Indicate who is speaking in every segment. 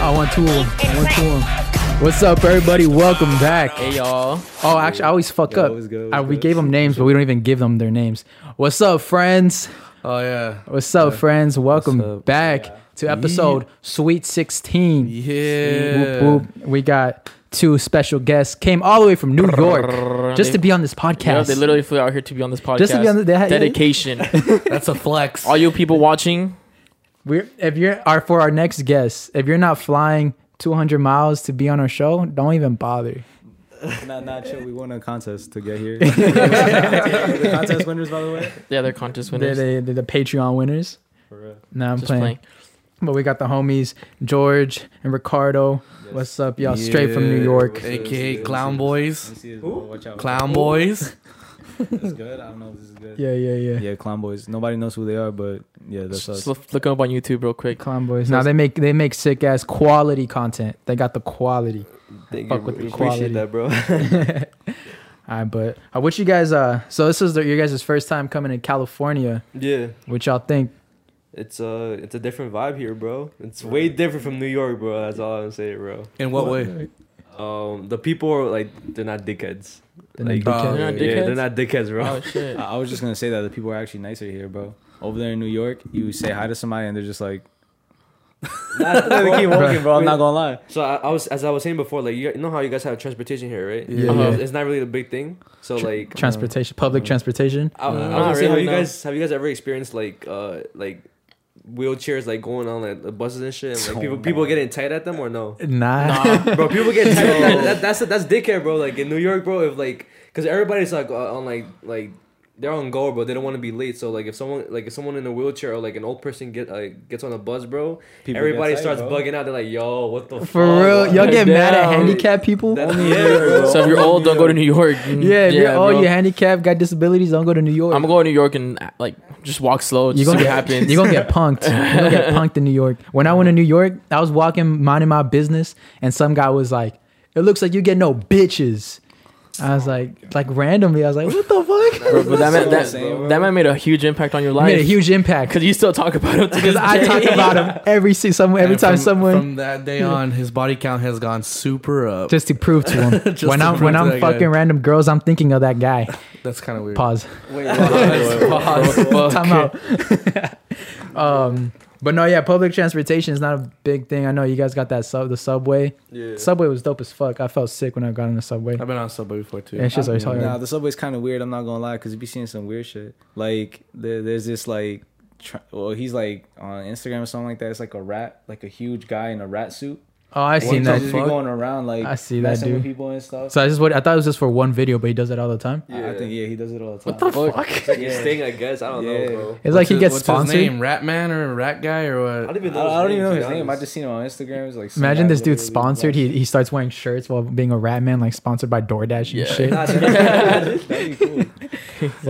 Speaker 1: I want two of them. I want two of them. What's up, everybody? Welcome back.
Speaker 2: Hey y'all.
Speaker 1: Oh, actually, I always fuck
Speaker 3: Yo,
Speaker 1: up.
Speaker 3: what's good,
Speaker 1: I-
Speaker 3: what's
Speaker 1: we
Speaker 3: good?
Speaker 1: gave them names, but we don't even give them their names. What's up, friends?
Speaker 2: Oh yeah.
Speaker 1: What's up, friends? Welcome
Speaker 2: up?
Speaker 1: back to episode Sweet 16.
Speaker 2: Yeah.
Speaker 1: Whoop, whoop. We got two special guests. Came all the way from New York just to be on this
Speaker 2: You know,
Speaker 1: podcast.
Speaker 2: they literally flew out here to be on this podcast.
Speaker 1: Just to be on the- they had-
Speaker 2: dedication.
Speaker 4: That's a flex.
Speaker 2: All you people watching,
Speaker 1: We're, if you're are for our next guest, if you're not flying 200 miles to be on our show, don't even bother.
Speaker 3: Not not chill. We won a contest to get here. the contest winners, by the way.
Speaker 2: yeah, they're contest
Speaker 1: They're,
Speaker 2: winners.
Speaker 1: the- they're the Patreon winners.
Speaker 3: For real.
Speaker 1: No, I'm
Speaker 2: Just
Speaker 1: playing.
Speaker 2: playing.
Speaker 1: But we got the homies George and Ricardo. What's up, y'all? Straight from New
Speaker 4: Yeah.
Speaker 1: York.
Speaker 4: AKA Clown Boys.
Speaker 3: Let's see this, bro. Watch out.
Speaker 4: Clown Boys.
Speaker 3: That's good. I don't know if this is good.
Speaker 1: Yeah, yeah, yeah.
Speaker 3: Yeah, clown boys. Nobody knows who they are, but yeah, that's
Speaker 2: Just
Speaker 3: us.
Speaker 2: look, look 'em up on YouTube real quick.
Speaker 1: Clown boys. Now they make they make sick ass quality content. They got the quality.
Speaker 5: Thank
Speaker 1: Fuck
Speaker 5: you.
Speaker 1: with the
Speaker 5: We
Speaker 1: quality.
Speaker 5: appreciate that, bro.
Speaker 1: I but I wish you guys uh so this is the, your guys' first time coming to California.
Speaker 5: yeah,
Speaker 1: What y'all think?
Speaker 5: it's uh, it's a different vibe here, bro. It's way different from New York, bro. That's all I'm saying, bro.
Speaker 4: In what way?
Speaker 5: Um, the people are like, they're not dickheads.
Speaker 1: They're not
Speaker 5: Like,
Speaker 1: dickheads?
Speaker 2: They're not
Speaker 5: Yeah,
Speaker 2: dickheads?
Speaker 5: they're not dickheads, bro.
Speaker 2: Oh shit.
Speaker 3: I I was just gonna say that the people are actually nicer here, bro. Over there in New York, you say hi to somebody and they're just like,
Speaker 5: Not-
Speaker 3: they keep walking, bro. I'm not gonna lie.
Speaker 5: so I, I was, as I was saying before, like you, you know how you guys have transportation here, right?
Speaker 4: Yeah.
Speaker 5: Um,
Speaker 1: Yeah.
Speaker 5: It's not really a big thing. So like,
Speaker 1: Transportation, public transportation.
Speaker 5: I, I was
Speaker 2: Not
Speaker 5: gonna say, have
Speaker 2: really,
Speaker 5: you
Speaker 2: no.
Speaker 5: guys have you guys ever experienced like uh like wheelchairs like going on like the buses and shit?
Speaker 3: Oh,
Speaker 5: And, like people people getting tight at them or no?
Speaker 1: Nah.
Speaker 5: bro. People get tired. of that, that, that's that's dickhead, bro. Like in New York, bro. If like, cause everybody's like uh, on like like they're on go, but they don't want to be late. So like if someone like if someone in a wheelchair or like an old person get uh, gets on a bus, bro,
Speaker 3: People
Speaker 5: everybody
Speaker 3: get tight,
Speaker 5: starts
Speaker 3: bro.
Speaker 5: bugging out. They're like, yo, what the
Speaker 1: For
Speaker 5: fuck?
Speaker 1: real, y'all get mad at
Speaker 2: Damn.
Speaker 1: handicapped people.
Speaker 5: That's-
Speaker 2: so if you're old, don't go to New York.
Speaker 1: yeah, if you're all
Speaker 2: bro.
Speaker 1: you handicapped, got disabilities, don't go to New York.
Speaker 2: I'm going to New York and like just walk slow. Just
Speaker 1: You're gonna
Speaker 2: see
Speaker 1: get
Speaker 2: what happens.
Speaker 1: You're gonna get punked. You're gonna get punked in New York. When I went to New York, I was walking, minding my business, and some guy was like, "It looks like you get no bitches." I was like, like randomly, I was like, "What the fuck?"
Speaker 2: Bro, but that man, that,
Speaker 3: Insane, bro.
Speaker 2: that man made a huge impact on your
Speaker 1: It
Speaker 2: life.
Speaker 1: made a huge impact
Speaker 2: Cause you still talk about him.
Speaker 1: because I talk about him every se- someone every
Speaker 4: And
Speaker 1: time
Speaker 4: from,
Speaker 1: someone
Speaker 4: From that day on, his body count has gone super up.
Speaker 1: just to prove to him
Speaker 4: Just
Speaker 1: when
Speaker 4: to
Speaker 1: I'm
Speaker 4: prove
Speaker 1: when
Speaker 4: to
Speaker 1: I'm
Speaker 4: that guy.
Speaker 1: fucking random girls, I'm thinking of that guy.
Speaker 4: That's kind of weird.
Speaker 1: Pause.
Speaker 2: about.
Speaker 1: Time out. um, but no, yeah, public transportation is not a big thing. I know you guys got that sub the subway.
Speaker 5: Yeah.
Speaker 1: Subway was dope as fuck. I felt sick when I got on the subway.
Speaker 4: I've been on subway before too.
Speaker 1: Yeah, it's just always hard.
Speaker 3: Nah, the subway's kind of weird. I'm not gonna lie, cause you be seeing some weird shit. Like there, there's this like, tr- well, he's like on Instagram or something like that. It's like a rat, like a huge guy in a rat suit.
Speaker 1: Oh, I
Speaker 3: One
Speaker 1: seen
Speaker 3: time
Speaker 1: that.
Speaker 3: Just be going around like
Speaker 1: I see that
Speaker 3: messing with
Speaker 1: dude.
Speaker 3: people and stuff.
Speaker 1: So I just what I thought it was just for one video, but he does that all the time.
Speaker 3: I- I think yeah, he does it all the time.
Speaker 5: It's like his thing, I guess. I don't
Speaker 3: Yeah.
Speaker 5: know, bro.
Speaker 1: It's like he gets
Speaker 4: what's
Speaker 1: sponsored.
Speaker 4: His name? Rat Man or Rat Guy or
Speaker 5: I
Speaker 4: what?
Speaker 5: don't even
Speaker 3: I
Speaker 5: know.
Speaker 3: don't, I don't even know
Speaker 5: to
Speaker 3: his
Speaker 5: be
Speaker 3: name. I
Speaker 5: honest.
Speaker 3: just seen him on Instagram. It was like some
Speaker 1: Imagine
Speaker 3: guy
Speaker 1: this dude
Speaker 3: literally
Speaker 1: sponsored. He
Speaker 3: like-
Speaker 1: he starts wearing shirts while being a rat man, like sponsored by DoorDash and
Speaker 2: Yeah.
Speaker 1: shit.
Speaker 5: Nah, seriously.
Speaker 3: That'd be cool.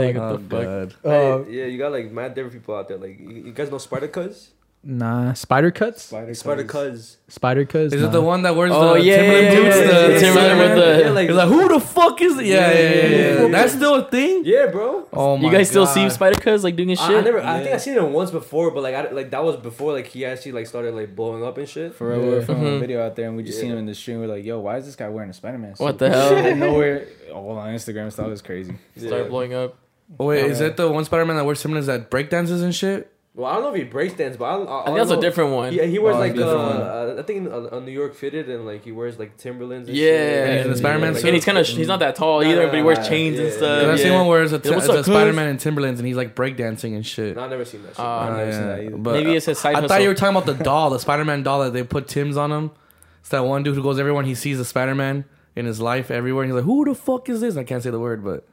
Speaker 2: Like,
Speaker 4: Oh,
Speaker 2: what the fuck?
Speaker 4: God.
Speaker 1: Uh,
Speaker 5: yeah, you got like mad different people out there. Like you, you guys know Spartacus?
Speaker 1: nah, spider cuts,
Speaker 3: Spider
Speaker 5: Spartacus.
Speaker 1: spider cuts.
Speaker 4: Is
Speaker 1: nah.
Speaker 4: it the one that wears
Speaker 2: Oh,
Speaker 4: the
Speaker 2: yeah,
Speaker 4: Timberland
Speaker 2: yeah,
Speaker 4: boots?
Speaker 2: yeah, yeah,
Speaker 4: the
Speaker 2: yeah,
Speaker 4: Timberland
Speaker 2: yeah,
Speaker 4: with the.
Speaker 5: yeah, like-
Speaker 4: He's like, who the fuck is? it? Yeah, yeah, yeah. yeah,
Speaker 5: yeah,
Speaker 4: yeah. That's still a thing.
Speaker 5: Yeah, bro.
Speaker 4: Oh my
Speaker 2: you guys still see
Speaker 4: God.
Speaker 2: Spider Cuz like doing his
Speaker 5: I,
Speaker 2: shit?
Speaker 5: I never. I think I seen him once before, but like, I, like that was before like he actually like started like blowing up and shit.
Speaker 3: For real, we were
Speaker 1: Yeah.
Speaker 3: filming
Speaker 2: Mhm.
Speaker 3: a
Speaker 1: Mm-hmm.
Speaker 3: video out there, and we just seen
Speaker 5: Yeah.
Speaker 3: him in the street. We're like, "Yo, why is this guy wearing a Spider-Man suit?"
Speaker 2: What the hell?
Speaker 3: Out of nowhere, all on Instagram stuff is crazy.
Speaker 2: Start
Speaker 5: Yeah.
Speaker 2: blowing up.
Speaker 4: Oh, wait,
Speaker 3: Oh,
Speaker 4: is
Speaker 3: yeah.
Speaker 4: that the one Spider Man that wears Timberlands that breakdances and shit?
Speaker 5: Well, I don't know if he breaks dance, but I, I,
Speaker 2: I think that's a different one.
Speaker 5: Yeah, he wears
Speaker 3: Oh,
Speaker 5: like uh,
Speaker 3: different
Speaker 5: uh, I think a, a New York fitted, and like he wears like Timberlands. And
Speaker 2: Yeah,
Speaker 5: shit.
Speaker 4: And he's in the Spider-Man
Speaker 2: Like,
Speaker 4: suit?
Speaker 2: and he's kind of he's not that tall
Speaker 5: Nah,
Speaker 2: either,
Speaker 5: nah,
Speaker 2: but he wears
Speaker 5: nah, nah.
Speaker 2: chains and
Speaker 5: Yeah,
Speaker 2: stuff.
Speaker 5: yeah,
Speaker 4: Did I
Speaker 5: yeah.
Speaker 4: see one where it's a,
Speaker 2: Uh, Yeah, what's up, cuz?
Speaker 4: Spider Man in Timberlands and he's like breakdancing and shit.
Speaker 5: No, I never seen that. Shit.
Speaker 2: Uh,
Speaker 3: I've
Speaker 4: Oh,
Speaker 3: never seen
Speaker 4: yeah.
Speaker 3: that either.
Speaker 4: But
Speaker 2: Maybe it's his side
Speaker 4: I
Speaker 2: hustle.
Speaker 4: thought you were talking about the doll, the Spider Man doll that they put Tim's on him. It's that one dude who goes everyone he sees a Spider Man in his life everywhere. And he's like, who the fuck is this? And I can't say the word, but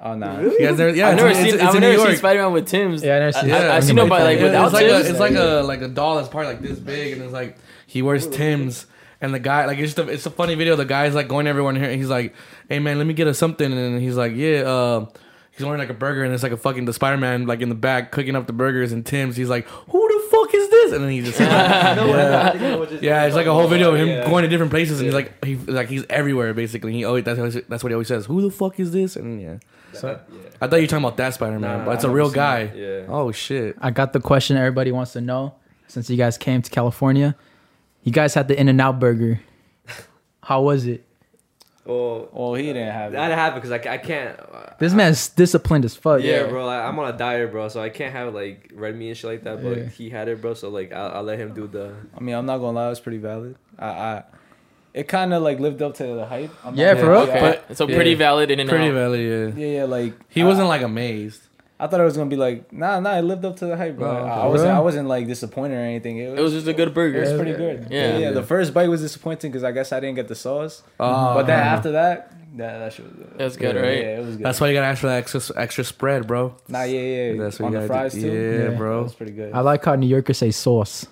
Speaker 3: Oh nah.
Speaker 4: you guys never, yeah,
Speaker 2: I've
Speaker 4: it's-
Speaker 2: never
Speaker 4: it's-
Speaker 2: seen.
Speaker 4: it's
Speaker 2: I've
Speaker 4: in New
Speaker 2: never
Speaker 4: York.
Speaker 2: seen Spider Man with Tim's.
Speaker 1: Yeah, I never seen-
Speaker 2: I,
Speaker 1: Yeah.
Speaker 2: have seen him by like
Speaker 4: It-
Speaker 2: without
Speaker 4: it's like
Speaker 2: Tim's.
Speaker 4: a, it's like a like a doll that's probably like this big and it's like he wears Tim's and the guy like it's just a, it's a funny video the guy's like going everyone here and he's like hey man let me get us something and he's like yeah uh he's ordering like a burger and it's like a fucking the Spider-Man like in the back cooking up the burgers and Tim's he's like who the fuck is this and then he just
Speaker 5: yeah. I think I was just-
Speaker 4: yeah it's like a whole video of him
Speaker 5: Yeah.
Speaker 4: going to different places and he's like he like he's everywhere basically he always that's, how he- that's what he always says who the fuck is this and yeah
Speaker 5: So-
Speaker 4: I thought you were talking about that Spider-Man
Speaker 5: Nah,
Speaker 4: but it's a
Speaker 5: I've
Speaker 4: real
Speaker 5: never
Speaker 4: guy
Speaker 5: Yeah.
Speaker 4: oh shit
Speaker 1: I got the question everybody wants to know. since you guys came to California. You guys had the In and Out Burger. How was it?
Speaker 5: Oh,
Speaker 3: Well, he didn't have
Speaker 5: that
Speaker 3: it.
Speaker 5: happened because I, ca- I can't. uh,
Speaker 1: This man's disciplined as fuck.
Speaker 5: yeah,
Speaker 2: Yeah.
Speaker 5: bro. I, I'm on a diet, bro, so I can't have like red meat and shit like that. But
Speaker 1: Yeah.
Speaker 5: he had it, bro. So like, I'll, I'll let him do the.
Speaker 3: I mean, I'm not gonna lie, it's pretty valid. I, I it kind of like lived up to the hype. I'm not
Speaker 1: Yeah,
Speaker 3: gonna
Speaker 1: for real.
Speaker 3: lie.
Speaker 2: Okay, so pretty
Speaker 4: yeah.
Speaker 2: valid in and
Speaker 4: Pretty
Speaker 2: out.
Speaker 4: valid, yeah.
Speaker 3: Yeah, yeah, like
Speaker 4: He
Speaker 3: I-
Speaker 4: wasn't like amazed.
Speaker 3: I thought it was gonna be like, nah, nah. It lived up to the hype, bro.
Speaker 4: Oh, okay.
Speaker 3: I wasn't,
Speaker 1: Really?
Speaker 3: I wasn't like disappointed or anything. It was,
Speaker 2: It was just a good
Speaker 3: it was
Speaker 2: burger.
Speaker 3: pretty good.
Speaker 2: Yeah.
Speaker 3: yeah. The first bite was disappointing because I guess I didn't get the sauce.
Speaker 4: Oh,
Speaker 3: but then
Speaker 4: okay.
Speaker 3: after that, that that shit was good.
Speaker 2: That's good,
Speaker 3: yeah,
Speaker 2: right?
Speaker 3: Yeah, it was good.
Speaker 4: That's why you gotta ask for that extra, extra spread, bro.
Speaker 3: nah, yeah, yeah.
Speaker 4: That's what
Speaker 3: on
Speaker 4: you
Speaker 3: the
Speaker 4: gotta
Speaker 3: fries
Speaker 4: do.
Speaker 3: too.
Speaker 4: Yeah,
Speaker 1: Yeah.
Speaker 3: that
Speaker 4: bro.
Speaker 3: was pretty good.
Speaker 1: I like how New Yorkers say sauce.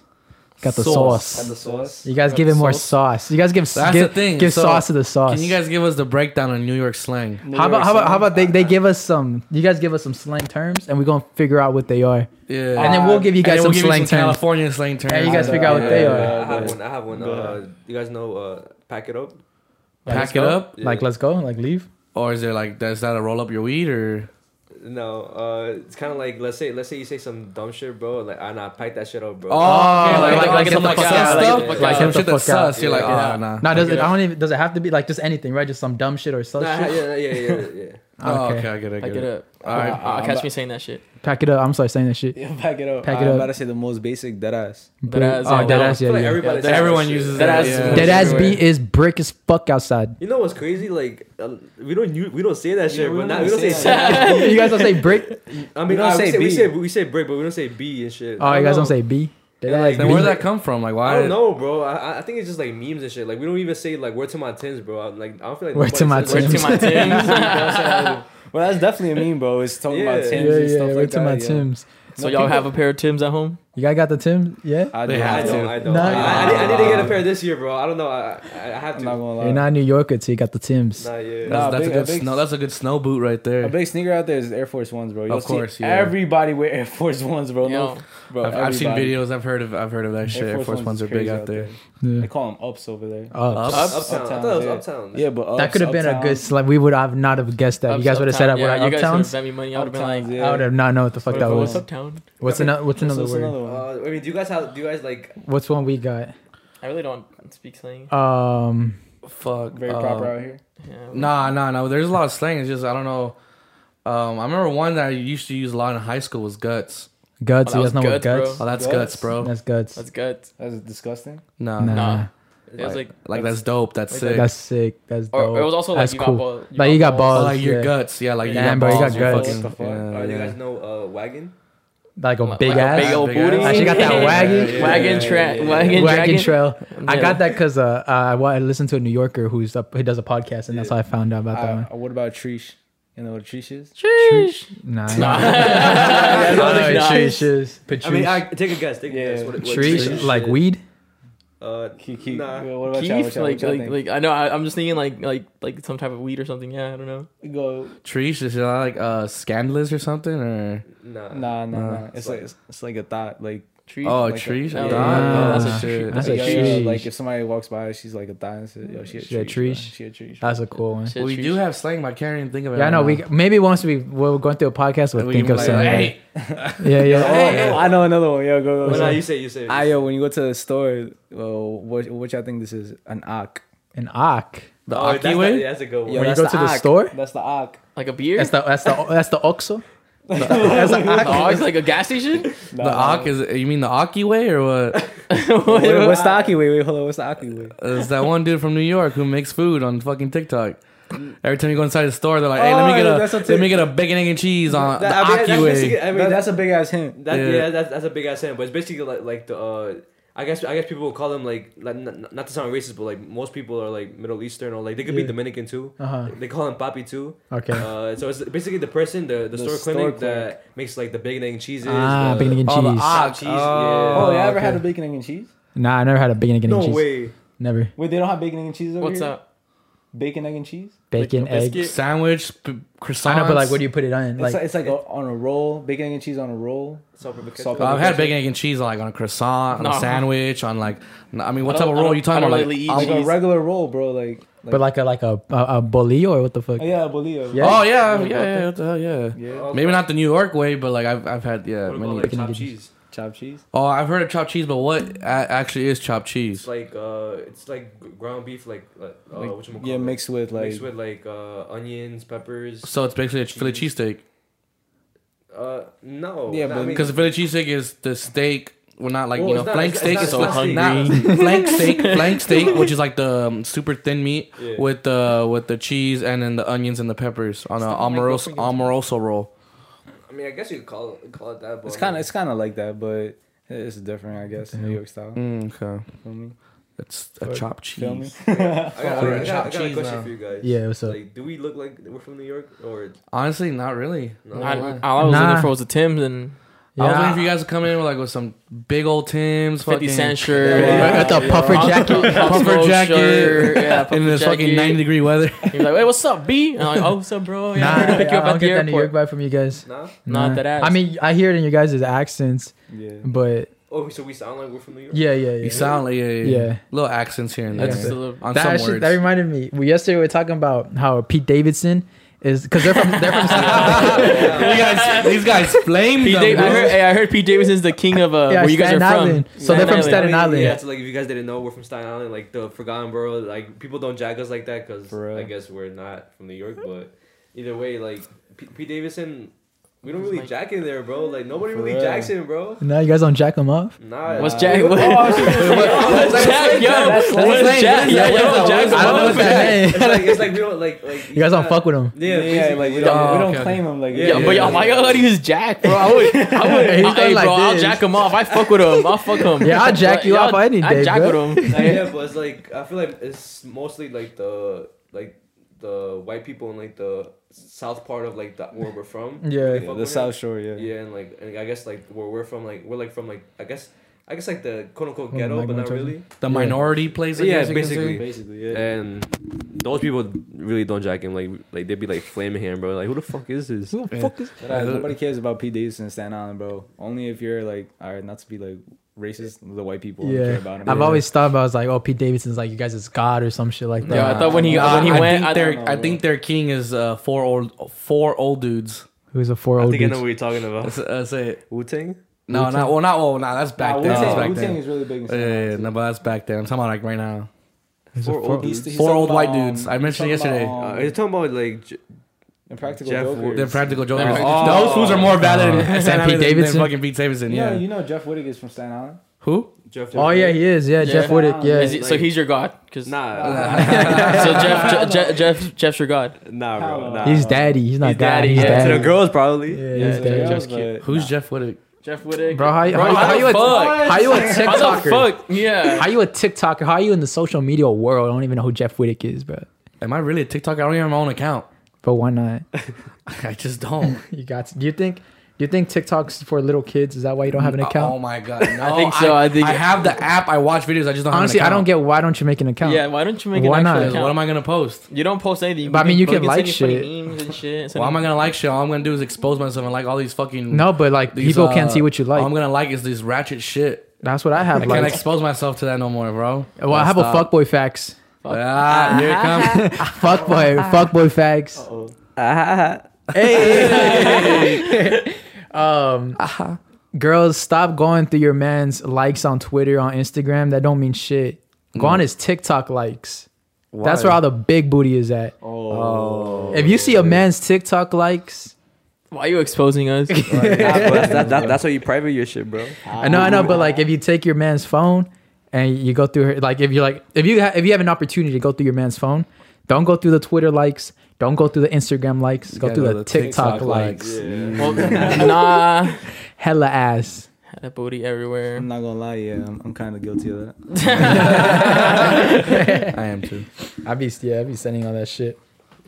Speaker 1: Got the sauce.
Speaker 5: Got the sauce.
Speaker 1: You guys
Speaker 3: Got
Speaker 1: give
Speaker 3: the
Speaker 1: it more
Speaker 3: sauce.
Speaker 1: sauce. You guys give
Speaker 4: That's
Speaker 1: give,
Speaker 4: the thing.
Speaker 1: give
Speaker 4: So,
Speaker 1: sauce to the sauce.
Speaker 4: Can you guys give us the breakdown on New York slang?
Speaker 1: how about how about how about they, they give us some? You guys give us some slang terms, and we're gonna figure out what they are,
Speaker 4: Yeah.
Speaker 1: and then we'll give you
Speaker 4: And then
Speaker 1: guys
Speaker 4: we'll
Speaker 1: some
Speaker 4: give you
Speaker 1: slang terms.
Speaker 4: California slang terms.
Speaker 1: Yeah, you guys
Speaker 3: Uh,
Speaker 1: figure out what they
Speaker 3: yeah,
Speaker 1: are.
Speaker 3: yeah.
Speaker 5: I have one. I have one.
Speaker 3: Go
Speaker 5: Uh, you guys know, uh, pack it up.
Speaker 4: pack it up,
Speaker 1: Like, let's go, like leave.
Speaker 4: or is there like that's that a roll up your weed or?
Speaker 5: No, uh, it's kind of like let's say let's say you say some dumb shit, bro. Like I nah, pack that shit up,
Speaker 4: Oh,
Speaker 5: bro.
Speaker 1: okay, like- like- like
Speaker 4: some
Speaker 1: get the
Speaker 4: sus
Speaker 1: fuck out, like,
Speaker 4: stuff,
Speaker 2: get the
Speaker 4: like
Speaker 2: fuck
Speaker 4: some
Speaker 1: out.
Speaker 4: shit
Speaker 1: Get the
Speaker 4: that's
Speaker 1: fuck out.
Speaker 4: sus. You're like,
Speaker 5: Yeah.
Speaker 4: ah, nah.
Speaker 1: No, does it,
Speaker 2: it
Speaker 1: I don't even. Does it have to be like just anything, right? Just some dumb shit or sus
Speaker 5: Nah,
Speaker 1: shit.
Speaker 5: yeah, yeah, yeah, yeah, yeah.
Speaker 4: Oh,
Speaker 1: Okay.
Speaker 4: okay, I get it. I
Speaker 2: Pack
Speaker 4: get
Speaker 2: it
Speaker 4: it.
Speaker 2: up.
Speaker 4: All right.
Speaker 2: Uh, catch me saying that shit.
Speaker 1: Pack it up. I'm sorry saying that shit.
Speaker 3: Yeah, pack it up.
Speaker 1: Pack it
Speaker 3: I'm
Speaker 1: up.
Speaker 3: about to say the most basic dead ass.
Speaker 1: But-
Speaker 2: Deadass,
Speaker 1: oh,
Speaker 2: yeah,
Speaker 1: dead ass,
Speaker 2: yeah.
Speaker 5: I
Speaker 1: yeah,
Speaker 5: feel like
Speaker 1: yeah.
Speaker 5: everybody
Speaker 2: Yeah,
Speaker 5: says
Speaker 4: everyone
Speaker 5: shit.
Speaker 4: uses
Speaker 2: that,
Speaker 5: shit.
Speaker 2: yeah.
Speaker 1: Dead ass
Speaker 2: everywhere.
Speaker 1: B is brick as fuck outside.
Speaker 5: You know what's crazy? Like uh, we don't u- we don't say that shit,
Speaker 3: we don't
Speaker 5: but now we don't say.
Speaker 3: say
Speaker 1: you guys don't say brick.
Speaker 5: shit. I mean,
Speaker 3: We don't
Speaker 5: I-
Speaker 3: say
Speaker 5: we, say, we
Speaker 3: B.
Speaker 5: say we say break, but we don't say B and shit.
Speaker 1: Oh, you guys
Speaker 5: know.
Speaker 1: don't say B. Dead
Speaker 5: Yeah,
Speaker 1: ass
Speaker 5: like,
Speaker 4: Then
Speaker 1: B.
Speaker 4: where did that come from? Like, why?
Speaker 5: I don't know, bro. I, I- I think it's just like memes and shit. Like we don't even say like word to my tins, bro. I, like I don't feel like
Speaker 1: Word to my
Speaker 5: nobody
Speaker 2: Word
Speaker 5: says
Speaker 1: Tim's.
Speaker 2: to my
Speaker 5: that.
Speaker 2: Tim's.
Speaker 3: Well, that's definitely a meme, bro. It's talking about
Speaker 5: Yeah.
Speaker 3: Tim's
Speaker 1: Yeah,
Speaker 3: and
Speaker 1: yeah.
Speaker 3: stuff
Speaker 1: Where
Speaker 3: like
Speaker 1: to
Speaker 3: that.
Speaker 1: my
Speaker 3: yeah.
Speaker 1: Tim's.
Speaker 2: so y'all have a pair of Tim's at home?
Speaker 1: You guys got the Tim? Yeah.
Speaker 3: I
Speaker 4: They
Speaker 3: do.
Speaker 4: have
Speaker 5: I
Speaker 3: I
Speaker 4: to.
Speaker 5: don't.
Speaker 3: do.
Speaker 5: I don't.
Speaker 1: Nah.
Speaker 5: I, I, need, I need to get a pair this year, bro. I don't know. I I, I have
Speaker 3: I'm
Speaker 5: to.
Speaker 3: not gonna lie.
Speaker 1: You're not a New Yorker till you got the Tims.
Speaker 5: Nah, yeah.
Speaker 4: That's,
Speaker 3: Nah,
Speaker 4: that's
Speaker 3: big-
Speaker 4: a
Speaker 3: a
Speaker 4: good
Speaker 3: big-
Speaker 4: snow. That's a good snow boot right there.
Speaker 3: A big sneaker out there is Air Force Ones, bro. You'll see
Speaker 4: course, yeah.
Speaker 3: Everybody wear Air Force Ones, bro. No,
Speaker 2: Yo.
Speaker 3: bro.
Speaker 4: I've, I've seen
Speaker 3: everybody.
Speaker 4: videos. I've heard of. I've heard of that shit. Air Force
Speaker 3: is
Speaker 4: Ones are big
Speaker 3: crazy
Speaker 4: out there.
Speaker 1: Yeah. Oh,
Speaker 3: They call them ups over there.
Speaker 1: Ups.
Speaker 4: Ups?
Speaker 5: Uptown. I
Speaker 3: Uptown,
Speaker 5: thought it was
Speaker 3: yeah.
Speaker 5: Uptown.
Speaker 3: Yeah, but ups,
Speaker 1: That could have been a good.
Speaker 3: Uptowns.
Speaker 1: Sl- we would have not have guessed that. you guys would have said that.
Speaker 2: Yeah,
Speaker 1: Yeah, we're
Speaker 2: you guys
Speaker 1: uptowns.
Speaker 2: would have me money. I would have been
Speaker 3: Uptowns,
Speaker 2: like,
Speaker 3: yeah.
Speaker 1: I would have not known what the fuck
Speaker 2: what
Speaker 1: that
Speaker 2: if it was
Speaker 1: was.
Speaker 2: uptown?
Speaker 1: What's another? What's
Speaker 3: What's-
Speaker 1: another
Speaker 3: what's
Speaker 1: word?
Speaker 3: another one?
Speaker 5: Uh, I mean, do you guys have? Do you guys like?
Speaker 1: What's one we got?
Speaker 2: I really don't speak slang.
Speaker 1: Um,
Speaker 4: Fuck.
Speaker 3: Very
Speaker 4: um,
Speaker 3: proper out here.
Speaker 2: Yeah,
Speaker 4: Nah, nah, no. There's a lot of slang. It's just I don't know. Um, I remember one that I used to use a lot in high school was guts.
Speaker 1: guts.
Speaker 2: Well,
Speaker 1: you guys
Speaker 2: that
Speaker 1: know what
Speaker 2: was guts,
Speaker 1: guts?
Speaker 4: Oh, that's
Speaker 3: Guts?
Speaker 4: guts, bro.
Speaker 1: That's guts.
Speaker 2: That's good.
Speaker 3: That's disgusting.
Speaker 4: no,
Speaker 1: nah,
Speaker 2: Nah. It
Speaker 4: Like,
Speaker 2: was like,
Speaker 4: like, that's dope. That's
Speaker 2: like
Speaker 4: sick.
Speaker 1: that's sick. That's dope.
Speaker 2: or it was also like
Speaker 1: that's
Speaker 2: you
Speaker 1: cool.
Speaker 2: got balls.
Speaker 1: Like, you got
Speaker 4: oh,
Speaker 1: balls.
Speaker 4: like your
Speaker 1: yeah.
Speaker 4: guts. Yeah, like
Speaker 1: Damn,
Speaker 4: you got
Speaker 1: bro, you
Speaker 4: balls,
Speaker 1: got
Speaker 4: you're
Speaker 1: guts.
Speaker 4: fucking-
Speaker 3: What the fuck?
Speaker 4: yeah,
Speaker 5: Uh, do you
Speaker 4: yeah.
Speaker 5: guys know uh, wagon?
Speaker 1: like a
Speaker 2: Like
Speaker 1: big
Speaker 2: a
Speaker 1: ass.
Speaker 2: Big old
Speaker 4: Big
Speaker 2: booty.
Speaker 4: ass.
Speaker 1: She got that wagon.
Speaker 2: Wagon
Speaker 5: Yeah,
Speaker 2: track.
Speaker 5: yeah, yeah.
Speaker 2: Wagon
Speaker 1: Wagon
Speaker 2: dragon.
Speaker 1: trail. I
Speaker 2: Yeah.
Speaker 1: got that because uh, I wa- I listened to a New Yorker who's up, who does a podcast, and that's how I found out about that
Speaker 3: Uh,
Speaker 1: one.
Speaker 3: what about Trish? You know what Trish is?
Speaker 1: Nah,
Speaker 2: Nah.
Speaker 1: I don't know what
Speaker 2: Nah.
Speaker 1: Trish is.
Speaker 5: I mean,
Speaker 1: Patrice.
Speaker 5: I, take a guess. Take a
Speaker 3: Yeah.
Speaker 5: guess. What, what
Speaker 1: Trish, like
Speaker 5: is.
Speaker 1: weed.
Speaker 5: Uh,
Speaker 3: Keith, Keith.
Speaker 5: Nah.
Speaker 3: Well, What about y'all?
Speaker 2: Keith,
Speaker 3: What y'all-
Speaker 2: like,
Speaker 3: what y'all
Speaker 2: like, like,
Speaker 3: think?
Speaker 2: I know. I, I'm just thinking like, like, like some type of weed or something. Yeah, I don't know.
Speaker 3: Go.
Speaker 4: Treesh is that like uh scandalous or something or
Speaker 5: Nah.
Speaker 3: Nah, nah,
Speaker 4: Nah.
Speaker 3: nah. Uh, It's like it's, it's like a thought. Like
Speaker 2: Tree.
Speaker 4: oh
Speaker 3: like a-
Speaker 4: treesh?
Speaker 2: yeah,
Speaker 4: I
Speaker 2: yeah,
Speaker 4: thought-
Speaker 1: yeah,
Speaker 4: oh,
Speaker 1: that's
Speaker 2: a
Speaker 4: shit.
Speaker 2: treesh.
Speaker 1: That's
Speaker 3: yo,
Speaker 1: a
Speaker 3: yo,
Speaker 1: Trish.
Speaker 3: like if somebody walks by, she's like a thought and says, "Yo, she a
Speaker 1: She a
Speaker 3: Trish,
Speaker 1: Trish.
Speaker 3: bro. She a Trish."
Speaker 1: That's a cool one.
Speaker 2: Shit,
Speaker 4: we
Speaker 2: Treesh.
Speaker 4: do have slang, but I can't even think of it.
Speaker 1: Yeah, I
Speaker 4: right
Speaker 1: know.
Speaker 4: now.
Speaker 1: We maybe once we we're going through a podcast, we'll
Speaker 4: We
Speaker 1: think
Speaker 4: can
Speaker 1: of
Speaker 4: like,
Speaker 1: something.
Speaker 4: hey.
Speaker 1: Yeah, yeah.
Speaker 3: Oh, oh, I know another one. Yo, go, go.
Speaker 5: Well,
Speaker 3: go.
Speaker 5: nah, you say, you say.
Speaker 3: Ah, yo, when you go to the store, well, what what y'all think this is? An ock.
Speaker 1: An ock.
Speaker 4: The
Speaker 5: Oh,
Speaker 4: Aki
Speaker 5: that's the-
Speaker 4: way?
Speaker 5: yeah, that's a good one.
Speaker 1: When you
Speaker 3: that's
Speaker 1: go
Speaker 3: the
Speaker 1: to the
Speaker 3: ock.
Speaker 1: store?
Speaker 3: That's the ock.
Speaker 2: like a beer.
Speaker 1: That's the that's the that's the oxo.
Speaker 2: oh, it's like a gas station.
Speaker 3: No,
Speaker 4: The
Speaker 3: no,
Speaker 4: Aki
Speaker 3: no.
Speaker 4: is you mean the Aki way or what?
Speaker 3: Wait, what's the ock? Wait, wait, hold on. What's the ock? Wait.
Speaker 4: It's that one dude from New York who makes food on fucking TikTok. Every time you go inside the store, they're like, "Hey, let
Speaker 3: Oh,
Speaker 4: me get
Speaker 3: that's
Speaker 4: a
Speaker 3: what
Speaker 4: let me get a bacon egg and cheese
Speaker 5: That-
Speaker 4: on the
Speaker 5: I mean,
Speaker 4: Aki
Speaker 5: that's
Speaker 4: way."
Speaker 5: basically- I mean,
Speaker 3: That-
Speaker 5: that's
Speaker 3: that's a big ass hint.
Speaker 5: That,
Speaker 4: Yeah.
Speaker 5: yeah, that's, that's a big ass hint, but it's basically like like the uh, I guess I guess people will call them like, like not, not to sound racist, but like most people are like Middle Eastern or like they could be
Speaker 1: Yeah.
Speaker 5: Dominican too.
Speaker 1: Uh-huh.
Speaker 5: They call him papi too.
Speaker 1: Okay.
Speaker 5: Uh, so it's basically the person, the, the, store,
Speaker 3: store
Speaker 5: clinic that makes like the bacon egg and cheeses.
Speaker 1: Ah,
Speaker 5: the,
Speaker 1: bacon egg and
Speaker 4: Oh, the
Speaker 1: cheese.
Speaker 4: ox.
Speaker 5: cheese,
Speaker 3: Oh,
Speaker 4: Oh,
Speaker 3: you ever
Speaker 4: okay.
Speaker 3: had a bacon egg and cheese?
Speaker 1: Nah, I never had a bacon egg and
Speaker 5: No
Speaker 1: cheese.
Speaker 5: way.
Speaker 1: Never.
Speaker 3: Wait, they don't have bacon egg and cheese over
Speaker 2: What's
Speaker 3: here.
Speaker 2: up?
Speaker 3: Bacon egg and cheese.
Speaker 1: Bacon
Speaker 2: Like a
Speaker 1: egg.
Speaker 2: biscuit?
Speaker 4: sandwich, p- croissants.
Speaker 1: I know, but like, what do you put it on?
Speaker 3: Like,
Speaker 1: Like,
Speaker 3: it's like, it's like a, on a roll. Bacon egg and cheese on a roll.
Speaker 5: Salt, pepper, ketchup.
Speaker 3: Salt,
Speaker 4: Well, I've had
Speaker 3: Ketchup.
Speaker 4: bacon egg and cheese on like on a croissant, on a
Speaker 2: No.
Speaker 4: sandwich, on like n- I mean, what
Speaker 2: I
Speaker 4: type
Speaker 2: don't-
Speaker 4: of
Speaker 2: I
Speaker 4: roll
Speaker 2: don't-
Speaker 4: are you talking
Speaker 2: I don't
Speaker 4: about? Like,
Speaker 2: really eat
Speaker 4: um,
Speaker 3: Like a
Speaker 2: cheese.
Speaker 3: regular roll, bro. Like, like
Speaker 1: but like a like a a, a bolillo or what the fuck?
Speaker 3: oh, yeah, bolillo.
Speaker 1: Yeah.
Speaker 4: oh yeah, yeah, yeah, what the hell, yeah.
Speaker 3: yeah.
Speaker 5: Oh,
Speaker 4: Maybe
Speaker 5: okay.
Speaker 4: not the New York way, but like I've I've had
Speaker 5: What
Speaker 4: yeah
Speaker 5: about,
Speaker 4: many.
Speaker 5: like,
Speaker 1: Bacon egg
Speaker 5: chopped
Speaker 1: and
Speaker 5: cheese.
Speaker 3: Chopped cheese.
Speaker 4: Oh, I've heard of chopped cheese, but what a- actually is chopped cheese?
Speaker 5: It's like uh, it's like gr- ground beef, like uh,
Speaker 3: Like,
Speaker 5: which
Speaker 3: yeah, mixed with like
Speaker 5: mixed with like uh, onions, peppers.
Speaker 4: So it's basically a Philly cheesesteak.
Speaker 5: Uh, no.
Speaker 3: Yeah, but-
Speaker 5: no, I mean,
Speaker 4: Because Philly cheesesteak is the steak, well, not like,
Speaker 5: Well,
Speaker 4: you
Speaker 5: Oh, it's
Speaker 4: know,
Speaker 5: not-
Speaker 4: flank
Speaker 5: it's-
Speaker 4: steak
Speaker 5: it's
Speaker 4: is
Speaker 5: not-
Speaker 4: so
Speaker 5: it's not
Speaker 4: hungry. flank steak, flank steak, which is like the um, super thin meat
Speaker 5: Yeah.
Speaker 4: with the with the cheese and then the onions and the peppers on a amoroso, amoroso roll.
Speaker 5: I mean, I guess you could call it, call it that. But
Speaker 3: it's kind of it's kind of like that, but it's different, I guess, New York style.
Speaker 4: Mm, okay,
Speaker 3: Feel me?
Speaker 4: it's a chopped cheese.
Speaker 3: Feel me?
Speaker 5: I got, I got, I got, I got a question for you guys.
Speaker 1: Yeah, what's up?
Speaker 5: Like, do we look like we're from New York or
Speaker 4: Honestly, not really.
Speaker 5: No.
Speaker 4: Not gonna
Speaker 2: I,
Speaker 4: lie.
Speaker 2: all I was
Speaker 1: Nah.
Speaker 2: looking for was a Tim's and
Speaker 4: I was waiting for
Speaker 1: Yeah.
Speaker 4: you guys to come in with like with some big old Tim's,
Speaker 2: 50
Speaker 4: fucking
Speaker 2: Cent shirt.
Speaker 1: Yeah. Got the puffer
Speaker 2: Pop-
Speaker 1: jacket.
Speaker 2: Pop
Speaker 4: Puffer
Speaker 2: Smoke
Speaker 4: jacket.
Speaker 2: Uh, shirt, Yeah, puffer
Speaker 4: in this fucking
Speaker 2: jacket.
Speaker 4: ninety degree weather.
Speaker 2: He was like, "Wait, what's up, B?" And I'm like, "Oh, what's up, bro? Yeah, I'm
Speaker 1: Nah,
Speaker 2: here to pick you up
Speaker 1: I
Speaker 2: at
Speaker 1: don't
Speaker 2: the
Speaker 1: get that New York
Speaker 2: airport."
Speaker 1: vibe from you guys.
Speaker 5: no?
Speaker 2: Not that ass.
Speaker 1: I mean, I hear it in your guys' accents,
Speaker 3: Yeah.
Speaker 1: but
Speaker 5: Oh, so we sound like we're from New York.
Speaker 1: yeah, yeah, yeah.
Speaker 4: You sound like yeah, yeah,
Speaker 1: Yeah.
Speaker 4: little accents here and there
Speaker 1: That's
Speaker 2: Just a little-
Speaker 4: on
Speaker 1: that,
Speaker 4: some
Speaker 1: actually,
Speaker 4: words.
Speaker 1: that reminded me. We yesterday we were talking about how Pete Davidson is because they're from they're from
Speaker 4: these guys, these guys flame
Speaker 2: Pete
Speaker 4: them,
Speaker 2: Dav- I
Speaker 4: bro.
Speaker 2: heard, hey, I heard Pete Davidson's the king of uh,
Speaker 1: Yeah,
Speaker 2: where you guys
Speaker 1: Staten
Speaker 2: are from.
Speaker 1: Island. So they're from Staten Island.
Speaker 5: Yeah, so like if you guys didn't know, we're from Staten Island, like the Forgotten Borough. Like people don't jack us like that because
Speaker 3: For real.
Speaker 5: I guess we're not from New York. But either way, like P- Pete Davidson, we don't really jack in there, bro. Like nobody
Speaker 3: For
Speaker 5: really
Speaker 3: real.
Speaker 5: jacks in, bro.
Speaker 1: now you guys don't jack them up.
Speaker 5: Nah.
Speaker 2: What's
Speaker 5: nah.
Speaker 2: Jack?
Speaker 5: Oh,
Speaker 2: What? What's
Speaker 1: That's
Speaker 2: Jack? Yo, what's
Speaker 1: lame.
Speaker 2: Jack?
Speaker 1: Yeah, yeah,
Speaker 2: Yo,
Speaker 1: I
Speaker 2: Jack.
Speaker 1: don't know what
Speaker 2: what's
Speaker 1: that
Speaker 2: Jack?
Speaker 1: is.
Speaker 5: It's like it's like we don't like like
Speaker 1: You guys don't fuck with them.
Speaker 5: Yeah,
Speaker 3: yeah, like we
Speaker 5: basically,
Speaker 3: don't, we
Speaker 4: Oh,
Speaker 3: don't
Speaker 4: okay,
Speaker 3: claim him. Like,
Speaker 5: Yeah,
Speaker 2: Yeah, but yo,
Speaker 5: yeah,
Speaker 2: my
Speaker 5: yeah.
Speaker 2: god, he was Jack, bro. I would, I would,
Speaker 1: He's
Speaker 2: I,
Speaker 1: done
Speaker 2: hey,
Speaker 1: like
Speaker 2: bro, I'll
Speaker 1: this.
Speaker 2: jack him off. I fuck with him. I'll fuck him.
Speaker 1: Yeah, I'll jack you off any
Speaker 2: I
Speaker 1: day,
Speaker 2: jack
Speaker 1: bro.
Speaker 2: with him.
Speaker 5: Like, yeah, but it's like I feel like it's mostly like the like the white people in like the south part of like the, where we're from.
Speaker 1: Yeah.
Speaker 5: They
Speaker 3: yeah,
Speaker 5: fuck
Speaker 3: the
Speaker 5: with
Speaker 3: South Shore, yeah.
Speaker 5: it. Yeah, and like and I guess like where we're from, like we're like from like I guess I guess like the quote unquote
Speaker 1: Oh,
Speaker 5: ghetto,
Speaker 1: Mike
Speaker 5: but not
Speaker 1: Montoya.
Speaker 5: really.
Speaker 1: Yeah.
Speaker 4: The minority plays. I
Speaker 5: Yeah,
Speaker 4: guess you can say.
Speaker 5: basically.
Speaker 3: Basically, yeah.
Speaker 5: And those people really don't jack him. Like like they'd be like flaming him, bro. Like who the fuck is this?
Speaker 1: Who the fuck is?
Speaker 3: But, uh, nobody cares about Pete Davidson and Staten Island, bro. Only if you're like, all right, not to be like racist, the white people only care
Speaker 1: Yeah,
Speaker 3: about him.
Speaker 1: I've always thought about I was like, oh, Pete Davidson's like you guys is God or some shit like that.
Speaker 2: Yo, I thought when he
Speaker 4: Uh,
Speaker 2: when he
Speaker 4: I
Speaker 2: went,
Speaker 4: think
Speaker 2: I
Speaker 4: their
Speaker 2: thought-
Speaker 4: I think their king is uh, four old four old dudes.
Speaker 1: Who's a four
Speaker 5: I
Speaker 1: old
Speaker 5: think I know
Speaker 1: dude?
Speaker 5: what you're talking about.
Speaker 4: That's, that's it.
Speaker 5: Wu Tang.
Speaker 4: No, not well, not well, nah, that's back
Speaker 3: Nah,
Speaker 4: then. That's
Speaker 3: Wu-Tang,
Speaker 4: back
Speaker 3: Wu-Tang
Speaker 4: then.
Speaker 3: is really big in
Speaker 4: Yeah,
Speaker 3: Staten
Speaker 4: yeah,
Speaker 3: Island.
Speaker 4: yeah, no, but that's back then. I'm talking about like right now.
Speaker 1: Who's a
Speaker 5: Four
Speaker 1: four-
Speaker 5: old dudes.
Speaker 4: Four
Speaker 3: talking
Speaker 4: old white
Speaker 3: about, um,
Speaker 4: dudes. I
Speaker 3: he's
Speaker 4: mentioned
Speaker 3: talking
Speaker 4: yesterday.
Speaker 3: about,
Speaker 5: Uh,
Speaker 3: um,
Speaker 5: you're talking about like J-
Speaker 3: Impractical
Speaker 5: Jeff
Speaker 3: Jokers.
Speaker 5: Wood.
Speaker 4: They're practical jokers.
Speaker 2: Oh.
Speaker 4: Those who's are more valid
Speaker 1: Oh.
Speaker 4: than
Speaker 1: Is that Pete
Speaker 4: Staten Island than
Speaker 1: Davidson?
Speaker 4: fucking Pete Davidson.
Speaker 3: Yeah,
Speaker 4: Yeah.
Speaker 3: you know Jeff Whittig is from Staten Island.
Speaker 4: Who?
Speaker 5: Jeff.
Speaker 1: Oh yeah, he is. Yeah,
Speaker 2: Yeah.
Speaker 1: Jeff Woodick. Yeah,
Speaker 2: Is he- so
Speaker 5: Like-
Speaker 2: he's your god, 'Cause-
Speaker 5: Nah,
Speaker 2: so Jeff, Jeff, Jeff, Jeff's your god.
Speaker 5: nah, bro. Nah.
Speaker 1: he's daddy. He's not
Speaker 2: He's
Speaker 1: God.
Speaker 2: daddy,
Speaker 1: He's
Speaker 2: yeah.
Speaker 5: To the
Speaker 1: daddy.
Speaker 5: girls, probably.
Speaker 1: Yeah,
Speaker 2: Yeah,
Speaker 1: he's
Speaker 2: yeah,
Speaker 1: daddy.
Speaker 2: Jeff's cute.
Speaker 4: Who's Jeff Whittick?
Speaker 2: Jeff Whittick.
Speaker 1: Bro, how, you-
Speaker 2: Bro,
Speaker 1: how,
Speaker 2: how
Speaker 1: how you a,
Speaker 2: fuck?
Speaker 1: how you a
Speaker 2: How the
Speaker 1: TikToker?
Speaker 2: fuck? Yeah.
Speaker 1: How you a TikToker? How you in the social media world? I don't even know who Jeff Whittick is, bro.
Speaker 4: Am I really a TikTok? I don't even have my own account.
Speaker 1: But why not?
Speaker 4: I just don't.
Speaker 1: You got. To, do you think? Do you think TikTok's for little kids? Is that why you don't have an
Speaker 4: Oh
Speaker 1: account?
Speaker 4: my god. No,
Speaker 2: I think so, I think-
Speaker 4: I have the app. I watch videos. I just don't.
Speaker 1: Honestly,
Speaker 4: have
Speaker 1: I
Speaker 4: an
Speaker 1: don't
Speaker 4: account.
Speaker 1: get why don't you make an account?
Speaker 2: Yeah, why don't you make
Speaker 1: Why
Speaker 2: an
Speaker 1: not?
Speaker 2: actual
Speaker 1: get-
Speaker 2: account?
Speaker 4: What am I gonna post?
Speaker 2: You don't post anything.
Speaker 1: But, I mean, you
Speaker 2: fucking
Speaker 1: can like
Speaker 2: send your
Speaker 1: shit.
Speaker 2: fucking memes and shit.
Speaker 4: Why am I gonna like shit? All I'm gonna do is expose myself and like all these fucking.
Speaker 1: No, but like
Speaker 4: these,
Speaker 1: people can't
Speaker 4: uh,
Speaker 1: see what you like.
Speaker 4: All I'm gonna like is these ratchet shit.
Speaker 1: That's what I have.
Speaker 4: I
Speaker 1: like,
Speaker 4: can't expose myself to that no more, bro.
Speaker 1: well, I have a fuckboy facts.
Speaker 4: fuck. Ah, here it comes.
Speaker 1: fuckboy, fuckboy facts.
Speaker 4: Uh-huh.
Speaker 1: Um, girls, stop going through your man's likes on Twitter, on Instagram. That don't mean shit. Go
Speaker 4: Mm.
Speaker 1: on his TikTok likes. That's where all the big booty is at.
Speaker 3: Oh.
Speaker 1: If you see a man's TikTok likes,
Speaker 2: Why are you exposing us?
Speaker 5: that's how you private your shit, bro.
Speaker 1: I know, I know, but like if you take your man's phone and you go through her, like if you like, if you ha- if you have an opportunity to go through your man's phone, don't go through the Twitter likes, don't go through the Instagram likes, go
Speaker 4: gotta
Speaker 1: through
Speaker 4: go
Speaker 1: the,
Speaker 4: to the
Speaker 1: TikTok,
Speaker 4: TikTok
Speaker 1: likes.
Speaker 3: Yeah.
Speaker 2: well, nah. Had
Speaker 1: Hella ass.
Speaker 2: that booty everywhere.
Speaker 3: I'm not gonna lie, yeah, I'm, I'm kind of guilty of that.
Speaker 4: I am too.
Speaker 1: I be yeah, I be sending all that shit.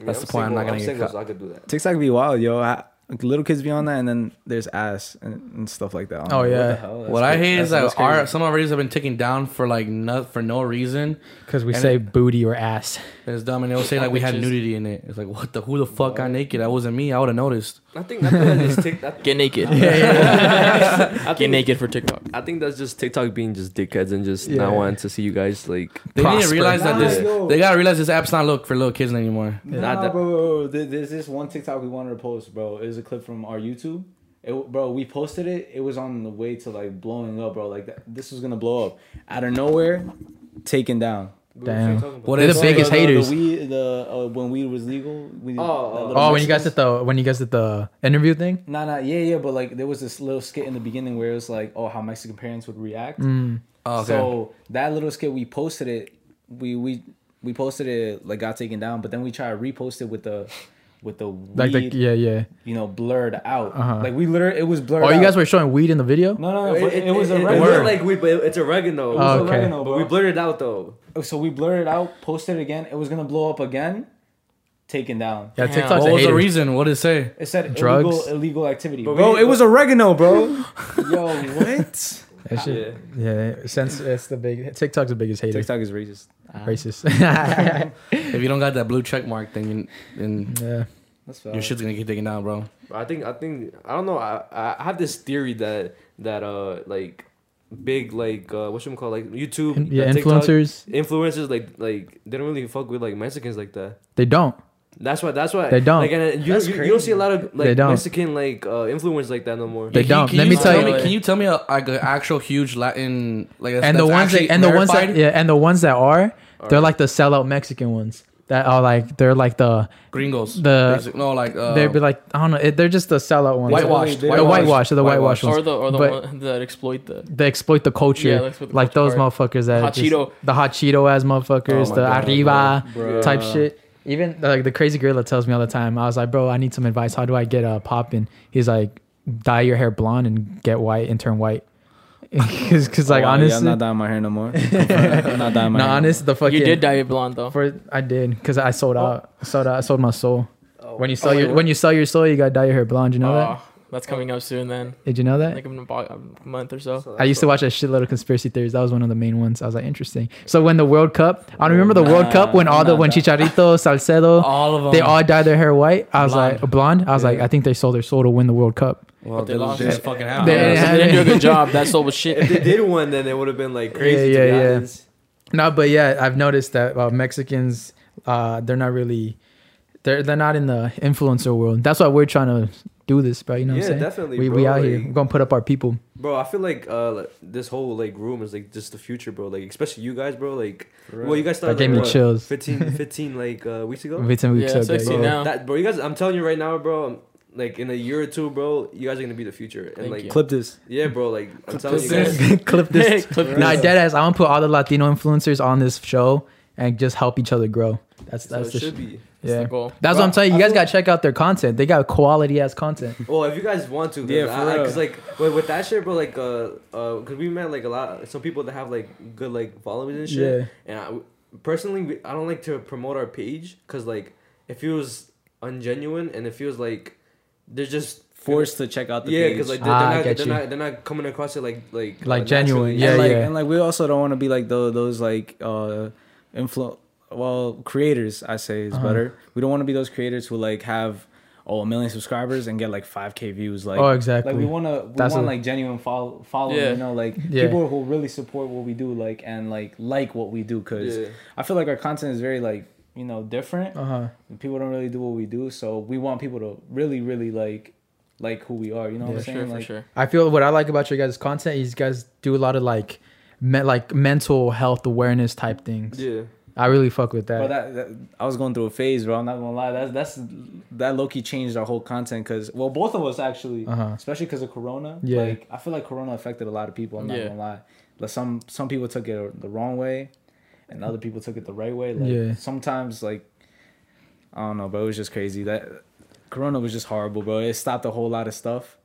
Speaker 4: That's the point, I'm not gonna get
Speaker 5: single,
Speaker 4: cut.
Speaker 5: so I could do that.
Speaker 3: TikTok be wild, yo. I, like, little kids be on that, and then there's ass and, and stuff like that. I'm
Speaker 1: Oh,
Speaker 3: like,
Speaker 1: yeah.
Speaker 3: What, the hell? That's
Speaker 4: what I
Speaker 3: cra-
Speaker 4: hate
Speaker 3: that's-
Speaker 4: is that
Speaker 3: that's
Speaker 4: our,
Speaker 3: crazy.
Speaker 4: some of our videos have been taken down for like no, for no reason.
Speaker 1: Cause we
Speaker 4: And
Speaker 1: say booty or ass.
Speaker 4: And it's dumb, and they'll say like we had
Speaker 2: Bitches.
Speaker 4: nudity in it. It's like what the who the fuck got naked? That wasn't me. I would have noticed.
Speaker 5: I think, I think that's just TikTok.
Speaker 2: Get naked.
Speaker 5: I
Speaker 2: Get
Speaker 5: think,
Speaker 2: naked for TikTok.
Speaker 5: I think that's just TikTok being just dickheads and just
Speaker 1: Yeah.
Speaker 5: not wanting to see you guys like.
Speaker 4: They
Speaker 1: Prosper.
Speaker 4: didn't realize that
Speaker 3: Nah,
Speaker 4: this.
Speaker 3: yo.
Speaker 4: They gotta realize this app's not look for little kids anymore.
Speaker 3: nah,
Speaker 5: Not that-
Speaker 3: bro, bro, bro. There- There's this one TikTok we wanted to post, bro. It was a clip from our YouTube. It, bro, we posted it. It was on the way to like blowing up, bro. Like that, this was gonna blow up out of nowhere, taken down.
Speaker 1: Damn.
Speaker 4: What
Speaker 1: They're
Speaker 4: is
Speaker 1: the biggest
Speaker 3: the,
Speaker 1: haters.
Speaker 3: The, weed, the uh, when weed was legal. We,
Speaker 5: Oh, oh.
Speaker 3: that little
Speaker 1: Oh, when you
Speaker 3: Mexican-
Speaker 1: guys did the when you guys did the interview thing.
Speaker 3: Nah, nah, yeah, yeah, but like there was this little skit in the beginning where it was like, oh, how Mexican parents would react.
Speaker 1: Mm.
Speaker 4: Oh, okay.
Speaker 3: So that little skit, we posted it. We we we posted it like got taken down, but then we tried to repost it with the with the weed,
Speaker 1: Like the yeah yeah.
Speaker 3: you know blurred out.
Speaker 1: Uh-huh.
Speaker 3: Like we literally it was blurred.
Speaker 1: Oh, you
Speaker 3: out.
Speaker 1: guys were showing weed in the video.
Speaker 3: no no no. But it, was
Speaker 5: it,
Speaker 3: oregano.
Speaker 5: It looked like we, but it's oregano.
Speaker 1: Oh, okay.
Speaker 3: oregano,
Speaker 5: But we
Speaker 3: bro.
Speaker 5: blurred it out though.
Speaker 3: so we blurred it out, posted it again. It was gonna blow up again, taken down.
Speaker 1: Yeah,
Speaker 2: Damn.
Speaker 1: TikTok's
Speaker 4: what
Speaker 1: a
Speaker 4: was the
Speaker 1: hater.
Speaker 4: reason? What did it say?
Speaker 3: It said
Speaker 1: Drugs.
Speaker 3: illegal illegal activity.
Speaker 5: But
Speaker 3: bro,
Speaker 5: we-
Speaker 3: it was oregano, bro. Yo, what?
Speaker 1: That shit- yeah, since it's the big TikTok's the biggest hater.
Speaker 3: TikTok is racist.
Speaker 1: Racist.
Speaker 4: If you don't got that blue check mark, then you, then
Speaker 1: yeah.
Speaker 3: That's
Speaker 4: your shit's gonna get taken down, bro.
Speaker 5: I think I think I don't know. I I I have this theory that that uh like big like uh what should we call like YouTube
Speaker 1: In- yeah,
Speaker 5: uh, TikTok,
Speaker 1: influencers.
Speaker 5: influencers like like they don't really fuck with like Mexicans like that.
Speaker 1: They don't.
Speaker 5: That's why. That's why
Speaker 1: They don't.
Speaker 5: Like, and uh, you,
Speaker 3: That's
Speaker 5: you, you don't see a lot of like
Speaker 1: don't.
Speaker 5: Mexican like uh influencers like that no more.
Speaker 1: They
Speaker 4: Can-
Speaker 1: don't.
Speaker 4: can
Speaker 1: Let me
Speaker 4: s-
Speaker 1: tell you-
Speaker 4: Me, can you tell me a, like an actual huge Latin like that's,
Speaker 1: and the
Speaker 4: that's
Speaker 1: ones that,
Speaker 4: actually
Speaker 1: and the ones that
Speaker 4: verified?
Speaker 1: yeah, and the ones that are, they're
Speaker 5: Alright.
Speaker 1: like the sellout Mexican ones that are like they're like the
Speaker 4: gringos.
Speaker 1: The-
Speaker 4: basic- no like uh,
Speaker 1: they'd be like I don't know it, they're just the sellout ones.
Speaker 3: Whitewash.
Speaker 4: whitewashed.
Speaker 3: The
Speaker 1: The whitewash, the whitewash,
Speaker 2: Or
Speaker 1: ones.
Speaker 2: the or the
Speaker 1: But-
Speaker 2: one that exploit the
Speaker 1: They exploit the culture,
Speaker 2: Yeah, that's what the
Speaker 1: like
Speaker 2: culture
Speaker 1: those motherfuckers that
Speaker 2: Hot
Speaker 1: just-
Speaker 2: Cheeto.
Speaker 1: the hot Cheeto ass motherfuckers,
Speaker 4: Oh my
Speaker 1: the
Speaker 4: God,
Speaker 1: arriba
Speaker 3: bro. Uh,
Speaker 1: type
Speaker 3: Bruh.
Speaker 1: shit. Even like the crazy gorilla tells me all the time. I was like, bro, I need some advice. How do I get uh, popping? He's like, dye your hair blonde and get white and turn white. Because like
Speaker 3: Oh, wow, yeah, I'm
Speaker 1: honestly,
Speaker 3: not dyeing my hair no more. I'm not dyeing my
Speaker 1: no,
Speaker 3: hair.
Speaker 1: honest, the fucking
Speaker 2: You did dye it blonde though.
Speaker 1: For I did because I sold out. Sold out. I sold my soul. Oh. When you sell
Speaker 2: Oh, wait,
Speaker 1: your
Speaker 2: what?
Speaker 1: when you sell your soul, you gotta dye your hair blonde. You know that?
Speaker 2: Oh, that's coming up soon then.
Speaker 1: Did you know that?
Speaker 2: Like in about a month or so.
Speaker 1: I used to watch a shitload of conspiracy theories. That was one of the main ones. I was like, interesting. So when the World Cup, I remember the World
Speaker 3: Nah,
Speaker 1: Cup when all the when
Speaker 3: nah,
Speaker 1: Chicharito, Salcedo,
Speaker 4: all of them.
Speaker 1: they Oh, all dyed their hair white. I was
Speaker 4: Blonde.
Speaker 1: like blonde. I was like, I think they sold their soul to win the World Cup.
Speaker 4: well,
Speaker 2: But they
Speaker 4: they
Speaker 2: lost
Speaker 4: just
Speaker 2: it.
Speaker 4: fucking
Speaker 2: Oh,
Speaker 4: out.
Speaker 1: They-
Speaker 2: yeah, so they didn't do a good job. That soul was
Speaker 5: If
Speaker 2: shit.
Speaker 5: they did one, then it would have been like crazy.
Speaker 1: Yeah,
Speaker 5: to be
Speaker 1: yeah, yeah.
Speaker 5: honest.
Speaker 1: No, but yeah, I've noticed that uh, Mexicans, uh, they're not really, they're they're not in the influencer world. That's why we're trying to do this, bro. You know what
Speaker 5: Yeah,
Speaker 1: I'm saying?
Speaker 5: definitely,
Speaker 1: We
Speaker 5: bro,
Speaker 1: we out
Speaker 5: like-
Speaker 1: here. We're gonna put up our people.
Speaker 5: Bro, I feel like uh like, this whole like room is like just the future, bro. Like especially you guys, bro. Like well, you guys started
Speaker 1: That gave
Speaker 5: like,
Speaker 1: me
Speaker 5: what,
Speaker 1: chills.
Speaker 5: 15, 15 like uh, weeks ago.
Speaker 1: Everything we
Speaker 2: Yeah,
Speaker 1: took,
Speaker 2: so it's
Speaker 1: yeah.
Speaker 2: in now.
Speaker 5: That bro, you guys. I'm telling you right now, bro. Like in a year or two, bro, you guys are gonna be the future. And
Speaker 2: Thank
Speaker 5: like
Speaker 2: you.
Speaker 3: Clip this.
Speaker 5: yeah, bro. Like I'm telling you
Speaker 4: this.
Speaker 5: guys.
Speaker 1: clip this.
Speaker 2: Clip
Speaker 1: Nah,
Speaker 2: this.
Speaker 1: dead ass. I want to put all the Latino influencers on this show and just help each other grow. That's
Speaker 5: So
Speaker 1: that's
Speaker 5: it
Speaker 1: the
Speaker 5: should
Speaker 1: sh-
Speaker 5: be.
Speaker 2: That's
Speaker 1: yeah.
Speaker 2: the goal.
Speaker 1: That's what I'm telling you. You guys gotta check out their content. They got quality ass content.
Speaker 5: Well, if you guys want to,
Speaker 3: Yeah,
Speaker 5: yeah,
Speaker 3: for
Speaker 5: because
Speaker 3: real.
Speaker 5: like with, with that shit, bro, like uh, uh, cause we met like a lot some people that have like good like followers and shit.
Speaker 1: Yeah.
Speaker 5: And I, personally, we, I don't like to promote our page because like it feels ungenuine and it feels like they're just
Speaker 3: Forced to check out the
Speaker 5: yeah,
Speaker 3: page.
Speaker 5: because like they're,
Speaker 1: Ah, I
Speaker 5: they're,
Speaker 1: get
Speaker 5: not, they're
Speaker 1: you.
Speaker 5: not they're not coming across it like like
Speaker 1: Like
Speaker 5: uh,
Speaker 1: genuine,
Speaker 5: naturally.
Speaker 1: Yeah,
Speaker 3: and like,
Speaker 1: yeah.
Speaker 3: And like, we also don't want to be like those, those like, uh, influ, well, creators. I say is
Speaker 1: Uh-huh.
Speaker 3: better. We don't want to be those creators who like have oh a million subscribers and get like five k views. Like,
Speaker 1: oh, exactly.
Speaker 3: like we want to, we
Speaker 1: That's
Speaker 3: want
Speaker 1: a-
Speaker 3: like genuine follow, follow.
Speaker 2: Yeah.
Speaker 3: You know, like
Speaker 1: Yeah.
Speaker 3: people who really support what we do, like and like like what we do. Cause
Speaker 5: Yeah.
Speaker 3: I feel like our content is very like you know different.
Speaker 1: uh huh.
Speaker 3: people don't really do what we do so we want people to really really like like who we are you know what
Speaker 2: For
Speaker 3: i'm saying
Speaker 2: sure, for
Speaker 3: like
Speaker 2: sure.
Speaker 1: I feel what I like about your guys' content is you guys do a lot of like, me- like mental health awareness type things.
Speaker 5: yeah.
Speaker 1: I really fuck with
Speaker 3: Bro,
Speaker 1: that.
Speaker 3: that, that I was going through a phase, bro. I'm not gonna lie. That's that's that Loki changed our whole content because well, both of us actually,
Speaker 1: Uh-huh.
Speaker 3: especially because of Corona.
Speaker 1: Yeah.
Speaker 3: Like I feel like Corona affected a lot of people. I'm not
Speaker 2: Yeah.
Speaker 3: gonna lie. Like some some people took it the wrong way, and other people took it the right way. Like
Speaker 1: Yeah.
Speaker 3: sometimes like I don't know, bro. It was just crazy. That Corona was just horrible, bro. It stopped a whole lot of stuff,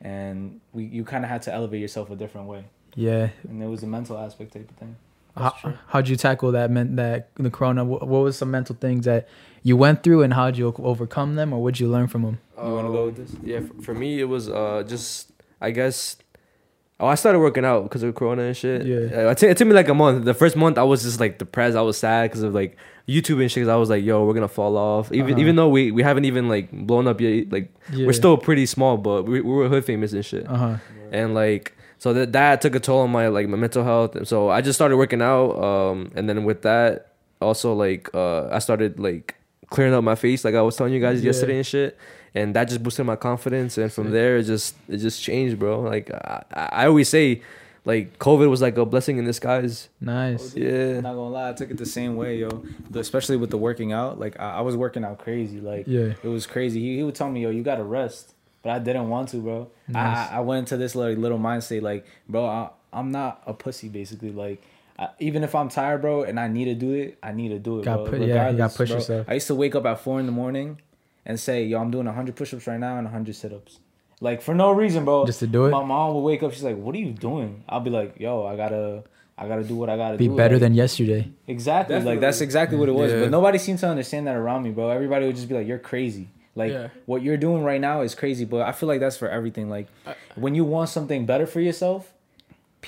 Speaker 3: and we you kind of had to elevate yourself a different way.
Speaker 1: yeah.
Speaker 3: And it was a mental aspect type of thing.
Speaker 1: How, how'd you tackle that meant that the corona? What, what was some mental things that you went through and how'd you overcome them or what'd you learn from them?
Speaker 3: You wanna go with
Speaker 5: this? Um, Yeah, for, for me it was uh just I guess. Oh, I started working out because of Corona and shit.
Speaker 1: Yeah.
Speaker 5: Uh, it, t- it took me like a month. The first month I was just like depressed. I was sad because of like YouTube and shit. Cause I was like, yo, we're gonna fall off. Even
Speaker 1: Uh-huh.
Speaker 5: even though we we haven't even like blown up yet. Like
Speaker 1: Yeah.
Speaker 5: we're still pretty small, but we, we were hood famous and shit.
Speaker 1: Uh huh.
Speaker 5: And like so that that took a toll on my like my mental health. And so I just started working out. Um, and then with that also like uh I started like clearing up my face like I was telling you guys
Speaker 1: Yeah.
Speaker 5: yesterday and shit. and that just boosted my confidence. And from there, it just it just changed, bro. Like I, I I always say, like COVID was like a blessing in disguise.
Speaker 1: Nice.
Speaker 5: Yeah.
Speaker 3: Not gonna lie, I took it the same way, yo. The- Especially with the working out, like I, I was working out crazy, like
Speaker 1: Yeah.
Speaker 3: it was crazy. He, he would tell me, yo, you gotta rest, but I didn't want to, bro. I-
Speaker 1: Nice.
Speaker 3: I, I went into this like little mindset, like, bro, I, I'm not a pussy, basically. Like, I, even if I'm tired, bro, and I need to do it, I need to do it.
Speaker 1: Gotta
Speaker 3: bro,
Speaker 1: put- yeah, you gotta
Speaker 3: regardless,
Speaker 1: push
Speaker 3: bro.
Speaker 1: yourself.
Speaker 3: I used to wake up at four in the morning and say, yo, I'm doing 100 push-ups right now and 100 sit-ups. Like for no reason, bro.
Speaker 1: Just to do it?
Speaker 3: My mom will wake up. She's like, "What are you doing?" I'll be like, "Yo, I gotta, I gotta do what I gotta
Speaker 1: Be
Speaker 3: do."
Speaker 1: better
Speaker 3: like,
Speaker 1: than yesterday.
Speaker 3: Exactly. Like that's exactly what it was.
Speaker 4: Yeah.
Speaker 3: But nobody seemed to understand that around me, bro. Everybody would just be like, "You're crazy." Like
Speaker 2: Yeah.
Speaker 3: what you're doing right now is crazy. But I feel like that's for everything. Like when you want something better for yourself,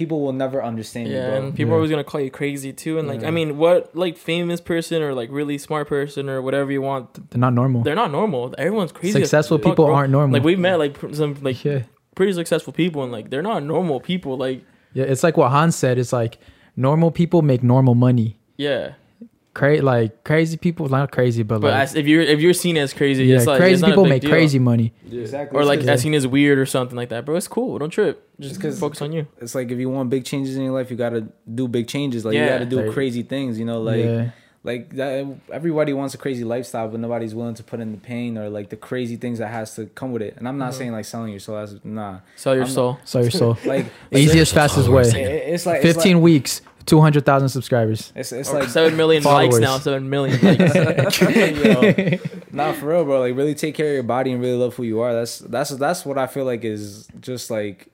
Speaker 3: people will never understand you,
Speaker 2: Yeah,
Speaker 3: bro.
Speaker 2: and people
Speaker 1: Yeah.
Speaker 2: are always gonna call you crazy too. And like,
Speaker 3: Yeah.
Speaker 2: I mean, what like famous person or like really smart person or whatever you want,
Speaker 1: They're not normal.
Speaker 2: they're not normal. Everyone's crazy. as
Speaker 1: Successful
Speaker 2: fuck,
Speaker 1: people
Speaker 2: bro.
Speaker 1: aren't normal.
Speaker 2: Like we've met like pr- some like
Speaker 1: yeah.
Speaker 2: pretty successful people, and like they're not normal people. Like
Speaker 1: Yeah, it's like what Hans said. It's like normal people make normal money.
Speaker 2: yeah,
Speaker 1: Cra- like crazy people, not crazy, but,
Speaker 2: but
Speaker 1: like
Speaker 2: as, if you're if you're seen as crazy,
Speaker 1: yeah,
Speaker 2: it's like it's
Speaker 1: crazy
Speaker 2: not a
Speaker 1: people
Speaker 2: big
Speaker 1: make
Speaker 2: deal.
Speaker 1: crazy money.
Speaker 3: Exactly.
Speaker 2: or like
Speaker 1: Yeah.
Speaker 2: as seen as weird or something like that, bro. It's cool. Don't trip. Just
Speaker 3: It's 'cause-
Speaker 2: focus on you.
Speaker 3: it's like if you want big changes in your life, you gotta do big changes. Like you
Speaker 2: Yeah.
Speaker 3: gotta do
Speaker 1: Like-
Speaker 3: crazy things. You know, like
Speaker 1: yeah,
Speaker 3: like that, everybody wants a crazy lifestyle, but nobody's willing to put in the pain or like the crazy things that has to come with it. And I'm
Speaker 2: Mm-hmm.
Speaker 3: not saying like selling your soul. That's nah.
Speaker 2: Sell your
Speaker 3: I'm-
Speaker 2: soul.
Speaker 1: sell your soul.
Speaker 3: Like
Speaker 1: Easiest, fastest
Speaker 3: it-
Speaker 1: way.
Speaker 3: it's like it's like-
Speaker 1: Fifteen weeks, two hundred thousand subscribers.
Speaker 3: It's, it's
Speaker 2: Or
Speaker 3: like
Speaker 2: seven million
Speaker 1: followers.
Speaker 2: likes now. Seven million likes.
Speaker 3: Yo, nah, for real, bro. Like, really take care of your body and really love who you are. That's that's that's what I feel like is just like.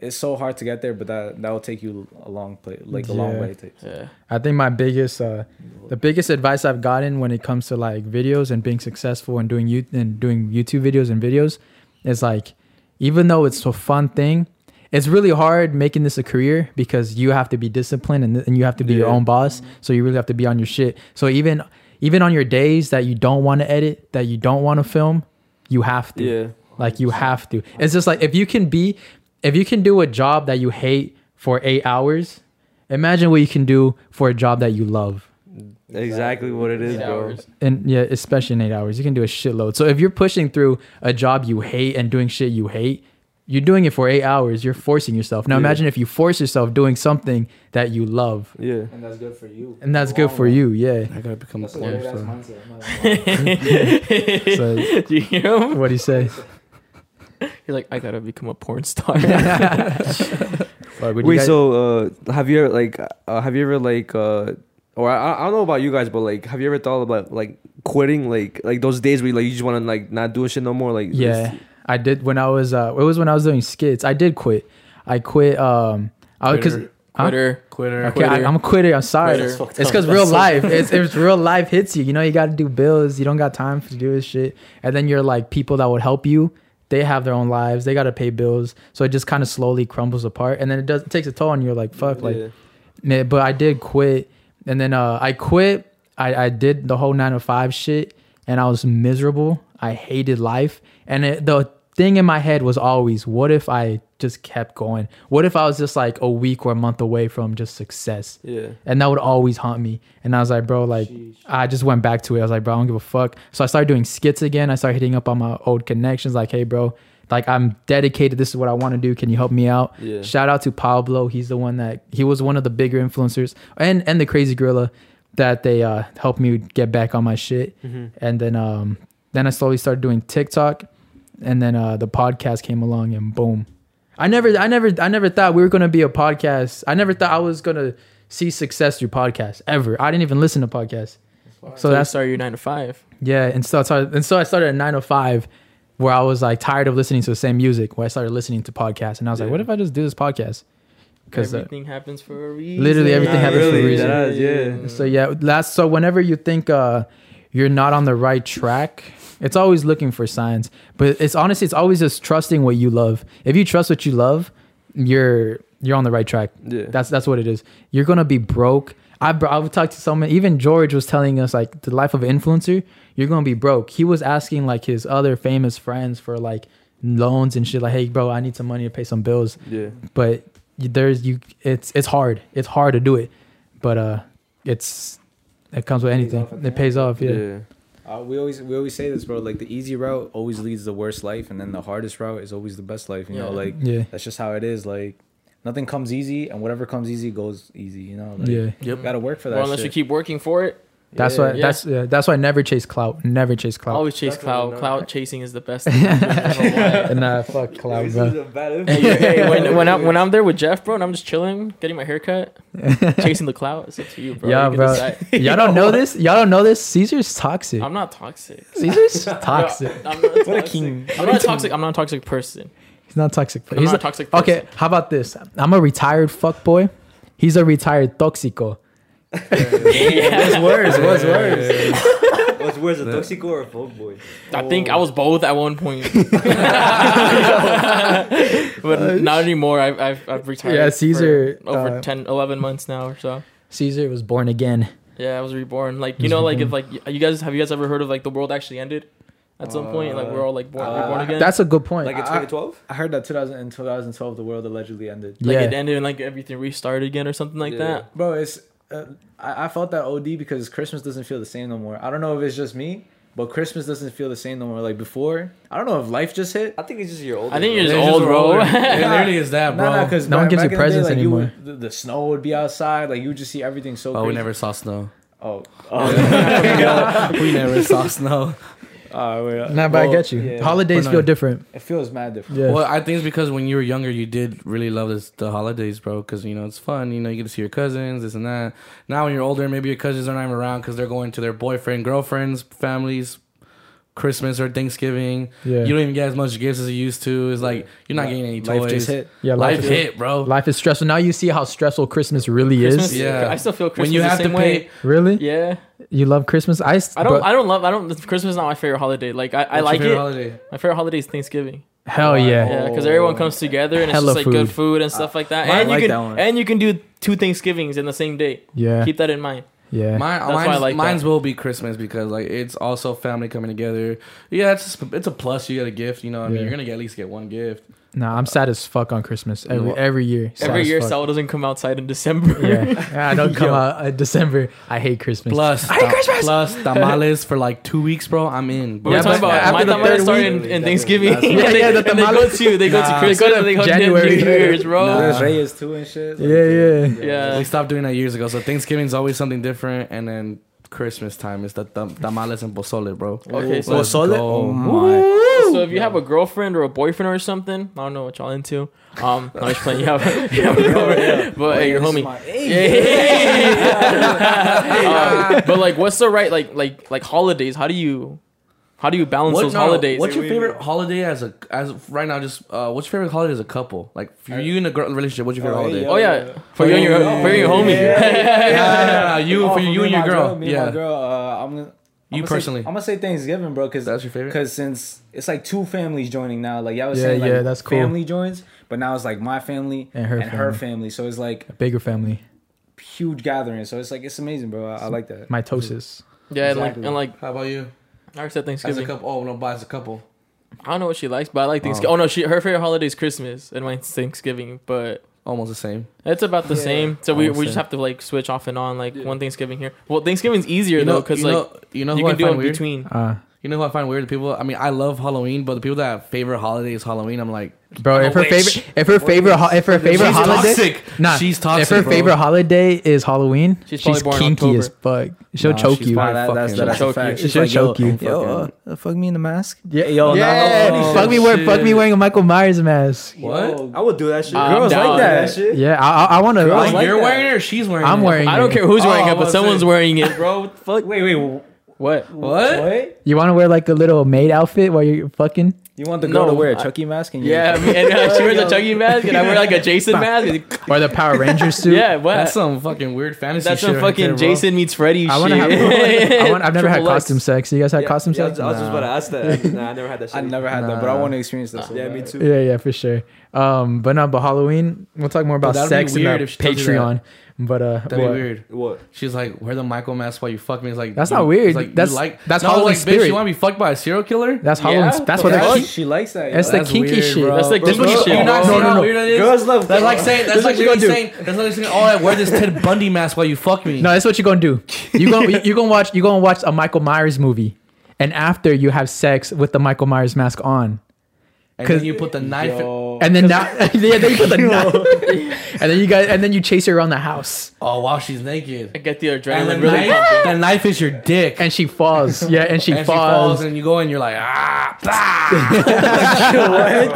Speaker 3: It's so hard to get there, but that that will take you a long play, like a long
Speaker 1: Yeah.
Speaker 3: way. To,
Speaker 2: yeah.
Speaker 1: I think my biggest, uh, the biggest advice I've gotten when it comes to like videos and being successful and doing you and doing YouTube videos and videos, is like, even though it's a fun thing, it's really hard making this a career because you have to be disciplined and, and you have to be your
Speaker 3: Yeah.
Speaker 1: own boss. So you really have to be on your shit. So even even on your days that you don't want to edit, that you don't want to film, you have to.
Speaker 5: Yeah.
Speaker 1: Like you have to. It's just like if you can be, if you can do a job that you hate for eight hours, imagine what you can do for a job that you love.
Speaker 5: Exactly what it is,
Speaker 2: Eight
Speaker 5: bro.
Speaker 2: hours.
Speaker 1: And yeah, especially in eight hours, you can do a shitload. So if you're pushing through a job you hate and doing shit you hate, you're doing it for eight hours. You're forcing yourself. Now
Speaker 5: Yeah.
Speaker 1: imagine if you force yourself doing something that you love,
Speaker 5: Yeah.
Speaker 3: and that's good for you.
Speaker 1: and that's good for you. Yeah.
Speaker 4: I gotta become a
Speaker 3: That's a weird ass
Speaker 4: porn
Speaker 3: mindset. I'm not gonna lie.
Speaker 1: So
Speaker 2: Do you hear him?
Speaker 1: what do you say?
Speaker 2: You're like, I gotta become a porn star.
Speaker 1: Like, would you
Speaker 5: Wait,
Speaker 1: guys-
Speaker 5: so uh, have you ever like uh, have you ever like uh, or I, I don't know about you guys, but like have you ever thought about like quitting like like those days where like you just want to like not do a shit no more like
Speaker 1: Yeah, I did when I was. Uh, it was when I was doing skits. I did quit. I quit. Um, I because
Speaker 4: Quitter.
Speaker 2: Twitter.
Speaker 4: quitter.
Speaker 1: okay, I,
Speaker 2: Quitter.
Speaker 1: I'm a quitter. I'm sorry.
Speaker 2: Quitter.
Speaker 1: It's because real life. It's, it's real life hits you. You know, you got to do bills. You don't got time to do this shit. And then you're like people that would help you. They have their own lives. They got to pay bills. So it just kind of slowly crumbles apart. And then it does it takes a toll on you. You're like fuck. Like
Speaker 5: Yeah.
Speaker 1: Man, but I did quit, and then uh, I quit. I, I did the whole nine to five shit, and I was miserable. I hated life, and it, the thing in my head was always, what if I just kept going? What if I was just like a week or a month away from just success?
Speaker 5: Yeah.
Speaker 1: And that would always haunt me. And I was like, bro, like I just went back to it. I was like, bro, I don't give a fuck. So I started doing skits again. I started hitting up on my old connections, like, hey, bro, like I'm dedicated. This is what I want to do. Can you help me out?
Speaker 5: Yeah.
Speaker 1: Shout out to Pablo. He's the one that he was one of the bigger influencers and and the Crazy Gorilla that they uh, helped me get back on my shit.
Speaker 5: Mm-hmm.
Speaker 1: And then um then I slowly started doing TikTok, and then uh, the podcast came along, and boom. I never, I never, I never thought we were gonna be a podcast. I never thought I was gonna see success through podcasts ever. I didn't even listen to podcasts. So
Speaker 2: So
Speaker 1: that's
Speaker 2: that's our nine to five.
Speaker 1: yeah, and so, so and so I started at 905 where I was like tired of listening to the same music where I started listening to podcasts and I was like,
Speaker 5: Yeah.
Speaker 1: what if I just do this podcast? Because uh,
Speaker 2: everything happens for a reason.
Speaker 1: literally everything
Speaker 5: Nah,
Speaker 1: happens for a
Speaker 5: really,
Speaker 1: reason.
Speaker 5: that is, yeah.
Speaker 1: So
Speaker 2: Mm.
Speaker 1: yeah, that's so whenever you think uh you're not on the right track, it's always looking for signs. But it's honestly it's always just trusting what you love. If you trust what you love, you're you're on the right track.
Speaker 5: Yeah.
Speaker 1: That's that's what it is. You're gonna be broke. I bro- I've talked to someone. Even George was telling us like the life of an influencer. You're gonna be broke. He was asking like his other famous friends for like loans and shit. Like, hey, bro, I need some money to pay some bills.
Speaker 5: yeah.
Speaker 1: But you- there's you. It's it's hard. It's hard to do it. But uh, it's it comes with
Speaker 3: Pays off
Speaker 1: anything.
Speaker 3: at the
Speaker 1: It pays off. Yeah.
Speaker 5: Yeah.
Speaker 3: Uh, we always we always say this, bro. Like the easy route always leads the worst life, and then the hardest route is always the best life. You know,
Speaker 2: Yeah.
Speaker 3: like
Speaker 1: Yeah.
Speaker 3: that's just how it is. Like nothing comes easy, and whatever comes easy goes easy. You know, like,
Speaker 1: Yeah.
Speaker 4: Yep.
Speaker 3: Gotta work for that.
Speaker 2: Well, unless you
Speaker 3: shit.
Speaker 2: keep working for it,
Speaker 1: That's
Speaker 3: Yeah.
Speaker 1: why.
Speaker 2: Yeah.
Speaker 1: That's yeah, that's why I never chase clout. Never chase clout.
Speaker 2: always chase cloud.
Speaker 5: Definitely not.
Speaker 2: Cloud chasing is the best. thing. I don't know why.
Speaker 1: nah, fuck clout,
Speaker 5: This
Speaker 1: bro.
Speaker 5: is a bad
Speaker 2: hey, hey, when when I'm when I'm there with Jeff, bro, and I'm just chilling, getting my hair cut, chasing the clout. It's up to you, bro.
Speaker 1: Yeah,
Speaker 2: You can
Speaker 1: bro.
Speaker 2: decide.
Speaker 1: Y'all don't know this. Y'all don't know this. Caesar's toxic.
Speaker 2: I'm not toxic.
Speaker 1: Caesar's toxic.
Speaker 2: No, I'm not toxic. I'm not a toxic. I'm not a toxic person.
Speaker 1: He's not toxic.
Speaker 2: I'm
Speaker 1: He's
Speaker 2: not a
Speaker 1: a-
Speaker 2: toxic person.
Speaker 1: Okay, how about this? I'm a retired fuck boy. He's a retired toxico.
Speaker 3: What's worse? What's worse?
Speaker 5: What's worse, a toxico or a folk boy?
Speaker 2: I think I was both at one point, but not anymore. I've I've, I've retired.
Speaker 1: Yeah,
Speaker 2: for
Speaker 1: Caesar,
Speaker 2: over
Speaker 1: uh,
Speaker 2: 10, 11 months now or so.
Speaker 1: Caesar was born again.
Speaker 2: Yeah, I was reborn. Like you know, like if like you guys have you guys ever heard of like the world actually ended at some point? Like we're all like born reborn again.
Speaker 1: Uh, That's a good point.
Speaker 5: Like in 2012?
Speaker 3: I heard that 2000 in 2012 the world allegedly ended.
Speaker 2: like
Speaker 1: yeah.
Speaker 2: it ended and like everything restarted again or something like
Speaker 5: Yeah.
Speaker 2: that.
Speaker 3: Bro, it's uh, I, I felt that OD because Christmas doesn't feel the same no more. I don't know if it's just me, but Christmas doesn't feel the same no more. Like before, I don't know if life just hit.
Speaker 5: I think it's just your old.
Speaker 2: I think you're
Speaker 4: It's
Speaker 2: just
Speaker 4: just
Speaker 2: old, bro.
Speaker 4: older. It literally is that, bro.
Speaker 3: Nah, nah, 'cause
Speaker 1: No one
Speaker 3: back-
Speaker 1: gives you
Speaker 3: back in the day,
Speaker 1: presents
Speaker 3: like, you would-
Speaker 1: anymore.
Speaker 3: the, the snow would be outside. Like you would just see everything so.
Speaker 4: oh, we
Speaker 3: crazy.
Speaker 4: never saw snow.
Speaker 3: Oh,
Speaker 4: we never saw snow.
Speaker 3: uh, wait, uh,
Speaker 1: Nah, but I
Speaker 3: well,
Speaker 1: get you.
Speaker 3: yeah.
Speaker 1: Holidays
Speaker 4: But no.
Speaker 1: feel different.
Speaker 3: It feels mad different.
Speaker 1: Yeah.
Speaker 4: Well, I think it's because when you were younger, you did really love this, the holidays, bro. Because you know it's fun. You know you get to see your cousins, this and that. Now when you're older, maybe your cousins are not even around because they're going to their boyfriend, girlfriends, families, Christmas or Thanksgiving.
Speaker 1: Yeah.
Speaker 4: You don't even get as much gifts as you used to. It's like you're not getting any toys.
Speaker 3: Life just hit.
Speaker 1: yeah,
Speaker 4: Life,
Speaker 1: life, is,
Speaker 4: hit, bro.
Speaker 1: life is stressful. Now you see how stressful Christmas really
Speaker 2: Christmas,
Speaker 1: is.
Speaker 4: Yeah.
Speaker 2: I still feel Christmas
Speaker 4: when you
Speaker 2: the
Speaker 4: have to
Speaker 2: same
Speaker 4: pay,
Speaker 2: way.
Speaker 1: Really?
Speaker 2: Yeah,
Speaker 1: You love Christmas? I, s-
Speaker 2: I don't.
Speaker 1: bro-
Speaker 2: I don't love. I don't. Christmas is not my favorite holiday. Like I, I
Speaker 4: What's your
Speaker 2: like
Speaker 4: favorite
Speaker 2: it.
Speaker 4: Holiday?
Speaker 2: My favorite holiday is Thanksgiving.
Speaker 1: hell yeah.
Speaker 2: Yeah, because everyone comes together and it's
Speaker 1: Hella
Speaker 2: just like good
Speaker 1: food.
Speaker 2: food and stuff like that.
Speaker 3: Oh. I
Speaker 2: And
Speaker 3: like
Speaker 2: you
Speaker 3: that
Speaker 2: can
Speaker 3: one.
Speaker 2: and you can do two Thanksgivings in the same day.
Speaker 1: Yeah.
Speaker 2: Keep that in mind.
Speaker 1: Yeah.
Speaker 4: Mine,
Speaker 2: why I
Speaker 4: mine's,
Speaker 2: like
Speaker 4: mine's
Speaker 2: that.
Speaker 4: will be Christmas because like it's also family coming together. Yeah, it's just, it's a plus. You get a gift, you know. what I mean,
Speaker 1: Yeah.
Speaker 4: you're gonna get, at least get one gift.
Speaker 1: nah, I'm sad as fuck on Christmas. Every,
Speaker 4: No.
Speaker 1: every year. sad
Speaker 2: Every
Speaker 1: as
Speaker 2: year,
Speaker 1: fuck.
Speaker 2: Sal doesn't come outside in December.
Speaker 1: Yeah. I don't come out in December. I hate Christmas.
Speaker 4: Plus, ta- plus tamales for like two weeks, bro. I'm in. Bro.
Speaker 2: We're
Speaker 1: Yeah,
Speaker 2: talking
Speaker 1: but
Speaker 2: about my
Speaker 1: after the
Speaker 2: tamales
Speaker 1: third
Speaker 2: start
Speaker 1: week-
Speaker 2: in, in
Speaker 5: That's-
Speaker 2: Thanksgiving.
Speaker 5: that's-
Speaker 2: and
Speaker 1: Yeah,
Speaker 2: they,
Speaker 1: yeah, the
Speaker 2: and they go
Speaker 1: tamales-
Speaker 2: to they go to
Speaker 4: Nah.
Speaker 2: Christmas,
Speaker 1: They go to
Speaker 2: and they go to New
Speaker 1: January.
Speaker 2: Year's, bro.
Speaker 4: Nah.
Speaker 3: There's Reyes too and shit. Like,
Speaker 1: Yeah, yeah.
Speaker 2: Yeah.
Speaker 4: we stopped doing that years ago. So Thanksgiving's always something different, and then Christmas time is the tam- tamales and pozole, bro.
Speaker 2: Okay, so,
Speaker 4: Let's
Speaker 2: so
Speaker 3: Pozole?
Speaker 4: go, my.
Speaker 2: if you have a girlfriend or a boyfriend or something, I don't know what y'all into. Um, I'm just playing. You have, you have a girlfriend, but hey, your
Speaker 3: this is
Speaker 2: homie.
Speaker 3: my- Hey,
Speaker 2: Um, but like, what's the right like like like holidays? How do you how do you balance
Speaker 4: What-
Speaker 2: those
Speaker 4: no,
Speaker 2: holidays?
Speaker 4: What's your favorite holiday as a as of right now? Just uh, what's your favorite holiday as a couple? Like for you in a girl relationship, what's your favorite
Speaker 3: Oh,
Speaker 4: holiday?
Speaker 3: yeah.
Speaker 2: oh yeah, for you and your
Speaker 3: Oh,
Speaker 2: for you and your homie.
Speaker 4: Yeah, no, no, no, Uh, you
Speaker 3: Oh,
Speaker 4: for you,
Speaker 3: me
Speaker 4: you and your
Speaker 3: my
Speaker 4: girl.
Speaker 3: me and
Speaker 4: yeah,
Speaker 3: my girl. Uh, I'm gonna.
Speaker 4: You personally.
Speaker 3: I'm gonna say Thanksgiving, bro, because
Speaker 4: That's your favorite?
Speaker 3: Because since it's like two families joining now, like y'all was
Speaker 1: Yeah,
Speaker 3: saying, like,
Speaker 1: yeah, that's cool.
Speaker 3: Family joins, but now it's like my family
Speaker 1: And her family.
Speaker 3: family. So it's like
Speaker 1: Bigger family.
Speaker 3: huge gathering. So it's like it's amazing, bro. I, I like that.
Speaker 1: Mitosis.
Speaker 2: Yeah, and like
Speaker 3: Exactly.
Speaker 2: and like
Speaker 4: How about you?
Speaker 2: I already said
Speaker 4: As a
Speaker 2: Thanksgiving.
Speaker 4: couple? Oh no, but as a couple.
Speaker 2: I don't know what she likes, but I like Thanksgiving. Oh, no, she her favorite holiday is Christmas and mine's Thanksgiving, but
Speaker 4: Almost the same.
Speaker 2: it's about the same. So we,
Speaker 4: Almost
Speaker 2: we just
Speaker 4: same.
Speaker 2: have to like switch off and on like one Thanksgiving here. Well, Thanksgiving's easier
Speaker 4: You know,
Speaker 2: though 'cause
Speaker 4: you
Speaker 2: though
Speaker 4: know,
Speaker 2: because
Speaker 4: you know
Speaker 2: like
Speaker 4: who
Speaker 2: you
Speaker 4: I
Speaker 2: can do
Speaker 4: find
Speaker 2: in
Speaker 4: weird.
Speaker 2: between.
Speaker 1: Uh,
Speaker 4: You know who I find weird? The people. I mean, I love Halloween, but the people that have favorite holiday is Halloween. I'm like,
Speaker 1: bro, if her
Speaker 4: witch.
Speaker 1: favorite, if her favorite, ho- if her favorite
Speaker 4: She's
Speaker 1: holiday,
Speaker 4: toxic.
Speaker 1: nah,
Speaker 4: She's
Speaker 1: If her
Speaker 4: toxic, bro.
Speaker 1: favorite holiday is Halloween,
Speaker 2: She's
Speaker 1: she's,
Speaker 2: probably born in
Speaker 1: kinky
Speaker 2: October.
Speaker 1: as fuck. She'll
Speaker 4: Nah,
Speaker 1: choke
Speaker 4: she's
Speaker 1: you.
Speaker 4: probably-
Speaker 3: that, that's,
Speaker 4: She'll
Speaker 3: that's a
Speaker 2: choke
Speaker 3: fact.
Speaker 2: you.
Speaker 3: She's
Speaker 1: She'll
Speaker 3: like,
Speaker 1: choke
Speaker 3: yo,
Speaker 1: you.
Speaker 3: Yo, uh, fuck me in the mask. Yeah, yo,
Speaker 1: yeah,
Speaker 3: no, no, no.
Speaker 1: fuck me wearing, fuck me
Speaker 4: shit.
Speaker 1: wearing a Michael Myers mask.
Speaker 4: What?
Speaker 5: I would do that shit.
Speaker 2: I'm Girls like down.
Speaker 3: that.
Speaker 5: shit.
Speaker 1: Yeah, I, I, I want to.
Speaker 3: Girls
Speaker 4: Like,
Speaker 3: like
Speaker 4: you're
Speaker 3: that.
Speaker 4: wearing it or she's wearing it?
Speaker 1: I'm wearing.
Speaker 2: I don't
Speaker 1: it.
Speaker 2: care who's
Speaker 4: Oh,
Speaker 2: wearing
Speaker 4: I
Speaker 2: it, but
Speaker 4: was
Speaker 2: someone's
Speaker 4: saying-
Speaker 2: wearing it, bro. What the fuck?
Speaker 3: Wait, wait,
Speaker 2: What?
Speaker 3: what?
Speaker 4: What?
Speaker 1: You want to wear like a little maid outfit while you're fucking.
Speaker 3: You want the girl
Speaker 2: No,
Speaker 3: to wear a
Speaker 2: I-
Speaker 3: Chucky mask? And you-
Speaker 2: Yeah, I mean, and uh, she wears a Chucky mask, and I wear like a Jason mask.
Speaker 1: Or the Power Ranger suit.
Speaker 2: Yeah, what?
Speaker 4: That's
Speaker 2: That's,
Speaker 4: some fucking weird fantasy. shit
Speaker 2: some
Speaker 4: right
Speaker 2: fucking
Speaker 4: there, bro.
Speaker 2: Jason meets Freddy
Speaker 1: I
Speaker 2: shit.
Speaker 1: want to have. I want, I've never had
Speaker 2: Triple X.
Speaker 1: costume sex. You guys had
Speaker 5: Yeah,
Speaker 1: costume
Speaker 5: yeah, I
Speaker 1: sex?
Speaker 5: was, I was just about to ask that. Nah, I never had that shit.
Speaker 3: I never had that, but I want to experience that. so
Speaker 5: Yeah,
Speaker 3: bad.
Speaker 5: me too.
Speaker 1: Yeah, yeah, for sure. Um, but no, but Halloween. We'll talk more about
Speaker 4: that'd be
Speaker 1: sex in
Speaker 4: weird
Speaker 1: the
Speaker 4: if she told you that.
Speaker 1: Patreon. But uh,
Speaker 4: That'd
Speaker 1: what?
Speaker 4: be weird.
Speaker 5: What?
Speaker 4: She's like, wear the Michael mask while you fuck me. It's like
Speaker 1: That's
Speaker 4: you-
Speaker 1: not weird.
Speaker 4: it's Like, you
Speaker 1: That's-
Speaker 4: like
Speaker 1: that's
Speaker 4: I was
Speaker 1: Halloween
Speaker 4: like, bitch,
Speaker 1: spirit.
Speaker 4: You want to be fucked by a serial killer?
Speaker 1: That's
Speaker 2: Yeah?
Speaker 1: Halloween. that's what
Speaker 2: Yeah.
Speaker 1: they're.
Speaker 3: She,
Speaker 2: What?
Speaker 3: she likes that.
Speaker 1: That's
Speaker 3: yo.
Speaker 1: the
Speaker 4: That's
Speaker 1: kinky
Speaker 4: weird,
Speaker 1: shit.
Speaker 4: bro.
Speaker 2: That's like
Speaker 4: Bro,
Speaker 2: kinky
Speaker 4: you
Speaker 2: shit, bro.
Speaker 4: not see
Speaker 1: No, no,
Speaker 4: how
Speaker 1: no.
Speaker 4: weird it is?
Speaker 5: Girls love
Speaker 4: That's like saying that's like
Speaker 1: what you gonna
Speaker 4: literally
Speaker 1: do.
Speaker 4: saying that's like saying, oh, I wear this Ted Bundy mask while you fuck me.
Speaker 1: No, that's what you're gonna do. You gonna you gonna watch you gonna watch a Michael Myers movie. and after you have sex with the Michael Myers mask on.
Speaker 4: And
Speaker 1: 'Cause-
Speaker 4: then you put the knife. in-
Speaker 3: Yo.
Speaker 1: And then now, yeah, then you put the knife, and then you guys, and then you chase her around the house,
Speaker 4: Oh wow, she's naked.
Speaker 2: I get the
Speaker 4: And the
Speaker 2: adrenaline really.
Speaker 4: knife, the knife is your dick.
Speaker 1: and she falls. Yeah, and she,
Speaker 4: And she
Speaker 1: falls.
Speaker 4: falls, and you go and you're like ah, bah, in for
Speaker 2: Damn,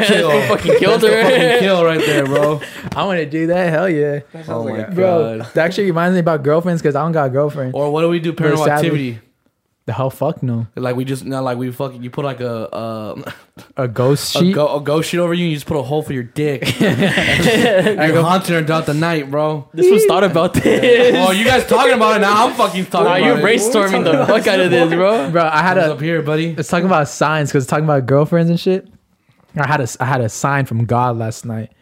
Speaker 4: the kill.
Speaker 2: they fucking killed
Speaker 4: That's the fucking
Speaker 2: her.
Speaker 4: kill right there, bro.
Speaker 1: I want to do that. Hell yeah,
Speaker 4: Oh my
Speaker 1: bro.
Speaker 4: god.
Speaker 1: That actually reminds me about girlfriends because I don't got a girlfriend.
Speaker 4: Or what do we do?
Speaker 1: Very
Speaker 4: Paranormal
Speaker 1: savage.
Speaker 4: activity.
Speaker 1: The hell, fuck no.
Speaker 4: Like we just not like we fucking. You put like a uh,
Speaker 1: A ghost
Speaker 4: a,
Speaker 1: sheet.
Speaker 4: go, a ghost shit over you. and You just put a hole for your dick. and you're haunting her throughout the night, bro.
Speaker 2: This was thought about this.
Speaker 4: Oh, you guys talking about it now? I'm fucking talking
Speaker 2: Nah,
Speaker 4: about
Speaker 2: you're
Speaker 4: it.
Speaker 2: brainstorming the fuck out of this, bro.
Speaker 1: bro, I had
Speaker 4: Thumbs
Speaker 1: a.
Speaker 4: up here, buddy.
Speaker 1: It's talking about signs because it's talking about girlfriends and shit. I had a I had a sign from God last night,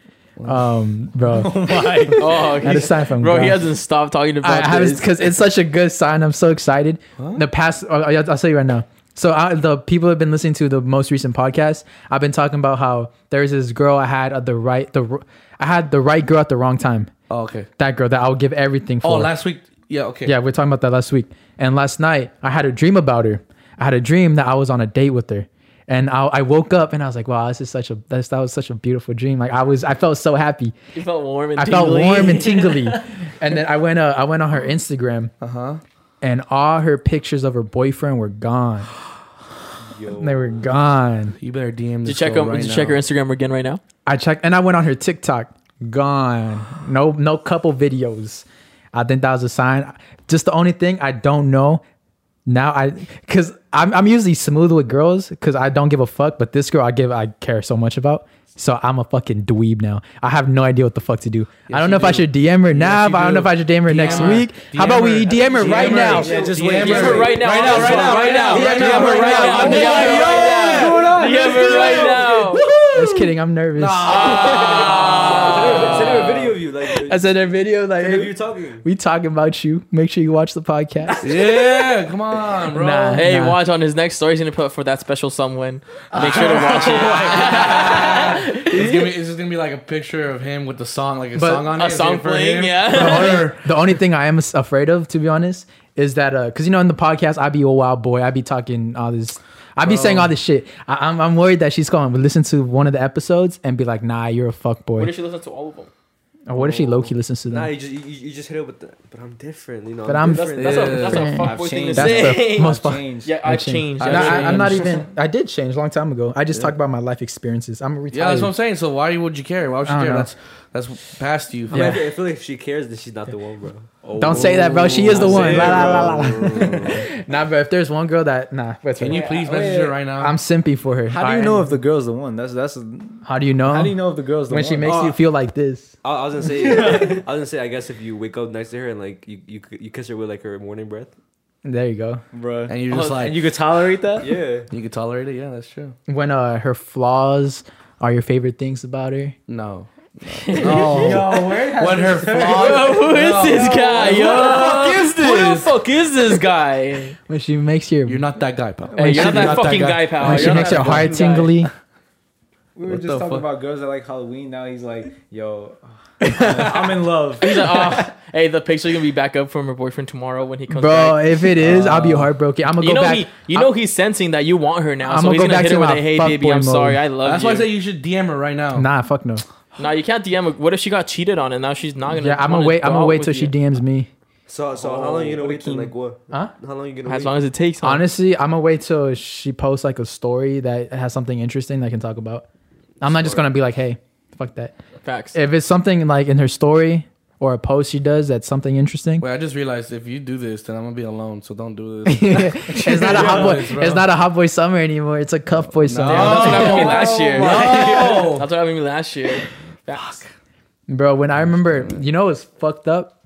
Speaker 1: um, bro.
Speaker 2: Oh,
Speaker 1: I had a
Speaker 2: he's-
Speaker 1: sign from
Speaker 2: bro,
Speaker 1: God.
Speaker 2: he hasn't stopped talking about
Speaker 1: I have
Speaker 2: this.
Speaker 1: because it's such a good sign. I'm so excited. The past, oh, yeah, I'll tell you right now. So I, the people have been listening to the most recent podcast. I've been talking about how there's this girl I had at the right the r- I had the right girl at the wrong time.
Speaker 4: Oh, okay.
Speaker 1: That girl that I would give everything for.
Speaker 4: Oh, last week. Yeah. Okay.
Speaker 1: yeah, we are talking about that last week. And last night I had a dream about her. I had a dream that I was on a date with her. And I, I woke up and I was like, wow, this is such a that's, that was such a beautiful dream. Like I was I felt so happy.
Speaker 2: You felt warm and
Speaker 1: I felt
Speaker 2: tingly.
Speaker 1: warm and tingly. and then I went uh, I went on her Instagram. And all her pictures of her boyfriend were gone. They were gone.
Speaker 4: You better DM.
Speaker 2: Did you
Speaker 4: This
Speaker 2: check
Speaker 4: girl
Speaker 2: him?
Speaker 4: Right
Speaker 2: did you check her
Speaker 4: now.
Speaker 2: Instagram again right now?
Speaker 1: I checked and I went on her TikTok. Gone. No no couple videos. I think that was a sign. Just the only thing I don't know now I cuz I'm I'm usually smooth with girls cuz I don't give a fuck, but this girl I give I care so much about. So I'm a fucking dweeb now. I have no idea what the fuck to do. I don't know
Speaker 4: you
Speaker 1: if I
Speaker 4: do.
Speaker 1: should DM her now,
Speaker 4: you
Speaker 1: but I don't know
Speaker 4: do.
Speaker 1: if I should DM her next
Speaker 4: DM her.
Speaker 1: week. How about we DM her right
Speaker 4: DM her.
Speaker 1: now?
Speaker 3: Yeah, just
Speaker 4: DM
Speaker 3: wait.
Speaker 4: her.
Speaker 3: Just wait.
Speaker 2: right now,
Speaker 4: Right now. Right now. Right now. Right now. Right now.
Speaker 2: Right now.
Speaker 4: Right now.
Speaker 2: Yeah, but right now.
Speaker 1: Just kidding, I'm nervous. Oh
Speaker 4: Ah.
Speaker 5: Send her a video of you. Like,
Speaker 1: I sent her video like
Speaker 5: send her you
Speaker 1: hey,
Speaker 5: talking.
Speaker 1: we talking about you. Make sure you watch the podcast.
Speaker 4: Yeah, come on, bro.
Speaker 1: Nah.
Speaker 2: Hey, watch on his next story. He's gonna put for that special someone. Make sure to watch it.
Speaker 4: It's, gonna be, it's just gonna be like a picture of him with the song, like a
Speaker 1: But
Speaker 4: song on it.
Speaker 2: A song
Speaker 4: for
Speaker 2: playing,
Speaker 4: him.
Speaker 2: yeah.
Speaker 4: Or-
Speaker 1: the only thing I am s- afraid of, to be honest, is that because you know in the podcast I be a wild boy, I be talking all this, I be saying all this shit. I, I'm I'm worried that she's going to listen to one of the episodes and be like, nah, you're a fuck boy.
Speaker 2: What if she listens to all of them?
Speaker 1: or what if she low
Speaker 3: Oh.
Speaker 1: key listens to
Speaker 5: Nah,
Speaker 1: them?
Speaker 5: you just you, you you just hit it with the. But I'm different, you know.
Speaker 1: But I'm-
Speaker 5: different.
Speaker 2: That's a
Speaker 4: Yeah.
Speaker 2: that's a
Speaker 3: I've
Speaker 2: fuckboy thing to
Speaker 3: changed.
Speaker 1: That's
Speaker 2: say.
Speaker 1: the most
Speaker 3: I've
Speaker 1: fun.
Speaker 3: changed.
Speaker 2: Yeah,
Speaker 1: I
Speaker 2: I
Speaker 1: changed. Nah,
Speaker 2: changed.
Speaker 4: I've
Speaker 1: I, I'm not
Speaker 4: changed.
Speaker 1: even. I did change a long time ago. I just talk about my life experiences. I'm retired.
Speaker 4: Yeah, that's what I'm saying. So why would you care? Why would you
Speaker 1: I don't
Speaker 4: care?
Speaker 1: know.
Speaker 4: That's that's past you.
Speaker 5: I, mean,
Speaker 1: Yeah.
Speaker 5: I feel- I feel like if she cares, then she's not the one, bro.
Speaker 1: Don't say that, bro. She is the
Speaker 3: Don't
Speaker 1: one.
Speaker 3: say
Speaker 1: La,
Speaker 3: it,
Speaker 1: la, la,
Speaker 3: bro.
Speaker 1: la, la. nah, bro. If there's one girl that nah, that's
Speaker 4: Can
Speaker 1: right.
Speaker 4: you please message her right now?
Speaker 1: I'm simpy for her.
Speaker 3: Um, How do you know if the girl's the one? That's that's.
Speaker 1: How do you know?
Speaker 3: How do you know if the girl's the
Speaker 1: when
Speaker 3: one?
Speaker 1: she makes
Speaker 5: Oh.
Speaker 1: you feel like this?
Speaker 5: I, I was gonna say, I was gonna say, I guess if you wake up next to her and like you you, you kiss her with like her morning breath.
Speaker 1: There you go.
Speaker 3: bro.
Speaker 4: and you're just
Speaker 2: Oh,
Speaker 4: like
Speaker 3: And you could tolerate that?
Speaker 5: Yeah.
Speaker 4: you could tolerate it. Yeah, that's true.
Speaker 1: when uh her flaws are your favorite things about her.
Speaker 4: No. No.
Speaker 3: Oh.
Speaker 4: When her flaws.
Speaker 2: Yo, who is this guy? Yo,
Speaker 4: Who the fuck is
Speaker 2: Who the
Speaker 4: this?
Speaker 2: fuck is this guy?
Speaker 1: When she makes your
Speaker 4: You're not that guy, pal.
Speaker 1: Wait,
Speaker 2: You're
Speaker 1: She's
Speaker 2: not that fucking guy, pal.
Speaker 1: when she
Speaker 2: You're
Speaker 1: makes
Speaker 2: not
Speaker 1: your
Speaker 2: that
Speaker 1: heart
Speaker 2: fucking guy.
Speaker 1: tingly.
Speaker 3: We were
Speaker 4: What
Speaker 3: just
Speaker 4: the
Speaker 3: talking
Speaker 4: fuck?
Speaker 3: about girls that like Halloween. Now he's like, yo, I'm in love.
Speaker 2: He's like, oh, hey, the picture's gonna be back up from her boyfriend tomorrow when he comes
Speaker 1: Bro,
Speaker 2: back.
Speaker 1: if it is, I'll be heartbroken. I'm gonna
Speaker 2: Uh, You
Speaker 1: go
Speaker 2: know
Speaker 1: back.
Speaker 2: he, you know he's sensing that you want her now,
Speaker 1: I'ma
Speaker 2: so he's
Speaker 1: go
Speaker 2: gonna
Speaker 1: back
Speaker 2: hit
Speaker 1: to
Speaker 2: her with
Speaker 1: my
Speaker 2: a hey, baby,
Speaker 1: fuckboy mode.
Speaker 2: I'm sorry, I love
Speaker 4: That's
Speaker 2: you.
Speaker 4: why I say you should DM her right now.
Speaker 1: nah, fuck no.
Speaker 2: Nah, you can't DM. her. What if she got cheated on and now she's not gonna?
Speaker 1: Yeah, I'm gonna
Speaker 2: wanna
Speaker 1: wait. I'm
Speaker 2: go
Speaker 1: gonna
Speaker 2: out
Speaker 1: wait
Speaker 2: with
Speaker 1: till she
Speaker 2: you?
Speaker 1: DMs me.
Speaker 5: So so how long you gonna wait till like what?
Speaker 1: Huh?
Speaker 5: How long you gonna
Speaker 2: As
Speaker 5: wait?
Speaker 2: long as it takes. huh?
Speaker 1: Honestly, I'm gonna wait till she posts like a story that has something interesting that I can talk about. I'm not just gonna be like, hey, fuck that.
Speaker 2: facts.
Speaker 1: If it's something like in her story or a post she does that's something interesting,
Speaker 4: Wait, I just realized if you do this, then I'm gonna be alone. So don't do this.
Speaker 1: it's not a hot boy. It's not a hot boy summer anymore. It's a cuff boy summer.
Speaker 2: Damn, that's what happened to me last year.
Speaker 4: No.
Speaker 2: That's what happened to me last year. Facts.
Speaker 1: bro when i remember you know it's fucked up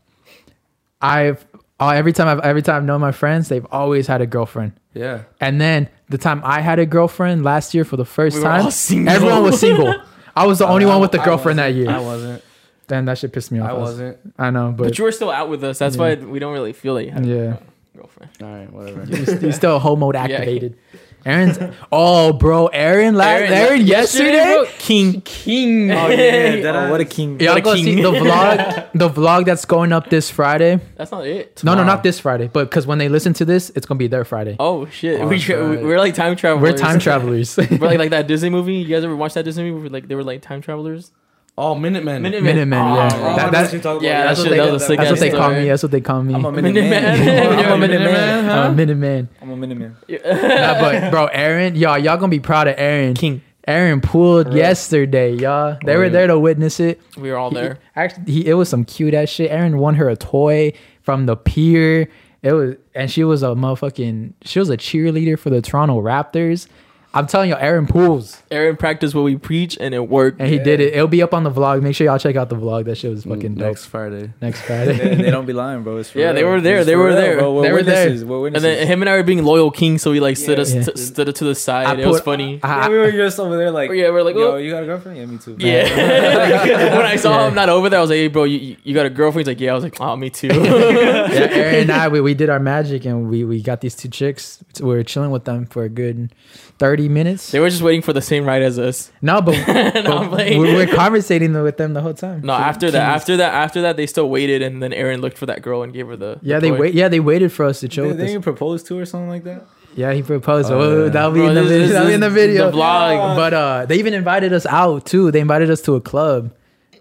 Speaker 1: i've uh, every time i've every time i've known my friends they've always had a girlfriend
Speaker 4: Yeah.
Speaker 1: and then the time i had a girlfriend last year for the first
Speaker 2: We were
Speaker 1: time
Speaker 2: all single.
Speaker 1: everyone was single i was the only
Speaker 4: I-
Speaker 1: one with a
Speaker 4: I
Speaker 1: girlfriend that
Speaker 4: wasn't. I
Speaker 1: year
Speaker 4: wasn't.
Speaker 1: damn that shit pissed me off
Speaker 4: I wasn't.
Speaker 1: i know but,
Speaker 2: But you were still out with us. That's why we don't really feel like you had
Speaker 1: yeah
Speaker 2: a
Speaker 4: Oh,
Speaker 2: girlfriend.
Speaker 4: All right, whatever.
Speaker 1: you're still homo activated Aaron's. oh, bro, Aaron. Last, Aaron, yesterday.
Speaker 2: bro, king, king.
Speaker 3: Oh yeah, that
Speaker 2: Oh,
Speaker 3: what a king.
Speaker 1: Y'all
Speaker 2: What a
Speaker 1: go
Speaker 2: king.
Speaker 1: see the vlog. The vlog that's going up this Friday.
Speaker 2: That's not it.
Speaker 1: No, no,
Speaker 4: Tomorrow.
Speaker 1: not this Friday. But because when they listen to this, it's gonna be their Friday.
Speaker 2: Oh shit,
Speaker 4: Oh,
Speaker 2: we
Speaker 4: that's
Speaker 2: tra-
Speaker 4: right.
Speaker 2: we're like time travelers.
Speaker 1: We're time travelers.
Speaker 2: We're like, like that Disney movie. You guys ever watched that Disney movie? Where, like they were like time travelers.
Speaker 4: Oh, Minutemen.
Speaker 2: Minutemen.
Speaker 1: Minutemen. Yeah,
Speaker 2: Oh, oh,
Speaker 1: That-
Speaker 5: I know
Speaker 1: that's,
Speaker 5: what you're talking about.
Speaker 2: yeah,
Speaker 1: that's
Speaker 2: that's
Speaker 1: what
Speaker 2: what
Speaker 1: they,
Speaker 2: that was a sick
Speaker 1: that's what
Speaker 2: ass
Speaker 1: they call
Speaker 2: story.
Speaker 1: me. That's what they call me.
Speaker 3: I'm a minute
Speaker 2: Minuteman.
Speaker 3: man.
Speaker 2: You're a Minuteman.
Speaker 1: I'm a Minuteman.
Speaker 3: I'm a minute man.
Speaker 1: Nah, but bro, Aaron, y'all, y'all gonna be proud of Aaron.
Speaker 2: King.
Speaker 1: Aaron pulled yesterday, y'all. They
Speaker 3: Oh,
Speaker 1: were
Speaker 3: yeah.
Speaker 1: there to witness it.
Speaker 2: We were all
Speaker 1: He-
Speaker 2: there.
Speaker 1: actually, he, it was some cute ass shit. Aaron won her a toy from the pier. It was, and she was a motherfucking. She was a cheerleader for the Toronto Raptors. I'm telling you, Aaron pulls,
Speaker 2: Aaron practiced what we preach, and it worked.
Speaker 1: and he did it. It'll be up on the vlog. Make sure y'all check out the vlog. That shit was fucking dope.
Speaker 4: Mm, Next Friday.
Speaker 1: Next
Speaker 3: They,
Speaker 1: Friday.
Speaker 3: they don't be lying, bro. It's for
Speaker 2: Yeah, they
Speaker 3: real.
Speaker 2: were there.
Speaker 3: It's
Speaker 2: They
Speaker 3: for
Speaker 2: were
Speaker 3: real,
Speaker 2: there.
Speaker 3: Bro. We're
Speaker 1: They were there.
Speaker 3: witnesses. We're
Speaker 2: And
Speaker 3: witnesses.
Speaker 2: then him and I were being loyal kings, so we like stood us
Speaker 1: Yeah.
Speaker 2: t- stood to the side.
Speaker 1: I
Speaker 2: it was
Speaker 1: put-
Speaker 2: funny.
Speaker 3: yeah,
Speaker 1: I-
Speaker 3: we were just over there like,
Speaker 2: Yeah, we're like,
Speaker 3: yo,
Speaker 2: oh.
Speaker 3: you got a girlfriend? Yeah, me too.
Speaker 2: yeah. when I saw him not over there, I was like, "Hey, bro, you- you, you got a girlfriend?" He's like, "Yeah." I was like, "Oh, me too."
Speaker 1: yeah, Aaron and I, we, we did our magic and we, we got these two chicks. We were chilling with them for a good 30 minutes.
Speaker 2: they were just waiting for the same ride as us.
Speaker 1: No, but,
Speaker 2: And I'm
Speaker 1: but
Speaker 2: like-
Speaker 1: we were conversating with them the whole time.
Speaker 2: No, after that, after that, after that, they still waited, and then Aaron looked for that girl and gave her the.
Speaker 1: Yeah,
Speaker 2: the
Speaker 1: they
Speaker 2: toy.
Speaker 1: wait. Yeah, they waited for us to chill
Speaker 3: Did,
Speaker 1: with
Speaker 3: didn't
Speaker 1: us.
Speaker 3: you propose to or something like that?
Speaker 1: Yeah, he proposed.
Speaker 3: Oh,
Speaker 1: Oh,
Speaker 3: yeah.
Speaker 1: that'll be
Speaker 2: Bro,
Speaker 1: in the
Speaker 2: this-
Speaker 1: video.
Speaker 2: this
Speaker 1: That'll be
Speaker 2: is
Speaker 1: in the video.
Speaker 2: the vlog.
Speaker 1: But uh, they even invited us out too. They invited us to a club.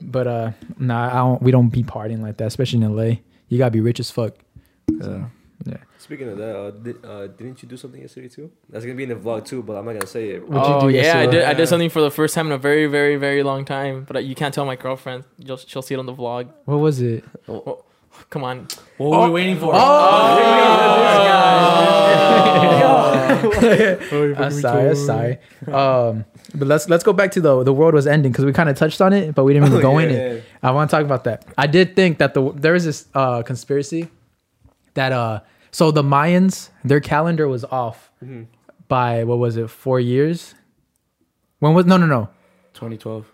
Speaker 1: But uh, nah, I don't. We don't be partying like that, especially in LA. You gotta be rich as fuck.
Speaker 3: Yeah.
Speaker 5: Speaking of that, uh, did, uh, didn't you do something yesterday too? That's gonna be in the vlog too, but I'm not gonna say it.
Speaker 1: What you
Speaker 2: oh
Speaker 1: do
Speaker 2: yeah, I
Speaker 1: yesterday?
Speaker 2: did. I
Speaker 4: Yeah.
Speaker 2: did something for the first time in a very, very, very long time. But uh, you can't tell my girlfriend. You'll, she'll see it on the vlog.
Speaker 1: What was it?
Speaker 2: Come on.
Speaker 4: What
Speaker 1: Oh.
Speaker 4: were we waiting for?
Speaker 3: Oh,
Speaker 1: I'm sorry. I'm sorry. Um, but let's let's go back to the the world was ending because we kind of touched on it, but we didn't really
Speaker 3: Oh,
Speaker 1: go in
Speaker 3: yeah,
Speaker 1: it. I want to talk about that. I did think that the there was this uh, conspiracy that uh so the Mayans their calendar was off by what was it four years? When was no no no?
Speaker 4: 2012.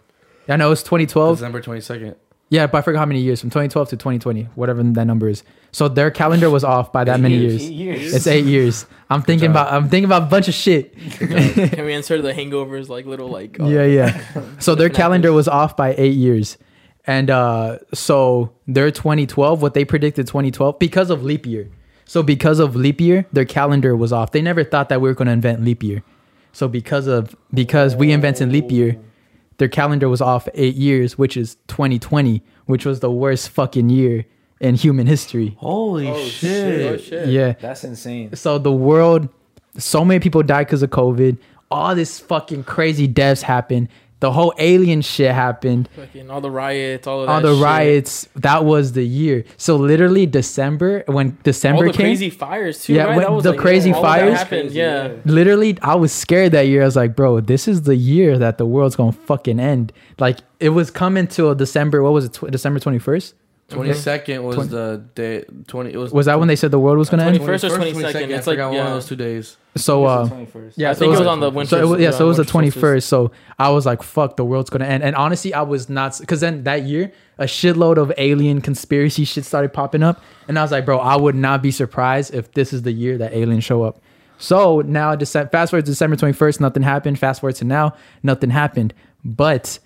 Speaker 1: I know it was 2012.
Speaker 4: December 22nd.
Speaker 1: Yeah, but I forgot how many years from 2012 to 2020, whatever that number is. So their calendar was off by that many years. It's eight years. I'm thinking
Speaker 4: job.
Speaker 1: about I'm thinking about a bunch of shit.
Speaker 2: Can we insert the hangovers like little like? uh,
Speaker 1: yeah yeah so their
Speaker 2: Different
Speaker 1: calendar was off by eight years and uh so their 2012 what they predicted 2012 because of leap year so because of leap year their calendar was off they never thought that we were going to invent leap year so because of because we invented leap year their calendar was off eight years which is 2020 which was the worst fucking year in human history
Speaker 4: Holy
Speaker 2: Oh
Speaker 4: shit.
Speaker 2: shit.
Speaker 1: yeah
Speaker 3: That's insane.
Speaker 1: so the world so many people died because of covid all this fucking crazy deaths happened the whole alien shit happened
Speaker 2: Fucking all the riots, all of that
Speaker 1: all the
Speaker 2: shit.
Speaker 1: riots that was the year so literally december when
Speaker 2: all
Speaker 1: december
Speaker 2: the
Speaker 1: came
Speaker 2: crazy fires too.
Speaker 1: Yeah,
Speaker 2: right?
Speaker 1: when
Speaker 2: That was
Speaker 1: the
Speaker 2: like-
Speaker 1: crazy
Speaker 2: all of that
Speaker 1: fires-
Speaker 2: happened.
Speaker 3: Crazy,
Speaker 2: yeah.
Speaker 3: yeah.
Speaker 1: literally i was scared that year i was like bro this is the year that the world's gonna fucking end like it was coming to december what was it tw- december 21st
Speaker 4: 22nd was the day. 20. It was.
Speaker 1: was that when they said the world was gonna end
Speaker 2: 21st. First or 22nd,
Speaker 4: I
Speaker 2: it's like,
Speaker 4: forgot one
Speaker 2: yeah.
Speaker 4: of those two days.
Speaker 1: so uh yeah
Speaker 2: I
Speaker 1: so
Speaker 2: think it was on the
Speaker 1: so
Speaker 2: winter.
Speaker 1: it was, yeah, so it was the twenty
Speaker 2: winter solstice.
Speaker 1: first. So I was like, "Fuck, the world's gonna end." And honestly, I was not because then that year, a shitload of alien conspiracy shit started popping up, and I was like, "Bro, I would not be surprised if this is the year that aliens show up." So now, Dece- fast forward to December twenty first, nothing happened. Fast forward to now, nothing happened. But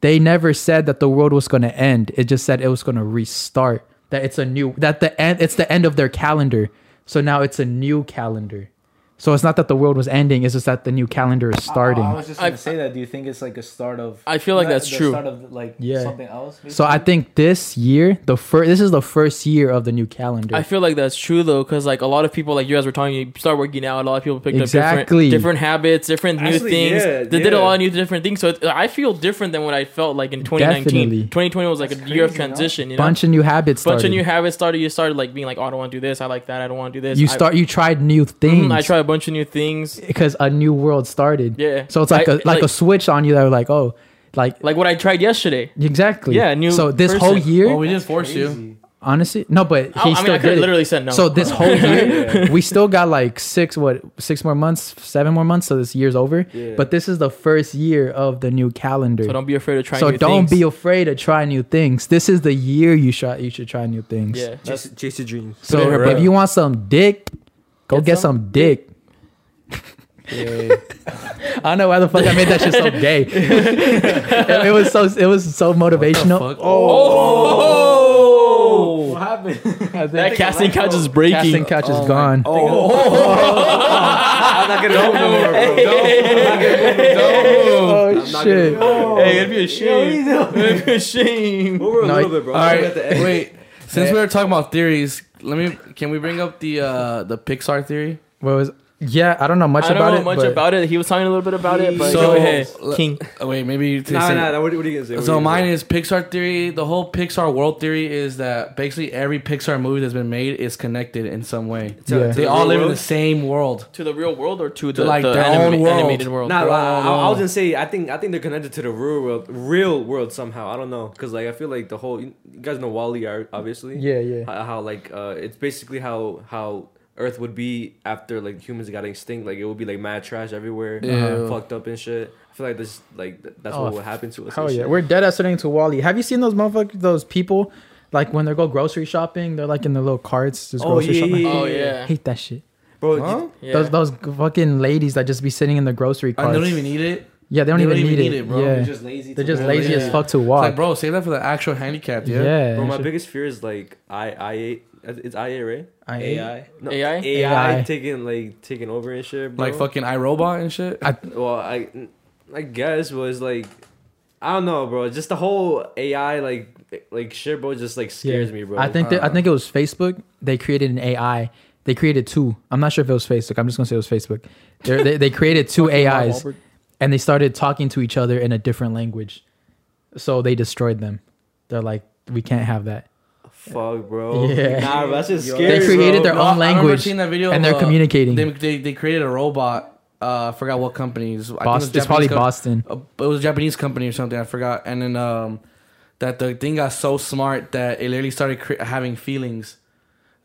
Speaker 1: they never said that the world was gonna end. It just said it was gonna restart. That it's a new that the end. It's the end of their calendar. So now it's a new calendar. So it's not that the world was ending; it's just that the new calendar is starting.
Speaker 3: I, I was just gonna
Speaker 2: I-
Speaker 3: say that. Do you think it's like a start of?
Speaker 2: I feel like
Speaker 3: not
Speaker 2: that's
Speaker 3: the
Speaker 2: true.
Speaker 3: Start of like
Speaker 1: Yeah.
Speaker 3: something else.
Speaker 1: so I think this year, the first, this is the first year of the new calendar.
Speaker 2: I feel like that's true though, because like a lot of people, like you guys were talking, you start working out. A lot of people picked up
Speaker 1: Exactly.
Speaker 2: different, different habits, different new
Speaker 5: Actually,
Speaker 2: things.
Speaker 5: yeah,
Speaker 2: they did a
Speaker 5: yeah.
Speaker 2: lot of new different things. So it, I feel different than what I felt like in 2019.
Speaker 1: Definitely.
Speaker 2: 2020 was like
Speaker 3: That's
Speaker 2: a year of
Speaker 3: crazy, no?
Speaker 2: transition. You know,
Speaker 1: bunch of new habits.
Speaker 2: bunch of new
Speaker 1: habits.
Speaker 2: habits started. You started like being like, oh, I don't want to do this. I like that. I don't want to do this.
Speaker 1: You
Speaker 2: I-
Speaker 1: start. You tried new
Speaker 2: Mhm,
Speaker 1: things.
Speaker 2: I tried a bunch of new things.
Speaker 1: because a new world started.
Speaker 2: Yeah.
Speaker 1: So it's like a
Speaker 2: I-
Speaker 1: like, a switch on you that were like, oh, like
Speaker 2: like what I tried yesterday.
Speaker 1: exactly.
Speaker 2: Yeah, new
Speaker 1: So this
Speaker 2: person.
Speaker 1: whole year,
Speaker 4: Well, Oh, we didn't force you.
Speaker 1: honestly, no, but he
Speaker 2: I, I
Speaker 1: still
Speaker 2: mean, I
Speaker 1: did
Speaker 2: could
Speaker 1: it.
Speaker 2: literally said no.
Speaker 1: So this whole year, we still got like six what six more months, seven more months. So this year's over.
Speaker 5: Yeah.
Speaker 1: But this is the first year of the new calendar.
Speaker 2: so don't be afraid to try.
Speaker 1: So
Speaker 2: new
Speaker 1: don't be
Speaker 2: things.
Speaker 1: afraid to try new things. This is the year you try. You should try new things.
Speaker 2: Yeah.
Speaker 5: Chase, chase your dreams.
Speaker 1: So
Speaker 2: Put it in her
Speaker 1: if
Speaker 2: butt.
Speaker 1: you want some dick, go get,
Speaker 2: Get
Speaker 1: some, dick. I don't know why the fuck I made that shit so gay. it, it was so it was so motivational.
Speaker 4: Fuck. Oh,
Speaker 2: Oh,
Speaker 3: What happened?
Speaker 2: that casting couch is breaking.
Speaker 1: Casting couch is gone.
Speaker 5: I'm not gonna don't move, bro.
Speaker 1: Oh,
Speaker 5: not
Speaker 1: shit!
Speaker 2: Hey, it'd be a shame. it'd be a shame.
Speaker 5: Move her a
Speaker 1: No,
Speaker 5: little bit, bro.
Speaker 4: all
Speaker 5: I'm
Speaker 4: right.
Speaker 5: at the end.
Speaker 4: Wait, since we were talking about theories, let me. Can we bring up the uh the Pixar theory?
Speaker 1: What was? Yeah, I don't know much
Speaker 2: I don't
Speaker 1: about
Speaker 2: know
Speaker 1: it.
Speaker 2: much
Speaker 1: but
Speaker 2: about it. He was talking a little bit about it, but
Speaker 4: So-
Speaker 2: go ahead,
Speaker 4: le-
Speaker 2: King.
Speaker 4: Oh, wait, maybe you
Speaker 5: Nah,
Speaker 4: say-
Speaker 5: nah, nah. What, what are you gonna say? What are
Speaker 4: So
Speaker 5: you gonna
Speaker 4: mine
Speaker 5: say?
Speaker 4: is Pixar theory. The whole Pixar world theory is that basically every Pixar movie that's been made is connected in some way.
Speaker 1: Yeah.
Speaker 4: They all live in the same world.
Speaker 2: To the real world or to the,
Speaker 4: like
Speaker 2: the
Speaker 4: their
Speaker 2: anima-
Speaker 4: own world.
Speaker 2: animated world?
Speaker 5: Nah, I, I, I
Speaker 4: Bro.
Speaker 5: was gonna say I think I think they're connected to the real world, real world somehow. I don't know, cause like I feel like the whole you guys know Wally, obviously.
Speaker 1: Yeah, yeah.
Speaker 5: How, how like uh, it's basically how how Earth would be after like humans got extinct. Like it would be like mad trash everywhere, uh,
Speaker 4: Yeah.
Speaker 5: fucked up and shit. I feel like this like th- that's
Speaker 1: Oh,
Speaker 5: what would happen to us.
Speaker 1: Oh
Speaker 5: and
Speaker 1: yeah,
Speaker 5: shit.
Speaker 1: we're dead ass sitting to Wally. Have you seen those motherfuckers? Those people, like when they go grocery shopping, they're like in the little carts, just
Speaker 5: Oh,
Speaker 1: grocery
Speaker 5: yeah,
Speaker 1: shopping.
Speaker 5: yeah,
Speaker 2: oh
Speaker 1: I
Speaker 2: yeah.
Speaker 1: hate that shit.
Speaker 5: bro. you-
Speaker 4: Huh?
Speaker 2: yeah.
Speaker 1: Those those fucking ladies that just be sitting in the grocery
Speaker 4: And
Speaker 1: carts.
Speaker 4: they don't even need it.
Speaker 1: yeah, they don't, even, need, it.
Speaker 4: bro.
Speaker 1: Yeah.
Speaker 4: They're
Speaker 3: just lazy.
Speaker 1: They're just
Speaker 4: Yeah.
Speaker 1: lazy as
Speaker 4: Yeah.
Speaker 1: fuck to
Speaker 4: It's
Speaker 1: walk.
Speaker 4: like, bro, save that for the actual handicap,
Speaker 1: yeah.
Speaker 4: yeah.
Speaker 5: Bro, my
Speaker 1: Shit.
Speaker 5: biggest fear is like I I it's IA right?
Speaker 1: I,
Speaker 3: AI.
Speaker 5: No,
Speaker 2: AI?
Speaker 5: AI
Speaker 1: AI.
Speaker 5: taking like taking over and shit. Bro.
Speaker 4: Like fucking iRobot and shit.
Speaker 1: I-
Speaker 5: well i i guess was like i don't know bro just the whole ai like like shit bro just like
Speaker 1: yeah.
Speaker 5: scares me bro Uh,
Speaker 1: I think that, I think it was Facebook. They created an AI. They created two. I'm not sure if it was Facebook. I'm just gonna say it was Facebook. They're- they they created two AIs and they started talking to each other in a different language. So they destroyed them. They're like, we can't have that.
Speaker 5: fuck bro
Speaker 1: Yeah.
Speaker 5: nah bro, that's just
Speaker 3: Yo.
Speaker 5: scary
Speaker 1: They created
Speaker 5: bro.
Speaker 1: their own
Speaker 4: I remember
Speaker 1: language,
Speaker 4: seeing that video
Speaker 1: and
Speaker 4: of,
Speaker 1: they're
Speaker 4: uh,
Speaker 1: communicating.
Speaker 4: They, they, they created a robot. Uh, I forgot what company. It was- I think it was
Speaker 1: Boston, it's probably
Speaker 4: Japanese
Speaker 1: Boston.
Speaker 4: com- uh, It was a Japanese company or something. I forgot. And then um, that the thing got so smart that it literally started cre- having feelings.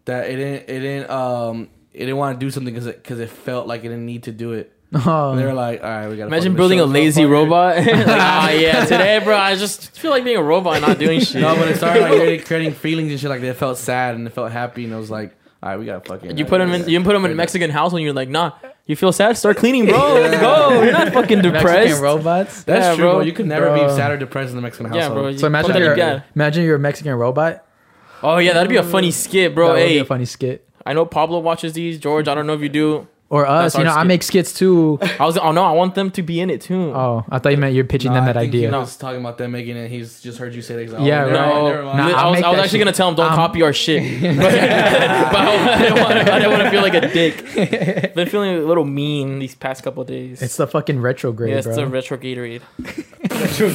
Speaker 4: That it didn't. It didn't. Um, it didn't want to do something because it, 'cause it felt like it didn't need to do it. And they were
Speaker 1: Oh,
Speaker 4: like, all right, we got.
Speaker 2: Imagine building a lazy robot. like, ah, yeah, today, bro, I just feel like being a robot and not doing shit.
Speaker 4: No, but it started like literally creating feelings and shit. Like they felt sad and they felt happy, and it was like, all right, we got to fucking.
Speaker 2: you put him in, you put him in a
Speaker 4: Yeah.
Speaker 2: Mexican house, and you're like, nah, you feel sad. Start cleaning, bro. Let's go. You're not fucking depressed.
Speaker 1: Mexican robots.
Speaker 4: That's
Speaker 2: Yeah,
Speaker 4: true, bro.
Speaker 2: bro.
Speaker 4: You could never
Speaker 1: Bro.
Speaker 4: be sad or depressed in the Mexican
Speaker 2: Yeah,
Speaker 4: household.
Speaker 2: bro.
Speaker 1: So imagine
Speaker 2: Ponte
Speaker 1: you're
Speaker 2: Liga.
Speaker 1: imagine you're a Mexican robot.
Speaker 2: Oh yeah, that'd be a funny skit, bro.
Speaker 1: that would be
Speaker 2: Hey,
Speaker 1: a funny skit.
Speaker 2: I know Pablo watches these. George, I don't know if you do.
Speaker 1: Or us,
Speaker 2: That's
Speaker 1: you know,
Speaker 2: our
Speaker 1: I
Speaker 2: skit.
Speaker 1: make skits too.
Speaker 2: I was, oh no, I want them to be in it too.
Speaker 1: Oh, I thought you meant you're pitching
Speaker 4: Nah,
Speaker 1: them that
Speaker 4: I think
Speaker 1: idea.
Speaker 4: He was talking about them making it. He's just heard you say that. He's like, oh,
Speaker 1: Yeah,
Speaker 4: never
Speaker 1: right.
Speaker 4: mind,
Speaker 2: No,
Speaker 4: never mind.
Speaker 1: Nah,
Speaker 2: Li-
Speaker 1: I'll
Speaker 2: I was,
Speaker 1: make
Speaker 2: I was
Speaker 1: that
Speaker 2: actually
Speaker 1: shit.
Speaker 2: gonna tell him don't
Speaker 1: Um,
Speaker 2: copy our shit, but, I, didn't want, I didn't want to feel like a dick. Been feeling a little mean these past couple days.
Speaker 1: It's the fucking retrograde,
Speaker 2: yeah, it's
Speaker 1: bro.
Speaker 2: the retro Gatorade.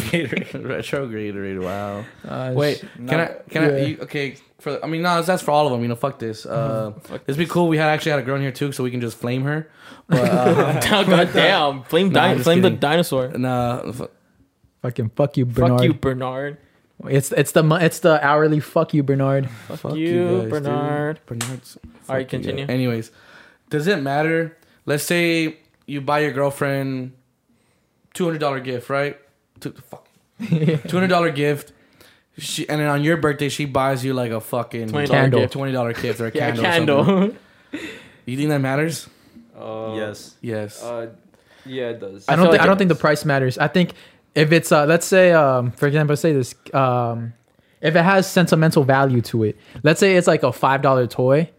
Speaker 4: Retrograde, read, wow.
Speaker 1: Uh,
Speaker 4: Wait,
Speaker 1: sh-
Speaker 4: can I? Can I?
Speaker 1: yeah.
Speaker 4: You, okay, for I mean, no, that's for all of them. You know, fuck this. Uh,
Speaker 2: Fuck
Speaker 4: it'd be cool. We had actually had a girl in here too, so we can just flame her. But uh,
Speaker 2: Oh, God damn, flame,
Speaker 4: Nah, I'm
Speaker 2: di-
Speaker 4: just
Speaker 2: flame the
Speaker 4: kidding.
Speaker 2: dinosaur.
Speaker 4: nah, f-
Speaker 1: fucking fuck you, Bernard.
Speaker 2: Fuck you, Bernard.
Speaker 1: It's it's the mo- it's the hourly fuck you, Bernard.
Speaker 4: fuck,
Speaker 2: you,
Speaker 4: dude.
Speaker 2: Bernard.
Speaker 4: Bernard's. fuck
Speaker 2: All right,
Speaker 4: you,
Speaker 2: continue.
Speaker 4: guys. Anyways, does it matter? Let's say you buy your girlfriend two hundred dollar gift, right? Two hundred dollar gift. She and then on your birthday she buys you like a fucking
Speaker 2: $20
Speaker 1: Candle.
Speaker 2: gift.
Speaker 4: twenty dollar gift or a
Speaker 2: Yeah,
Speaker 4: candle.
Speaker 2: candle.
Speaker 4: or something. You think that matters?
Speaker 5: uh,
Speaker 3: Yes.
Speaker 4: Yes.
Speaker 5: uh, yeah it does
Speaker 1: I,
Speaker 2: I
Speaker 1: don't think
Speaker 2: feel like
Speaker 1: I
Speaker 2: it
Speaker 1: don't think the price matters. I think if it's uh, let's say um, for example, say this um, if it has sentimental value to it. Let's say it's like a five dollar toy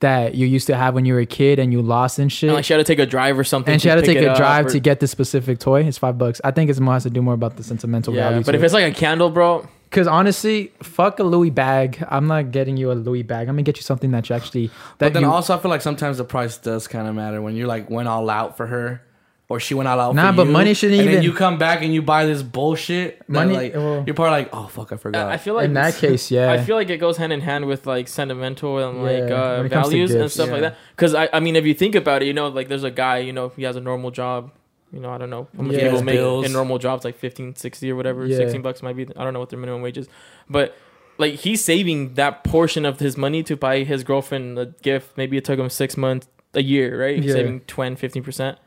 Speaker 1: that you used to have when you were a kid and you lost and shit.
Speaker 2: And like she had to take a drive or something.
Speaker 1: and she had to
Speaker 2: pick
Speaker 1: take
Speaker 2: it
Speaker 1: a
Speaker 2: up
Speaker 1: drive
Speaker 2: or-
Speaker 1: to get this specific toy. It's five bucks. I think it's more has to do more about the sentimental
Speaker 2: Yeah,
Speaker 1: value.
Speaker 2: but if it's like a candle, bro,
Speaker 1: because honestly, fuck a Louis bag. I'm not getting you a Louis bag. I'm gonna get you something that you actually
Speaker 4: but
Speaker 1: that
Speaker 4: then
Speaker 1: you.
Speaker 4: also I feel like sometimes the price does kind of matter when you like went all out for her. Or she went all out.
Speaker 1: Nah,
Speaker 4: for
Speaker 1: but
Speaker 4: you,
Speaker 1: money shouldn't
Speaker 4: and
Speaker 1: even-
Speaker 4: then you come back and you buy this bullshit. that,
Speaker 1: Money-
Speaker 4: like,
Speaker 1: well-
Speaker 4: you're probably like, oh fuck, I forgot.
Speaker 2: I, I feel like
Speaker 1: in that case, yeah.
Speaker 2: I feel like it goes hand in hand with like sentimental and like
Speaker 1: Yeah,
Speaker 2: uh,
Speaker 1: when it comes to
Speaker 2: values and
Speaker 1: gifts,
Speaker 2: stuff like
Speaker 4: yeah.
Speaker 2: that. Because I, I mean, if you think about it, you know, like there's a guy, you know, he has a normal job. You know, I don't know how much
Speaker 1: Yeah.
Speaker 2: people
Speaker 1: His
Speaker 2: make
Speaker 4: bills.
Speaker 2: in normal jobs, like 15, 60 or whatever.
Speaker 1: Yeah.
Speaker 2: 16 bucks might be. I don't know what their minimum wage is, but like he's saving that portion of his money to buy his girlfriend a gift. Maybe it took him six months, a year, right? He's
Speaker 1: Yeah.
Speaker 2: saving 10, 15 percent.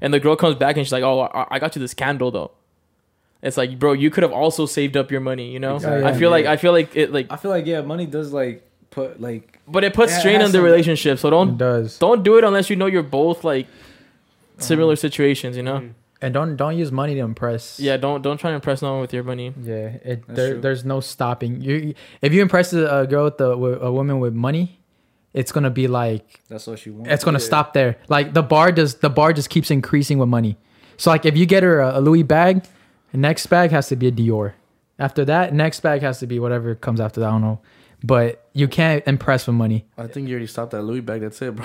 Speaker 2: And the girl comes back and she's like, "Oh, I, I got you this candle though." It's like, bro, you could have also saved up your money, you know.
Speaker 3: Exactly.
Speaker 2: I feel like I feel like it like
Speaker 3: I feel like yeah, money does like put like
Speaker 2: but it puts
Speaker 3: Yeah, it
Speaker 2: strain
Speaker 3: has
Speaker 2: on the
Speaker 3: some-
Speaker 1: Mm-hmm.
Speaker 2: relationship. So
Speaker 1: it
Speaker 2: don't
Speaker 1: does.
Speaker 2: don't do it unless you know you're both like
Speaker 1: Uh-huh.
Speaker 2: similar situations, you know.
Speaker 1: Mm-hmm.
Speaker 5: Mhm.
Speaker 1: And don't don't use money to impress.
Speaker 2: Yeah, don't don't try to impress no one with your money.
Speaker 1: Yeah, it,
Speaker 3: That's
Speaker 1: there,
Speaker 3: true.
Speaker 1: there's no stopping. You if you impress a girl with the with a woman with money, it's gonna be like
Speaker 3: That's all she wants.
Speaker 1: it's gonna
Speaker 5: Yeah.
Speaker 1: stop there. Like the bar does, the bar just keeps increasing with money. So like if you get her a, a Louis bag, next bag has to be a Dior. After that, next bag has to be whatever comes after that. I don't know, but you can't impress with money.
Speaker 4: I think you already stopped that Louis bag. That's it, bro.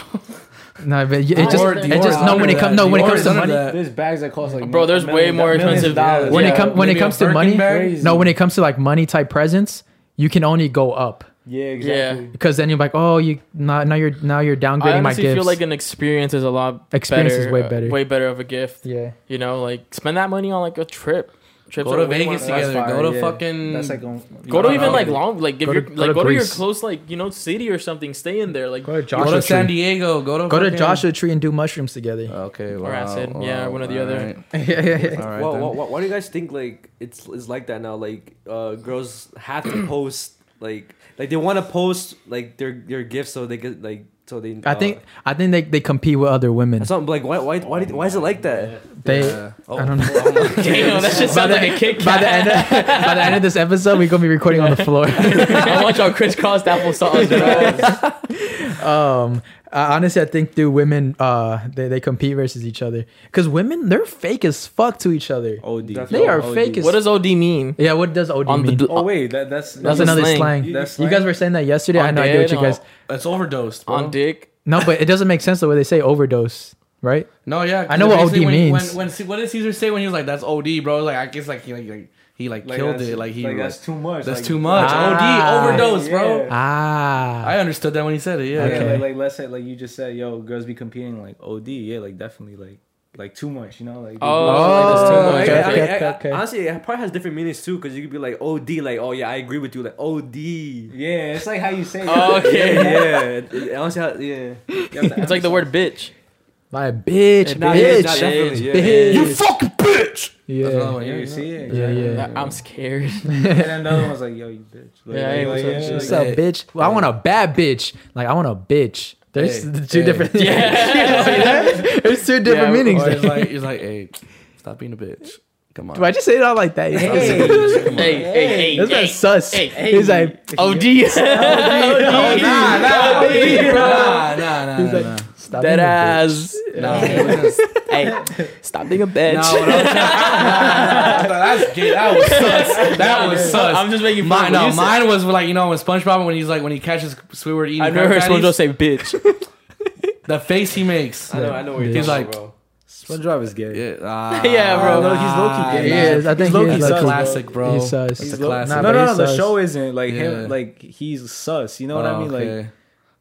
Speaker 1: No, but you-
Speaker 2: Dior-
Speaker 1: it just
Speaker 2: Dior
Speaker 1: it just no
Speaker 4: under
Speaker 1: when it
Speaker 4: that.
Speaker 1: comes no when it
Speaker 4: Dior
Speaker 1: comes to
Speaker 4: under
Speaker 1: money
Speaker 4: that.
Speaker 3: There's bags that cost like
Speaker 2: Bro, there's way more
Speaker 3: millions
Speaker 2: expensive-
Speaker 3: of dollars.
Speaker 1: when
Speaker 2: Yeah,
Speaker 1: it comes when it
Speaker 4: maybe a
Speaker 1: comes to
Speaker 4: Birkin
Speaker 1: money
Speaker 3: bag?
Speaker 1: no when it comes to like money type presents you can only go up
Speaker 3: Yeah,
Speaker 2: Yeah.
Speaker 3: exactly.
Speaker 1: because then you're like oh you now now you're now you're
Speaker 2: I
Speaker 1: downgrading my
Speaker 2: honestly
Speaker 1: gifts
Speaker 2: feel like an experience is a lot
Speaker 1: Experience is
Speaker 2: better,
Speaker 1: way
Speaker 2: uh,
Speaker 1: better.
Speaker 2: way better of a gift.
Speaker 1: yeah
Speaker 2: You know, like spend that money on like a trip. Trips
Speaker 4: Go
Speaker 2: are
Speaker 4: to
Speaker 2: way more-
Speaker 4: Vegas
Speaker 3: That's
Speaker 4: together.
Speaker 3: fire,
Speaker 4: go to
Speaker 3: yeah.
Speaker 4: fucking.
Speaker 3: That's like on,
Speaker 2: Go to
Speaker 4: No,
Speaker 2: even
Speaker 4: no.
Speaker 2: like long like if
Speaker 1: Go
Speaker 2: you're
Speaker 1: to-
Speaker 2: like
Speaker 1: go to
Speaker 2: go to your
Speaker 1: Greece.
Speaker 2: close like you know city or something. Stay in there like
Speaker 1: go to
Speaker 4: go
Speaker 1: joshua
Speaker 4: to San
Speaker 1: tree.
Speaker 4: Diego. Go to
Speaker 1: go to
Speaker 4: fucking-
Speaker 1: joshua tree and do mushrooms together
Speaker 2: Uh,
Speaker 4: Okay. Wow,
Speaker 2: acid. Yeah,
Speaker 4: wow,
Speaker 2: one or the
Speaker 4: all
Speaker 2: other.
Speaker 4: right.
Speaker 1: yeah
Speaker 4: All right,
Speaker 5: Why-
Speaker 4: then.
Speaker 5: why, why, why do you guys think like it's it's like that now? Like uh, girls have to post like like they want to post like their their gifts so they get like so they.
Speaker 1: i
Speaker 5: uh,
Speaker 1: think i think they, they compete with other women
Speaker 5: that's something like why why why, did, why is it like that?
Speaker 1: they
Speaker 4: Yeah. Oh,
Speaker 1: I don't know.
Speaker 4: oh my-
Speaker 2: damn that shit sounds like a Kit
Speaker 1: by the
Speaker 2: Kat.
Speaker 1: end of, by the end of this episode, we're gonna be recording on the floor.
Speaker 2: I want y'all crisscrossed applesauce. bro.
Speaker 1: um, I, honestly, I think dude, women uh they, they compete versus each other because women they're fake as fuck to each other.
Speaker 3: OD.
Speaker 5: Definitely.
Speaker 1: They are
Speaker 3: OD.
Speaker 1: fake as
Speaker 2: Oh, what does OD mean?
Speaker 1: Yeah, what does OD
Speaker 2: On the
Speaker 1: mean?
Speaker 2: d-
Speaker 3: Oh wait, that, that's
Speaker 1: that's
Speaker 2: a
Speaker 1: another
Speaker 2: slang. Oh.
Speaker 1: slang.
Speaker 3: That's
Speaker 1: You guys were saying that yesterday. I
Speaker 2: On
Speaker 1: know I get what
Speaker 2: dead,
Speaker 1: you guys.
Speaker 4: It's overdosed. Bro.
Speaker 2: on dick.
Speaker 1: No, but it doesn't make sense the way they say overdose, right?
Speaker 4: No, yeah. 'cause
Speaker 1: I know what
Speaker 4: basically
Speaker 1: OD
Speaker 4: when, he-
Speaker 1: means.
Speaker 4: When, when, C- what did Caesar say when he was like, "That's OD, bro"? Like, I guess like he like, like he like, killed
Speaker 3: that's-
Speaker 4: it. Like he
Speaker 3: like,
Speaker 4: like,
Speaker 3: that's too much.
Speaker 4: that's
Speaker 3: like,
Speaker 4: too much.
Speaker 1: Ah.
Speaker 4: OD overdose, bro.
Speaker 3: Yeah.
Speaker 1: Ah,
Speaker 4: I understood that when he said it. Yeah.
Speaker 3: Yeah,
Speaker 1: Okay.
Speaker 3: like, like let's say like you just said, yo, girls be competing like OD, yeah, like definitely like like too much, you know, like they do
Speaker 2: Oh,
Speaker 3: shit
Speaker 2: Oh,
Speaker 3: like
Speaker 2: okay,
Speaker 3: this too much.
Speaker 5: I- I-
Speaker 1: okay,
Speaker 5: I-
Speaker 1: okay, okay.
Speaker 5: Uh, Honestly, it probably has different meanings too, because you could be like OD, like oh yeah, I agree with you, like OD.
Speaker 3: Yeah, it's like how you say. it.
Speaker 2: Okay.
Speaker 5: yeah, it- it- honestly, I- yeah.
Speaker 3: You have to
Speaker 2: It's like the word bitch.
Speaker 1: my bitch,
Speaker 2: Nah, yeah,
Speaker 1: bitch,
Speaker 2: nah,
Speaker 5: yeah, definitely, yeah.
Speaker 1: bitch.
Speaker 4: You fucking bitch. That's another
Speaker 1: yeah.
Speaker 4: one,
Speaker 3: Yeah, you see it.
Speaker 1: Yeah, yeah.
Speaker 2: I- I'm scared.
Speaker 3: And then the other one's like, yo, you bitch. Like,
Speaker 2: Yeah, hey,
Speaker 3: like,
Speaker 2: what's up, shit?
Speaker 1: What's up, bitch? Well, I want a bad bitch. Like I want a bitch. There's
Speaker 4: Hey,
Speaker 1: two
Speaker 4: hey.
Speaker 1: different.
Speaker 2: Yeah.
Speaker 1: There's two different
Speaker 2: Yeah,
Speaker 1: meanings.
Speaker 4: Or he's
Speaker 1: there.
Speaker 4: like, he's like, "Hey, stop being a bitch. Come on."
Speaker 1: Why'd you say it all like that?
Speaker 3: Hey.
Speaker 1: That's
Speaker 2: hey, hey, hey,
Speaker 1: that's
Speaker 2: hey.
Speaker 1: sus.
Speaker 2: hey,
Speaker 1: He's like,
Speaker 2: OD.
Speaker 4: Oh, nah, nah,
Speaker 2: OD, bro.
Speaker 4: nah, nah, nah,
Speaker 1: he's
Speaker 4: nah,
Speaker 1: like,
Speaker 4: nah.
Speaker 1: stop
Speaker 2: That
Speaker 1: being a bitch.
Speaker 2: ass.
Speaker 4: Nah, it wasn't-
Speaker 2: hey, stop being a bitch.
Speaker 4: nah, what I was trying- nah, nah, nah, that's gay. That was sus. That was sus.
Speaker 2: I'm just making fun.
Speaker 4: Mine,
Speaker 2: of
Speaker 4: no,
Speaker 2: you said-
Speaker 4: mine was like you know when SpongeBob when he's like when he catches Squidward eating.
Speaker 2: I've never heard
Speaker 4: crab
Speaker 2: SpongeBob
Speaker 4: patties,
Speaker 2: say bitch.
Speaker 4: the face he makes.
Speaker 5: I know, I know what you're
Speaker 4: He's
Speaker 5: talking
Speaker 4: like-
Speaker 5: about, bro.
Speaker 3: SpongeBow is gay.
Speaker 4: Yeah, ah,
Speaker 2: Yeah, bro. No,
Speaker 4: nah,
Speaker 3: Oh, he's low-key gay.
Speaker 1: He
Speaker 4: nah.
Speaker 1: is. I think
Speaker 3: low-key
Speaker 1: he is
Speaker 4: That's
Speaker 1: lucky.
Speaker 4: a classic, bro.
Speaker 1: He's sus.
Speaker 4: That's a
Speaker 1: He's
Speaker 3: low-
Speaker 4: classic.
Speaker 1: Nah,
Speaker 3: no,
Speaker 1: but
Speaker 3: no,
Speaker 1: he's
Speaker 3: no. The
Speaker 1: sus.
Speaker 3: show isn't like
Speaker 4: Yeah.
Speaker 3: him. Like he's sus. You know what I mean? Like
Speaker 4: Oh, okay.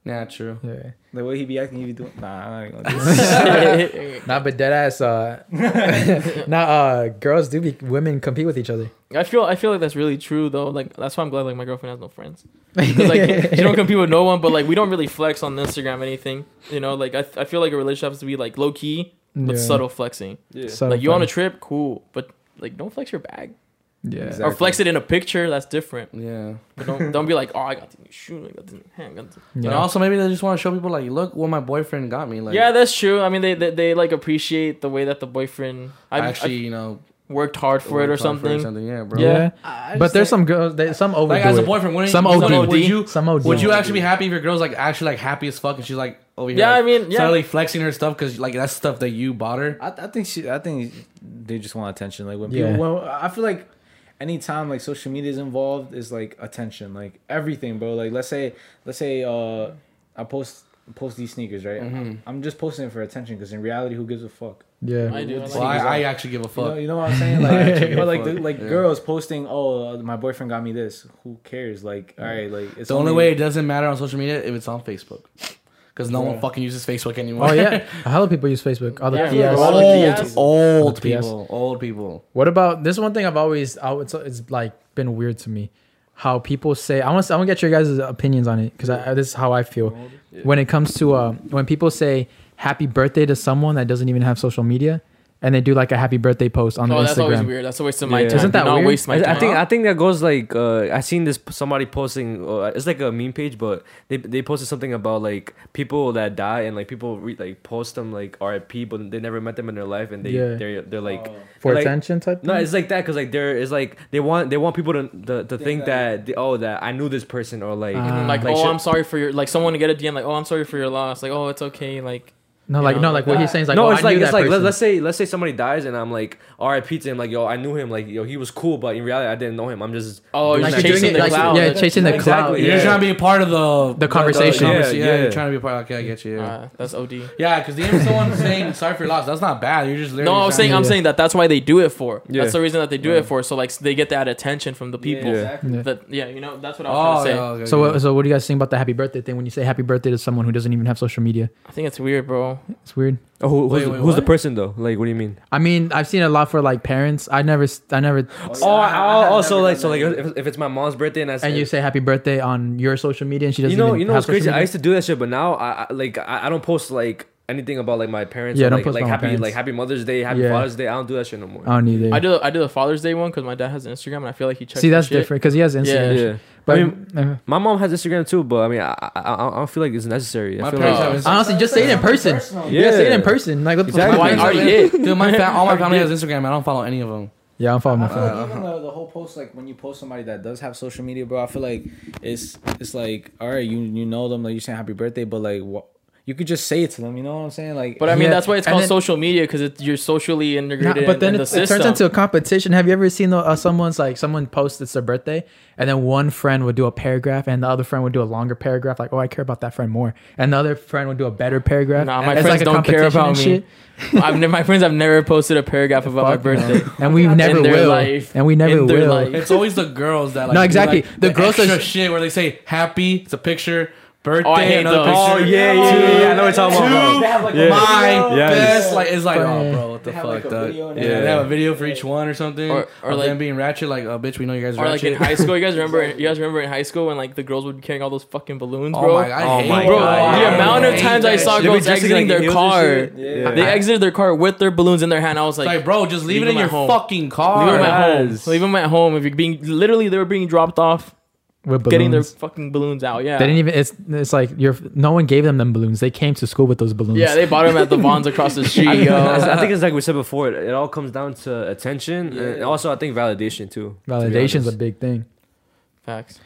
Speaker 4: yeah, true.
Speaker 1: Yeah.
Speaker 3: the way he be acting, he be doing. Nah, I ain't gonna do
Speaker 1: Nah, but dead ass. Uh, nah, uh, girls do be women compete with each other.
Speaker 2: I feel I feel like that's really true though. Like that's why I'm glad like my girlfriend has no friends. 'Cause, like she don't compete with no one, but like we don't really flex on Instagram anything. You know, like I, I feel like a relationship has to be like low key but
Speaker 1: Yeah.
Speaker 2: subtle flexing.
Speaker 5: Yeah.
Speaker 1: Subtle
Speaker 2: like you on a
Speaker 1: flex.
Speaker 2: trip, cool, but like don't flex your bag
Speaker 1: Yeah.
Speaker 3: Exactly.
Speaker 2: or flex it in a picture. That's different.
Speaker 4: Yeah,
Speaker 2: But don't don't be like, oh, I got the new shoe, I got the new hand, I got the-"
Speaker 4: and
Speaker 1: Yeah.
Speaker 4: also maybe they just want to show people like, look what my boyfriend got me. Like,
Speaker 2: yeah, that's true. I mean, they, they they like appreciate the way that the boyfriend I
Speaker 4: actually,
Speaker 2: actually
Speaker 4: you know,
Speaker 2: worked hard for it or
Speaker 4: worked hard for
Speaker 2: something.
Speaker 4: Yeah, bro.
Speaker 2: Yeah.
Speaker 1: But there's some girls. They, some overdo
Speaker 4: Like as a
Speaker 1: it.
Speaker 4: boyfriend, wouldn't
Speaker 1: Some OD.
Speaker 4: you, would
Speaker 2: OD.
Speaker 4: you
Speaker 1: Some OD.
Speaker 4: would you actually be happy if your girl's like actually like happy as fuck and she's like over here?
Speaker 2: Yeah,
Speaker 4: like,
Speaker 2: I mean, yeah.
Speaker 4: subtly flexing her stuff because like that's stuff that you bought her.
Speaker 3: I, I think she. I think they just want attention. Like when
Speaker 1: Yeah.
Speaker 3: people. When, I feel like anytime like social media is involved is like attention. Like everything, bro. Like let's say let's say uh I post post these sneakers, right?
Speaker 4: Mm-hmm.
Speaker 3: I'm just posting it for attention because in reality, who gives a fuck?
Speaker 1: Yeah.
Speaker 2: I do. I like
Speaker 4: Well, I, I actually give
Speaker 3: You
Speaker 4: a
Speaker 3: know,
Speaker 4: fuck.
Speaker 3: you know what I'm saying?
Speaker 4: I
Speaker 3: Like,
Speaker 4: actually
Speaker 3: but like,
Speaker 4: fuck.
Speaker 3: the, like
Speaker 4: Yeah.
Speaker 3: girls posting, oh, my boyfriend got me this. Who cares? Like, all right, like it's
Speaker 4: The only way it doesn't matter on social media if it's on Facebook, because no one
Speaker 3: Yeah.
Speaker 4: fucking uses Facebook anymore.
Speaker 1: Oh yeah, a hell of people use Facebook. All the
Speaker 2: Yeah,
Speaker 1: PS.
Speaker 2: a lot of
Speaker 4: old,
Speaker 2: PS.
Speaker 4: old
Speaker 1: PS.
Speaker 4: people, old people.
Speaker 1: What about this one thing I've always I, it's, it's like been weird to me how people say I want I want to get your guys' opinions on it because this is how I feel when it comes to uh, when people say happy birthday to someone that doesn't even have social media and they do like a happy birthday post on
Speaker 2: oh,
Speaker 1: their
Speaker 2: that's always
Speaker 1: Instagram.
Speaker 2: weird. That's a waste of my
Speaker 5: Yeah.
Speaker 2: time.
Speaker 1: Isn't that
Speaker 2: Do not
Speaker 1: weird?
Speaker 2: waste my
Speaker 5: I,
Speaker 2: time.
Speaker 5: I think I think that goes like uh, I seen this somebody posting. Uh, it's like a meme page, but they they posted something about like people that die and like people re- like post them like RIP, but they never met them in their life, and they
Speaker 1: Yeah.
Speaker 5: they're they're
Speaker 2: Oh.
Speaker 5: like
Speaker 1: For
Speaker 5: like-
Speaker 1: attention type.
Speaker 5: no,
Speaker 1: thing?
Speaker 5: it's like that because like there is like they want they want people to the, to think that they, oh that I knew this person or like
Speaker 1: Ah.
Speaker 2: like,
Speaker 5: like,
Speaker 2: oh,
Speaker 5: shit-
Speaker 2: I'm sorry for your like someone to get a DM like, oh, I'm sorry for your loss. Like, oh, it's okay. Like,
Speaker 1: no, like
Speaker 2: you
Speaker 1: no,
Speaker 2: know,
Speaker 1: like what he's saying is like
Speaker 5: uh, no,
Speaker 1: oh,
Speaker 5: it's
Speaker 1: I knew
Speaker 5: like it's
Speaker 1: that
Speaker 5: like let,
Speaker 1: person.
Speaker 5: us say let's say somebody dies and I'm like R.I.P. to him like yo I knew him like yo he was cool but in reality I didn't know him I'm just
Speaker 2: oh, you're
Speaker 5: doing
Speaker 1: like
Speaker 2: just
Speaker 5: that
Speaker 1: you're
Speaker 2: chasing
Speaker 1: doing it
Speaker 2: the
Speaker 1: like
Speaker 2: cloud.
Speaker 1: yeah,
Speaker 2: Like,
Speaker 1: chasing the cloud.
Speaker 5: exactly,
Speaker 1: Yeah.
Speaker 4: You're trying to be a part of the
Speaker 1: The conversation.
Speaker 4: Yeah,
Speaker 5: Yeah,
Speaker 4: yeah,
Speaker 5: yeah.
Speaker 4: you're trying to be a part. Okay, I get you. Yeah,
Speaker 2: uh, that's OD.
Speaker 4: yeah, because even someone saying sorry for your loss, that's not bad. You're just
Speaker 2: No,
Speaker 4: literally
Speaker 2: I was saying I'm
Speaker 1: Yeah.
Speaker 2: saying that that's why they do it for.
Speaker 5: Yeah.
Speaker 2: That's the reason that they do it for. So like they get that attention from the people.
Speaker 5: Yeah.
Speaker 1: Yeah.
Speaker 2: That yeah, you know that's what I was
Speaker 4: Oh,
Speaker 2: trying to say.
Speaker 4: yeah, okay,
Speaker 1: So,
Speaker 4: yeah.
Speaker 1: what, so what do you guys think about the happy birthday thing? When you say happy birthday to someone who doesn't even have social media,
Speaker 2: I think it's weird, bro.
Speaker 1: it's weird.
Speaker 5: oh, who, who's,
Speaker 4: Wait,
Speaker 5: the-
Speaker 4: wait,
Speaker 5: who's the
Speaker 4: what?
Speaker 5: person though like what do you mean
Speaker 1: I mean, I've seen a lot for like parents. I never, I never,
Speaker 5: oh
Speaker 3: I- I have
Speaker 5: also
Speaker 3: never
Speaker 5: like
Speaker 3: done
Speaker 5: so
Speaker 3: that
Speaker 5: like
Speaker 3: either.
Speaker 5: if, if it's my mom's birthday and I
Speaker 1: and you say happy birthday on your social media, and she doesn't.
Speaker 5: you know
Speaker 1: even
Speaker 5: you know
Speaker 1: have
Speaker 5: what's
Speaker 1: social
Speaker 5: crazy I
Speaker 1: media.
Speaker 5: used to do that shit but now I, I like I, I don't post like anything about like my parents
Speaker 1: Yeah,
Speaker 5: or,
Speaker 1: don't
Speaker 5: like,
Speaker 1: post
Speaker 5: like
Speaker 1: about my
Speaker 5: happy
Speaker 1: parents.
Speaker 5: like happy Mother's Day happy
Speaker 1: Yeah. Oh,
Speaker 5: Father's Day I don't do that shit no more
Speaker 1: I don't either.
Speaker 2: I do I do the Father's Day one because my dad has an Instagram and I feel like he checks.
Speaker 1: See,
Speaker 2: my
Speaker 1: that's
Speaker 2: shit.
Speaker 1: different because he has Instagram.
Speaker 2: Yeah.
Speaker 5: yeah.
Speaker 1: But
Speaker 5: I mean,
Speaker 1: uh,
Speaker 5: My mom has Instagram too, but I mean, I I, I I don't feel like it's necessary. I
Speaker 4: my
Speaker 5: feel
Speaker 4: parents
Speaker 5: like,
Speaker 4: have Instagram.
Speaker 1: honestly, just say it in person. Yeah.
Speaker 5: Yeah.
Speaker 1: say it in person. Like, what the
Speaker 5: Exactly.
Speaker 2: Why
Speaker 1: fuck?
Speaker 5: Why-
Speaker 2: already did?
Speaker 4: Dude, my fam- all my family has Instagram. I don't follow any of them.
Speaker 1: Yeah, I'm following my phone.
Speaker 3: I feel like even the, the whole post, like when you post somebody that does have social media, bro, I feel like it's it's like all right, you you know them, like you saying happy birthday, but like what you could just say it to them, you know what I'm saying? Like,
Speaker 2: But I mean,
Speaker 1: Yeah.
Speaker 2: that's why it's
Speaker 1: And
Speaker 2: called
Speaker 1: then-
Speaker 2: social media because you're socially
Speaker 1: Nah,
Speaker 2: integrated.
Speaker 1: but then
Speaker 2: in
Speaker 1: it,
Speaker 2: the
Speaker 1: it
Speaker 2: system.
Speaker 1: turns into a competition. Have you ever seen the, uh, someone's like someone posts it's their birthday, and then one friend would do a paragraph, and the other friend would do a longer paragraph, like "Oh, I care about that friend more," and the other friend would do a better paragraph.
Speaker 2: Nah, my
Speaker 1: It's
Speaker 2: friends
Speaker 1: like a
Speaker 2: don't care
Speaker 1: competition
Speaker 2: about
Speaker 1: and
Speaker 2: me.
Speaker 1: shit.
Speaker 2: I've ne- my friends have never posted a paragraph about my
Speaker 1: Fuck no.
Speaker 2: birthday.
Speaker 1: and we never
Speaker 2: their
Speaker 1: will,
Speaker 2: life.
Speaker 1: and we never
Speaker 2: In their
Speaker 1: will.
Speaker 2: life.
Speaker 4: It's always the girls that like
Speaker 1: No,
Speaker 4: do,
Speaker 1: exactly.
Speaker 4: like,
Speaker 1: The girls
Speaker 4: extra
Speaker 1: that-
Speaker 4: shit where they say happy. It's a picture. Birthday.
Speaker 2: Oh, I hate
Speaker 4: another
Speaker 2: those.
Speaker 4: picture.
Speaker 5: Oh, yeah, yeah, yeah, yeah, I know what you're talking about.
Speaker 4: Two,
Speaker 5: They have, like,
Speaker 4: yeah.
Speaker 5: a
Speaker 4: my
Speaker 5: video.
Speaker 4: best.
Speaker 5: Yes.
Speaker 4: Like it's like, oh,
Speaker 1: Fucking-
Speaker 4: bro, what the
Speaker 3: They
Speaker 4: fuck?
Speaker 3: have, like, a
Speaker 4: dog?
Speaker 3: video and
Speaker 4: yeah,
Speaker 3: everything.
Speaker 4: they have a video for each one or something.
Speaker 2: Or-
Speaker 4: Or,
Speaker 2: or
Speaker 4: of
Speaker 2: like-
Speaker 4: them being ratchet. Like, oh, bitch, we know you guys are
Speaker 2: Or like
Speaker 4: ratchet.
Speaker 2: in high school, you guys remember? You guys remember in high school when like the girls would be carrying all those fucking balloons,
Speaker 4: Oh
Speaker 2: bro?
Speaker 4: my, I
Speaker 5: Oh
Speaker 4: hate
Speaker 5: my
Speaker 4: that.
Speaker 2: Bro,
Speaker 5: God.
Speaker 2: the
Speaker 5: I
Speaker 2: amount of
Speaker 5: hate
Speaker 2: times I
Speaker 4: that
Speaker 2: saw
Speaker 4: shit.
Speaker 5: They'll be
Speaker 2: girls
Speaker 5: dressing
Speaker 2: exiting
Speaker 5: like
Speaker 2: their
Speaker 5: heels and
Speaker 2: car,
Speaker 5: shit.
Speaker 3: Yeah.
Speaker 2: they
Speaker 1: I-
Speaker 2: exited their car with their balloons in their hand. I was like,
Speaker 4: Like, bro, just leave,
Speaker 2: Leave
Speaker 4: it in
Speaker 2: them
Speaker 4: your
Speaker 2: at home.
Speaker 4: fucking
Speaker 2: leave them
Speaker 4: car.
Speaker 2: at home.
Speaker 5: Yes.
Speaker 2: Leave them at home. If you're being literally, they were being dropped off,
Speaker 1: With
Speaker 2: getting their
Speaker 1: balloons.
Speaker 2: fucking balloons out. Yeah,
Speaker 1: They didn't even. It's it's like you're. No one gave them them balloons. They came to school with those balloons.
Speaker 2: yeah, they bought them at the Vons across the street.
Speaker 5: I
Speaker 2: Yo.
Speaker 5: I think it's like we said before. It, it all comes down to attention, and also I think validation too. to be
Speaker 1: Validation's a
Speaker 5: honest.
Speaker 1: big thing.
Speaker 2: Facts.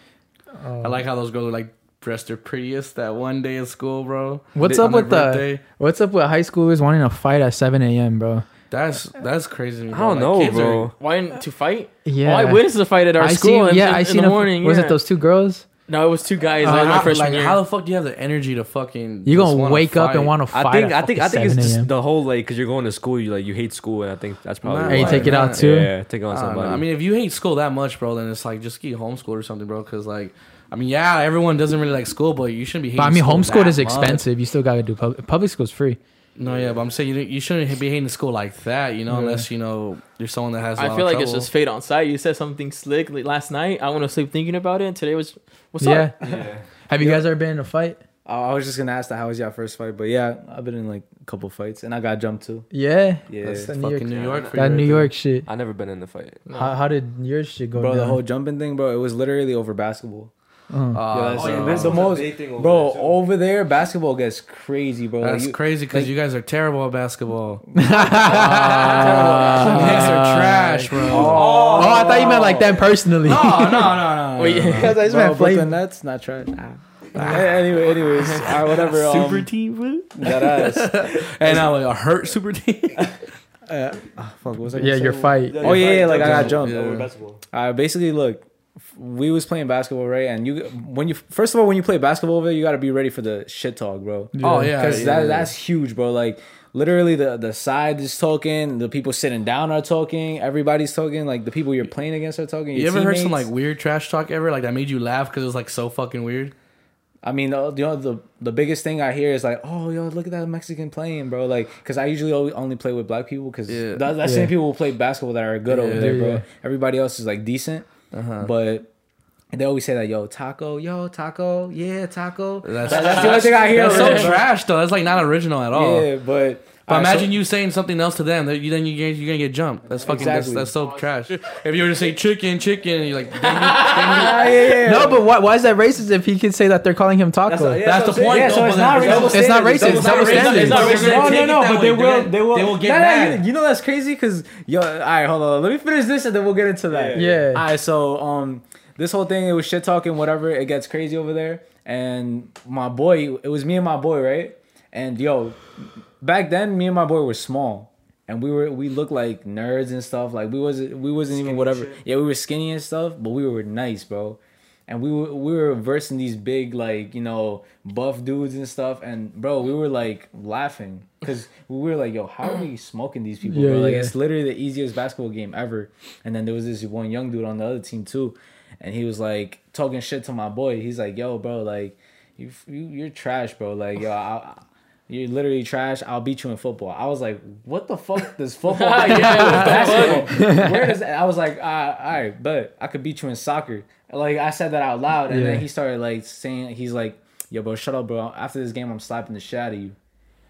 Speaker 4: I like how those girls are like dressed their prettiest that one day at school, bro.
Speaker 1: What's
Speaker 4: on
Speaker 1: up with
Speaker 4: their
Speaker 1: the?
Speaker 4: birthday.
Speaker 1: What's up with high schoolers wanting to fight at 7 a.m.,
Speaker 2: Oh,
Speaker 1: bro?
Speaker 4: That's that's crazy. to me,
Speaker 5: I
Speaker 4: bro.
Speaker 5: don't
Speaker 4: Like,
Speaker 5: know,
Speaker 4: kids are-
Speaker 5: bro.
Speaker 2: Why didn't to fight?
Speaker 1: Yeah.
Speaker 2: Oh, I witnessed the fight at our
Speaker 1: I
Speaker 2: school.
Speaker 1: seen-
Speaker 2: in,
Speaker 1: yeah,
Speaker 2: in,
Speaker 1: I seen
Speaker 2: in the
Speaker 1: a-
Speaker 2: morning.
Speaker 1: Was
Speaker 2: yeah.
Speaker 1: it those two girls?
Speaker 2: No, it was two guys.
Speaker 4: Uh,
Speaker 2: that was my
Speaker 4: how-
Speaker 2: freshman
Speaker 4: like,
Speaker 2: year.
Speaker 4: How the fuck do you have the energy to fucking?
Speaker 1: You
Speaker 4: just
Speaker 1: gonna
Speaker 4: wanna
Speaker 1: wake up
Speaker 4: fight?
Speaker 1: and want to fight?
Speaker 5: I think
Speaker 1: at
Speaker 5: I think I
Speaker 1: fucking
Speaker 5: think it's
Speaker 1: 7
Speaker 5: just
Speaker 1: a.m..
Speaker 5: the whole like because you're going to school, you like you hate school, and I think that's probably
Speaker 4: Nah,
Speaker 5: why.
Speaker 1: And you take it out
Speaker 4: Nah,
Speaker 1: too.
Speaker 5: Uh, Yeah, take it on
Speaker 4: I don't know.
Speaker 5: somebody.
Speaker 4: Ah, I mean, if you hate school that much, bro, then it's like just get homeschooled or something, bro. Because like, I mean, yeah, everyone doesn't really like school, but you shouldn't be. Hating
Speaker 1: But I mean,
Speaker 4: school
Speaker 1: homeschooled
Speaker 4: that
Speaker 1: is
Speaker 4: much.
Speaker 1: expensive. You still gotta do public. Public school's free.
Speaker 4: No, yeah, but I'm saying you, don't- you shouldn't be hating school like that, you know, unless you know there's someone that has. I
Speaker 2: I feel like it's just fate on sight. You said something slick like, last night. I went to sleep thinking about it. And today was what's up?
Speaker 1: yeah. Have you guys ever been in a fight?
Speaker 3: I, I was just gonna ask that how was your first fight, but yeah, I've been in like a couple fights and I got jumped too.
Speaker 1: Yeah.
Speaker 3: Yeah,
Speaker 4: That's
Speaker 1: That New
Speaker 4: fucking
Speaker 1: York-
Speaker 4: New York. for you
Speaker 1: That
Speaker 4: right
Speaker 1: New
Speaker 4: there.
Speaker 1: York shit.
Speaker 5: I never been in the fight.
Speaker 2: No.
Speaker 1: How, how did your shit go
Speaker 3: bro, the
Speaker 1: down?
Speaker 3: whole jumping thing, bro, it was literally over basketball.
Speaker 1: Uh,
Speaker 4: Uh,
Speaker 3: that's-
Speaker 4: so-
Speaker 3: yeah,
Speaker 4: that's,
Speaker 3: that's- the most-
Speaker 5: over
Speaker 3: Bro,
Speaker 5: there, too.
Speaker 3: over there, basketball gets crazy, bro. Like, you-
Speaker 4: crazy because
Speaker 3: like-
Speaker 4: you guys are terrible at basketball. uh, Knicks
Speaker 3: Uh,
Speaker 4: are trash, bro.
Speaker 1: oh, I thought you meant like them personally.
Speaker 4: No, no, Oh, no, no.
Speaker 2: Wait,
Speaker 4: no, no.
Speaker 1: Because I just
Speaker 3: Bro,
Speaker 1: meant
Speaker 3: but the
Speaker 1: flame.
Speaker 3: Nets not trying. Anyway, anyways, all right, whatever. Um,
Speaker 4: Super team.
Speaker 3: That ass.
Speaker 4: And now like, a hurt super team.
Speaker 3: Uh, ah, fuck, what was I gonna
Speaker 1: Yeah,
Speaker 3: say?
Speaker 1: your fight.
Speaker 3: Oh yeah, yeah, like I got jumped.
Speaker 4: Yeah.
Speaker 3: Uh, basically, look, f- we was playing basketball, right? And you, when you first of all, when you play basketball over there, you got to be ready for the shit talk, bro.
Speaker 4: Oh yeah,
Speaker 3: because
Speaker 4: yeah,
Speaker 3: that,
Speaker 4: yeah.
Speaker 3: that's huge, bro. Like literally, the the side is talking, the people sitting down are talking, everybody's talking, like the people you're playing against are talking.
Speaker 4: You
Speaker 3: your
Speaker 4: ever heard some like
Speaker 3: teammates.
Speaker 4: weird trash talk ever? Like that made you laugh because it was like so fucking weird.
Speaker 3: I mean, the, you know, the the biggest thing I hear is like, oh, yo, look at that Mexican playing, bro. Like, because I usually al- only play with black people because
Speaker 4: Yeah.
Speaker 3: that, that's
Speaker 1: Yeah.
Speaker 3: the same people who play basketball that are good over
Speaker 4: Yeah.
Speaker 3: there, bro.
Speaker 1: Yeah.
Speaker 3: Everybody else is like decent, but they always say that, yo, taco, yo, taco, yeah, taco.
Speaker 4: That's,
Speaker 3: That's the only thing I hear.
Speaker 4: that's
Speaker 3: over
Speaker 4: so
Speaker 3: there, bro.
Speaker 4: trash though. That's like not original at all.
Speaker 3: Yeah, but
Speaker 4: But
Speaker 3: Alright, so-
Speaker 4: imagine you saying something else to them. that You, then you, you're gonna get jumped. That's fucking.
Speaker 3: Exactly.
Speaker 4: That's, that's so trash. If you were to say chicken, chicken, and you're like, then you-
Speaker 3: Ah,
Speaker 4: then you-
Speaker 1: No, but why, why is that racist if he could say that they're calling him taco?
Speaker 5: That's, yeah,
Speaker 4: that's
Speaker 5: that's
Speaker 4: the
Speaker 5: what I'm
Speaker 4: point.
Speaker 5: saying.
Speaker 3: Yeah,
Speaker 4: though,
Speaker 3: so it's
Speaker 4: but
Speaker 3: not
Speaker 4: then-
Speaker 3: racist.
Speaker 1: It's not racist. It's double standard.
Speaker 2: It's not
Speaker 4: They're
Speaker 2: racist.
Speaker 4: gonna
Speaker 3: No,
Speaker 4: take
Speaker 3: no,
Speaker 4: it
Speaker 3: no,
Speaker 4: that
Speaker 3: but
Speaker 4: way.
Speaker 3: they
Speaker 4: They're
Speaker 3: will.
Speaker 4: gonna-
Speaker 3: They will.
Speaker 4: They will get
Speaker 3: Nah, nah,
Speaker 4: mad.
Speaker 3: You, you know that's crazy because yo. All right, hold on. Let me finish this and then we'll get into that.
Speaker 1: Yeah. Yeah.
Speaker 3: All right. So um, this whole thing it was shit talking, whatever. It gets crazy over there, and my boy, it was me and my boy, right? And yo, back then, me and my boy were small, and we were we looked like nerds and stuff. Like we wasn't we wasn't even whatever. Yeah, we were skinny and stuff, but we were nice, bro. And we were we were versing these big like you know buff dudes and stuff. And bro, we were like laughing because we were like, yo, how are we smoking these people?
Speaker 1: Yeah,
Speaker 3: bro? Like
Speaker 1: yeah.
Speaker 3: it's literally the easiest basketball game ever. And then there was this one young dude on the other team too, and he was like talking shit to my boy. He's like, yo, bro, like. You, you you're trash, bro. Like yo, I, you're literally trash. I'll beat you in football. I was like, what the fuck does football? yeah, basketball? Where does I was like, uh, all right, but I could beat you in soccer. Like I said that out loud, and
Speaker 1: Yeah.
Speaker 3: then he started like saying, he's like, yo, bro, shut up, bro. After this game, I'm slapping the shit out of you.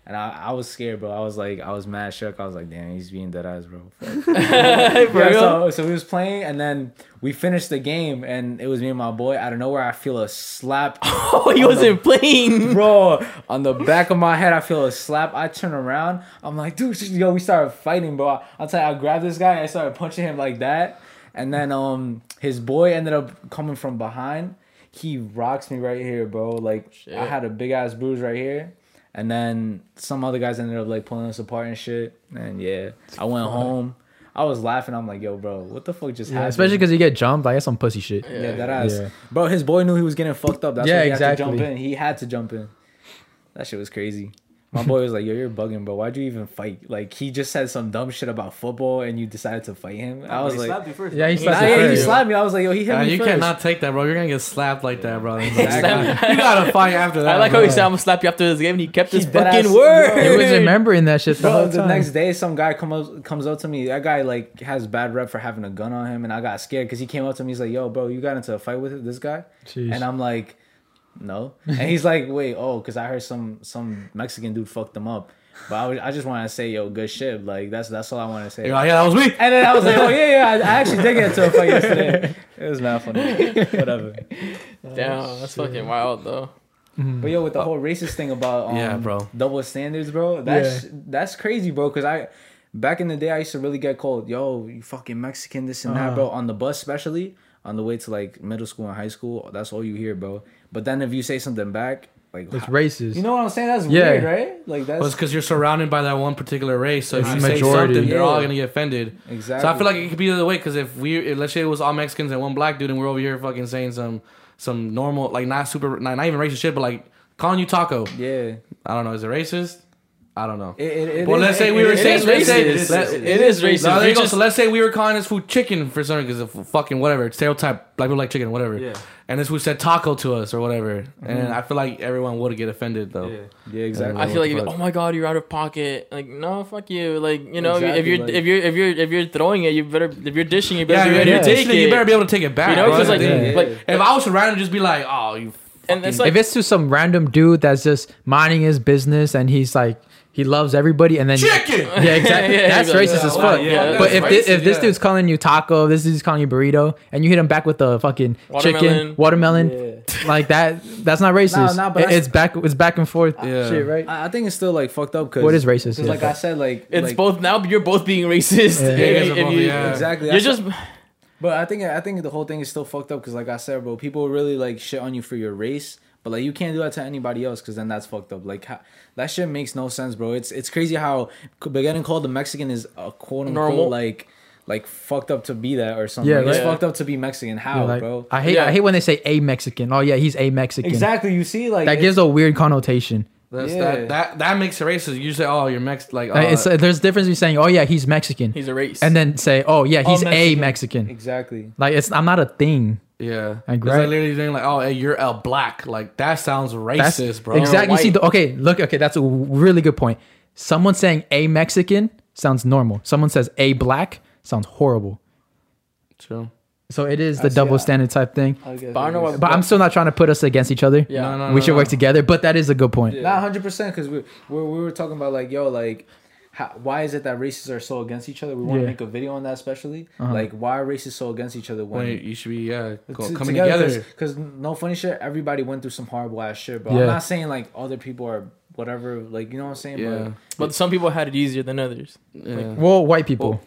Speaker 3: And I, I was scared, bro. I was like, I was mad shook. I was like, damn, he's being dead ass, bro. Yeah, so, so we was playing, and then we finished the game, and it was me and my boy. Out of nowhere, I feel a slap
Speaker 2: Oh, he wasn't playing.
Speaker 3: bro. On the back of my head, I feel a slap. I turn around. I'm like, dude, yo, we started fighting, bro. I'll tell you, I grabbed this guy and I started punching him like that. And then um his boy ended up coming from behind. He rocks me right here, bro. Like I had a big ass bruise right here. And then some other guys ended up like pulling us apart and shit. And yeah, I went home. I was laughing. I'm like, yo, bro, what the fuck just
Speaker 1: Yeah,
Speaker 3: happened?
Speaker 1: especially because you get jumped. Like, that's some pussy shit.
Speaker 3: Yeah, that ass.
Speaker 1: Yeah.
Speaker 3: Bro, his boy knew he was getting fucked up. That's
Speaker 1: Yeah,
Speaker 3: why he
Speaker 1: exactly.
Speaker 3: had to jump in. He had to jump in. That shit was crazy. My boy was like, "Yo, you're bugging, bro. Why'd you even fight? Like, he just said some dumb shit about football, and you decided to fight him." I was like,
Speaker 1: Yeah, he slapped
Speaker 3: "Nah, yeah,
Speaker 1: yeah,
Speaker 3: he slapped me." I was like, "Yo, he hit
Speaker 4: Nah,
Speaker 3: me
Speaker 4: you
Speaker 3: first.
Speaker 4: cannot take that, bro. You're gonna get slapped like that, bro.
Speaker 3: Exactly.
Speaker 4: you gotta fight after that.
Speaker 2: I like how
Speaker 4: bro.
Speaker 2: he said, "I'm gonna slap you after this game," and he kept his
Speaker 3: dead
Speaker 2: fucking
Speaker 3: ass-
Speaker 2: word.
Speaker 1: He was remembering that shit the
Speaker 3: Bro,
Speaker 1: whole
Speaker 3: the
Speaker 1: time.
Speaker 3: next day, some guy come up, comes up to me. That guy like has bad rep for having a gun on him, and I got scared because he came up to me. He's like, "Yo, bro, you got into a fight with this guy?"
Speaker 1: Jeez.
Speaker 3: And I'm like, no. And he's like, wait, oh, because I heard some some Mexican dude fucked them up. But I, was, I just want to say, yo, good shit. Like that's that's all I want to say.
Speaker 4: You're like, yeah, that was me.
Speaker 3: And then I was like, oh yeah, yeah, I, I actually did get into a fight yesterday. It was not funny, whatever.
Speaker 2: Damn, that's fucking wild though.
Speaker 1: Mm-hmm.
Speaker 3: But yo, with the whole racist thing about um,
Speaker 4: Yeah, bro.
Speaker 3: double standards, bro, that's that's crazy, bro. Because I back in the day, I used to really get called, yo, you fucking Mexican, this and that, bro. On the bus, especially on the way to like middle school and high school, that's all you hear, bro. But then if you say something back, like
Speaker 1: It's
Speaker 3: how-
Speaker 1: racist.
Speaker 3: You know what I'm saying? That's
Speaker 1: Yeah.
Speaker 3: weird, right? Like that's
Speaker 4: Well, it's because you're surrounded by that one particular race. So if
Speaker 1: It's the
Speaker 4: you say
Speaker 1: majority.
Speaker 4: something, they're all
Speaker 3: Yeah.
Speaker 4: gonna get offended.
Speaker 3: exactly.
Speaker 4: So I feel like it could be the other way. Because if we, if, let's say it was all Mexicans and one black dude, and we're over here fucking saying some some normal, like not super, not, not even racist shit, but like calling you taco.
Speaker 3: yeah,
Speaker 4: I don't know. Is it racist? I don't know.
Speaker 3: it, it, it
Speaker 4: Well,
Speaker 3: is-
Speaker 4: let's say
Speaker 3: it-
Speaker 4: we
Speaker 3: it
Speaker 4: were
Speaker 3: is
Speaker 4: saying- let's say-
Speaker 3: racist.
Speaker 4: let-
Speaker 3: It
Speaker 2: It is racist.
Speaker 4: No, there
Speaker 2: We
Speaker 4: you go.
Speaker 2: just-
Speaker 4: So let's say we were calling this food chicken for some because of fucking whatever it's stereotype. Black people like chicken, whatever.
Speaker 5: Yeah.
Speaker 4: And this food said taco to us or whatever. And I feel like everyone would get offended though.
Speaker 5: Yeah.
Speaker 3: yeah, exactly.
Speaker 2: I feel like,
Speaker 4: What the
Speaker 2: oh my god, you're out of pocket. Like, no, fuck you. Like, you know, if
Speaker 3: Exactly,
Speaker 2: you're
Speaker 3: like-
Speaker 2: if you're if you're if you're throwing it, you better if you're dishing, you
Speaker 4: Yeah,
Speaker 2: better
Speaker 4: if
Speaker 2: be
Speaker 4: you're
Speaker 2: ready to take
Speaker 4: dishing it,
Speaker 2: it.
Speaker 4: you better be able to take it back.
Speaker 2: you know,
Speaker 4: bro.
Speaker 2: because like,
Speaker 4: That's the
Speaker 1: Yeah.
Speaker 4: thing.
Speaker 2: like,
Speaker 4: if I was surrounded, just be like, oh, you.
Speaker 2: and it's
Speaker 1: if
Speaker 2: like,
Speaker 1: it's to some random dude that's just minding his business and he's like he loves everybody and then
Speaker 4: Chicken!
Speaker 1: yeah exactly
Speaker 2: Yeah,
Speaker 1: that's
Speaker 2: yeah,
Speaker 1: racist as
Speaker 2: wow,
Speaker 1: fuck
Speaker 2: yeah, that's
Speaker 1: but if this,
Speaker 4: racist,
Speaker 1: if this
Speaker 4: yeah.
Speaker 1: dude's calling you taco this dude's calling you burrito and you hit him back with the fucking chicken
Speaker 2: Watermelon.
Speaker 1: watermelon like that that's not racist
Speaker 3: Nah, nah,
Speaker 1: It-
Speaker 3: but that's- Ah,
Speaker 1: it's back it's back and forth
Speaker 4: Yeah.
Speaker 1: shit right
Speaker 3: I I think it's still like fucked up because
Speaker 1: What is racist?
Speaker 3: Because
Speaker 1: Yeah.
Speaker 3: like I said, like
Speaker 2: it's
Speaker 3: like-
Speaker 2: both now. You're both being racist.
Speaker 1: Yeah.
Speaker 2: If-
Speaker 1: Yeah,
Speaker 4: you guys are
Speaker 2: if
Speaker 4: both-
Speaker 2: you-
Speaker 4: yeah.
Speaker 3: exactly.
Speaker 2: You're
Speaker 3: That's-
Speaker 2: just
Speaker 3: But I think I think the whole thing is still fucked up because, like I said, bro, people really like shit on you for your race, but like you can't do that to anybody else because then that's fucked up. Like how, that shit makes no sense, bro. It's it's crazy how but getting called a Mexican is a quote unquote
Speaker 2: Normal.
Speaker 3: like like fucked up to be that or something.
Speaker 1: Yeah,
Speaker 3: Yeah, it's
Speaker 2: right.
Speaker 3: fucked up to be Mexican. How,
Speaker 1: Yeah, like,
Speaker 3: bro?
Speaker 1: I hate I
Speaker 2: Yeah.
Speaker 1: hate when they say a Mexican oh yeah he's a Mexican
Speaker 3: exactly. You see, like
Speaker 1: that
Speaker 3: it-
Speaker 1: gives a weird connotation
Speaker 4: That's
Speaker 3: Yeah.
Speaker 4: that, that that makes it racist. You say, oh, you're Mex,
Speaker 3: Uh,
Speaker 4: like,
Speaker 1: Like,
Speaker 4: oh,
Speaker 1: it's, there's difference between saying oh yeah he's Mexican
Speaker 2: he's a race.
Speaker 1: and then say oh yeah he's a
Speaker 3: Mexican.
Speaker 1: Mexican
Speaker 3: exactly.
Speaker 1: like it's I'm not a thing
Speaker 4: yeah.
Speaker 1: I
Speaker 4: It's
Speaker 1: agree.
Speaker 4: like literally saying like, oh, hey, you're a black. Like that sounds racist,
Speaker 1: That's
Speaker 4: bro.
Speaker 1: Exactly. You see,
Speaker 2: White.
Speaker 1: the, okay, look, okay, that's a really good point. Someone saying a Mexican sounds normal. Someone says a black sounds horrible.
Speaker 4: True.
Speaker 1: So it is the
Speaker 3: I see,
Speaker 1: double
Speaker 3: I-
Speaker 1: standard type thing.
Speaker 3: I guess.
Speaker 2: But I don't know why-
Speaker 1: But I'm still not trying to put us against each other.
Speaker 2: yeah.
Speaker 4: No, no,
Speaker 1: we
Speaker 4: no,
Speaker 1: should
Speaker 4: no.
Speaker 1: work together. But that is a good point.
Speaker 5: Yeah.
Speaker 3: Not hundred percent because we we we were talking about like yo like how, why is it that races are so against each other? We want
Speaker 1: Yeah.
Speaker 3: to make a video on that, especially
Speaker 1: Uh-huh.
Speaker 3: like why are races so against each other when
Speaker 4: Wait, you should be yeah co-
Speaker 3: t-
Speaker 4: coming together.
Speaker 3: Because no funny shit, everybody went through some horrible ass shit. But
Speaker 1: Yeah.
Speaker 3: I'm not saying like other people are whatever. Like you know what I'm saying?
Speaker 4: Yeah.
Speaker 2: But some people had it easier than others.
Speaker 4: yeah.
Speaker 1: Well, white people.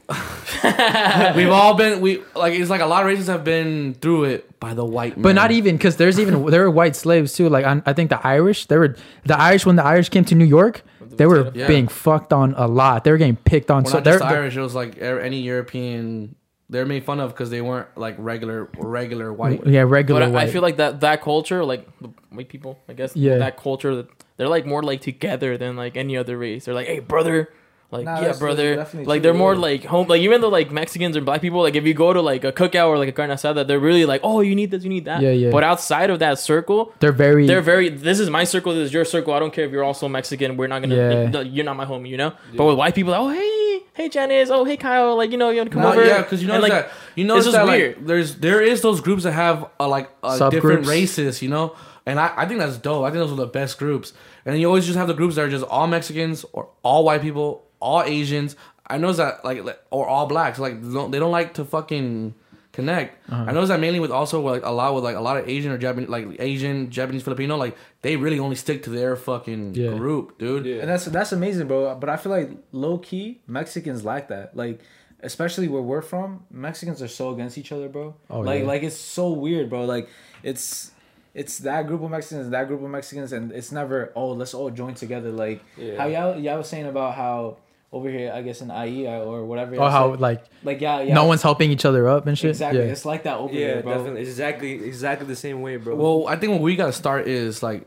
Speaker 4: We've all been we like it's like a lot of races have been through it by the white
Speaker 1: But
Speaker 4: man.
Speaker 1: not even because there's even there were white slaves too. Like I, I think the Irish, there were the Irish when the Irish came to New York, they were
Speaker 4: Yeah.
Speaker 1: being fucked on a lot. They were getting picked on.
Speaker 4: Well,
Speaker 1: so
Speaker 4: not just
Speaker 1: they're,
Speaker 4: the Irish. It was like er- any European. They're made fun of because they weren't like regular regular white.
Speaker 1: yeah, regular
Speaker 2: But I,
Speaker 1: white.
Speaker 2: I feel like that that culture, like the white people, I guess,
Speaker 1: Yeah.
Speaker 2: that culture, that they're like more like together than like any other race. They're like, hey, brother. Like
Speaker 3: Nah,
Speaker 2: yeah,
Speaker 3: that's-
Speaker 2: brother.
Speaker 3: that's definitely
Speaker 2: Like
Speaker 3: true,
Speaker 2: they're more
Speaker 3: yeah.
Speaker 2: like home. Like even though like Mexicans or black people, like if you go to like a cookout or like a carne asada, they're really like, oh, you need this, you need that.
Speaker 1: Yeah, yeah.
Speaker 2: But outside of that circle,
Speaker 1: they're very.
Speaker 2: they're very. This is my circle. This is your circle. I don't care if you're also Mexican. We're not gonna.
Speaker 1: Yeah.
Speaker 2: no, you're not my homie. You know. But with white people, like, oh hey, hey Janice. Oh hey Kyle. Like you know you want to come
Speaker 4: No,
Speaker 2: over.
Speaker 4: yeah, because you
Speaker 2: And,
Speaker 4: notice
Speaker 2: like,
Speaker 4: that you notice
Speaker 2: just
Speaker 4: that like,
Speaker 2: weird.
Speaker 4: there's there is those groups that have uh, like uh, different
Speaker 1: Subgroups.
Speaker 4: races, you know, and I, I think that's dope. I think those are the best groups, and you always just have the groups that are just all Mexicans or all white people, all Asians. I noticed that like like- or all blacks like they don't, they don't like to fucking connect. I noticed that mainly with also like a lot with like a lot of Asian or Japanese like Asian Japanese Filipino like they really only stick to their fucking
Speaker 1: Yeah.
Speaker 4: group, dude.
Speaker 5: Yeah.
Speaker 4: Yeah.
Speaker 3: And that's that's amazing, bro. But I feel like low key Mexicans like that. Like especially where we're from, Mexicans are so against each other, bro.
Speaker 1: Oh,
Speaker 3: like
Speaker 1: yeah.
Speaker 3: like it's so weird, bro. Like it's it's that group of Mexicans, that group of Mexicans, and it's never oh let's all join together. Like
Speaker 5: Yeah.
Speaker 3: how y'all y'all was saying about how over here I guess in IEA or whatever.
Speaker 1: or
Speaker 3: y'all
Speaker 1: Oh, how
Speaker 3: said,
Speaker 1: like
Speaker 3: like yeah yeah
Speaker 1: no one's helping each other up and shit.
Speaker 3: exactly
Speaker 1: Yeah.
Speaker 3: it's like that over
Speaker 5: Yeah,
Speaker 3: here, bro.
Speaker 5: definitely. It's exactly, exactly the same way, bro.
Speaker 4: Well, I think what we gotta start is like.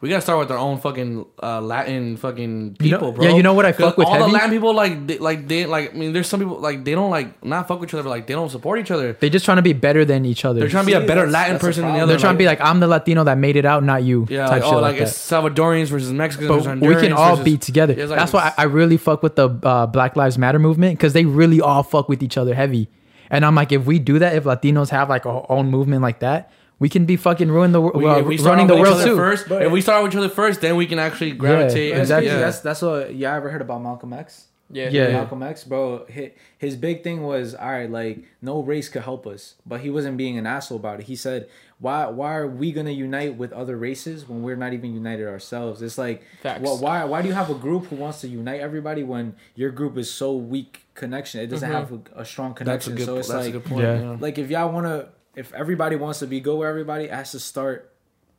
Speaker 4: We gotta start with our own fucking uh, Latin fucking
Speaker 1: You know-
Speaker 4: people, bro.
Speaker 1: yeah, you know what I fuck
Speaker 4: 'Cause
Speaker 1: with
Speaker 4: All
Speaker 1: heavy?
Speaker 4: the Latin people like, they, like they like. I mean, there's some people like they don't like not fuck with each other, but like they don't support each other.
Speaker 1: They're just trying to be better than each other.
Speaker 4: They're trying to be a
Speaker 3: See,
Speaker 4: better
Speaker 3: that's-
Speaker 4: Latin
Speaker 3: that's a
Speaker 4: person than the
Speaker 3: problem.
Speaker 4: other.
Speaker 1: They're trying to be like I'm the Latino that made it out, not you.
Speaker 4: yeah,
Speaker 1: type
Speaker 4: like,
Speaker 1: shit
Speaker 4: oh, like,
Speaker 1: like
Speaker 4: it's
Speaker 1: that.
Speaker 4: Salvadorians versus Mexicans.
Speaker 1: But
Speaker 4: versus
Speaker 1: we can
Speaker 4: Hondurans
Speaker 1: all
Speaker 4: versus-
Speaker 1: be together.
Speaker 4: Yeah, it's like-
Speaker 1: That's why I, I really fuck with the uh, Black Lives Matter movement because they really all fuck with each other heavy. And I'm like, if we do that, if Latinos have like our own movement like that, we can be fucking ruin the world,
Speaker 4: We,
Speaker 1: well,
Speaker 4: if we start
Speaker 1: running the
Speaker 4: off with each
Speaker 1: world
Speaker 4: other
Speaker 1: too.
Speaker 4: First,
Speaker 3: But-
Speaker 4: if we start with each other first, then we can actually gravitate.
Speaker 3: But
Speaker 4: and-
Speaker 3: it's
Speaker 1: exactly.
Speaker 3: crazy.
Speaker 4: yeah.
Speaker 3: That's that's what y'all ever heard about Malcolm X.
Speaker 2: yeah.
Speaker 1: Yeah.
Speaker 3: Malcolm X, bro, his, his big thing was all right, like no race could help us, but he wasn't being an asshole about it. He said, "Why, why are we gonna unite with other races when we're not even united ourselves?" It's like,
Speaker 2: Facts.
Speaker 3: well, why, why do you have a group who wants to unite everybody when your group is so weak connection? It doesn't have
Speaker 2: Mm-hmm.
Speaker 3: a, a strong
Speaker 4: that's a
Speaker 3: connection.
Speaker 4: good.
Speaker 3: so it's
Speaker 4: that's
Speaker 3: like,
Speaker 4: a good point.
Speaker 1: Yeah.
Speaker 4: yeah.
Speaker 3: like if y'all wanna, if everybody wants to be good with everybody, it has to start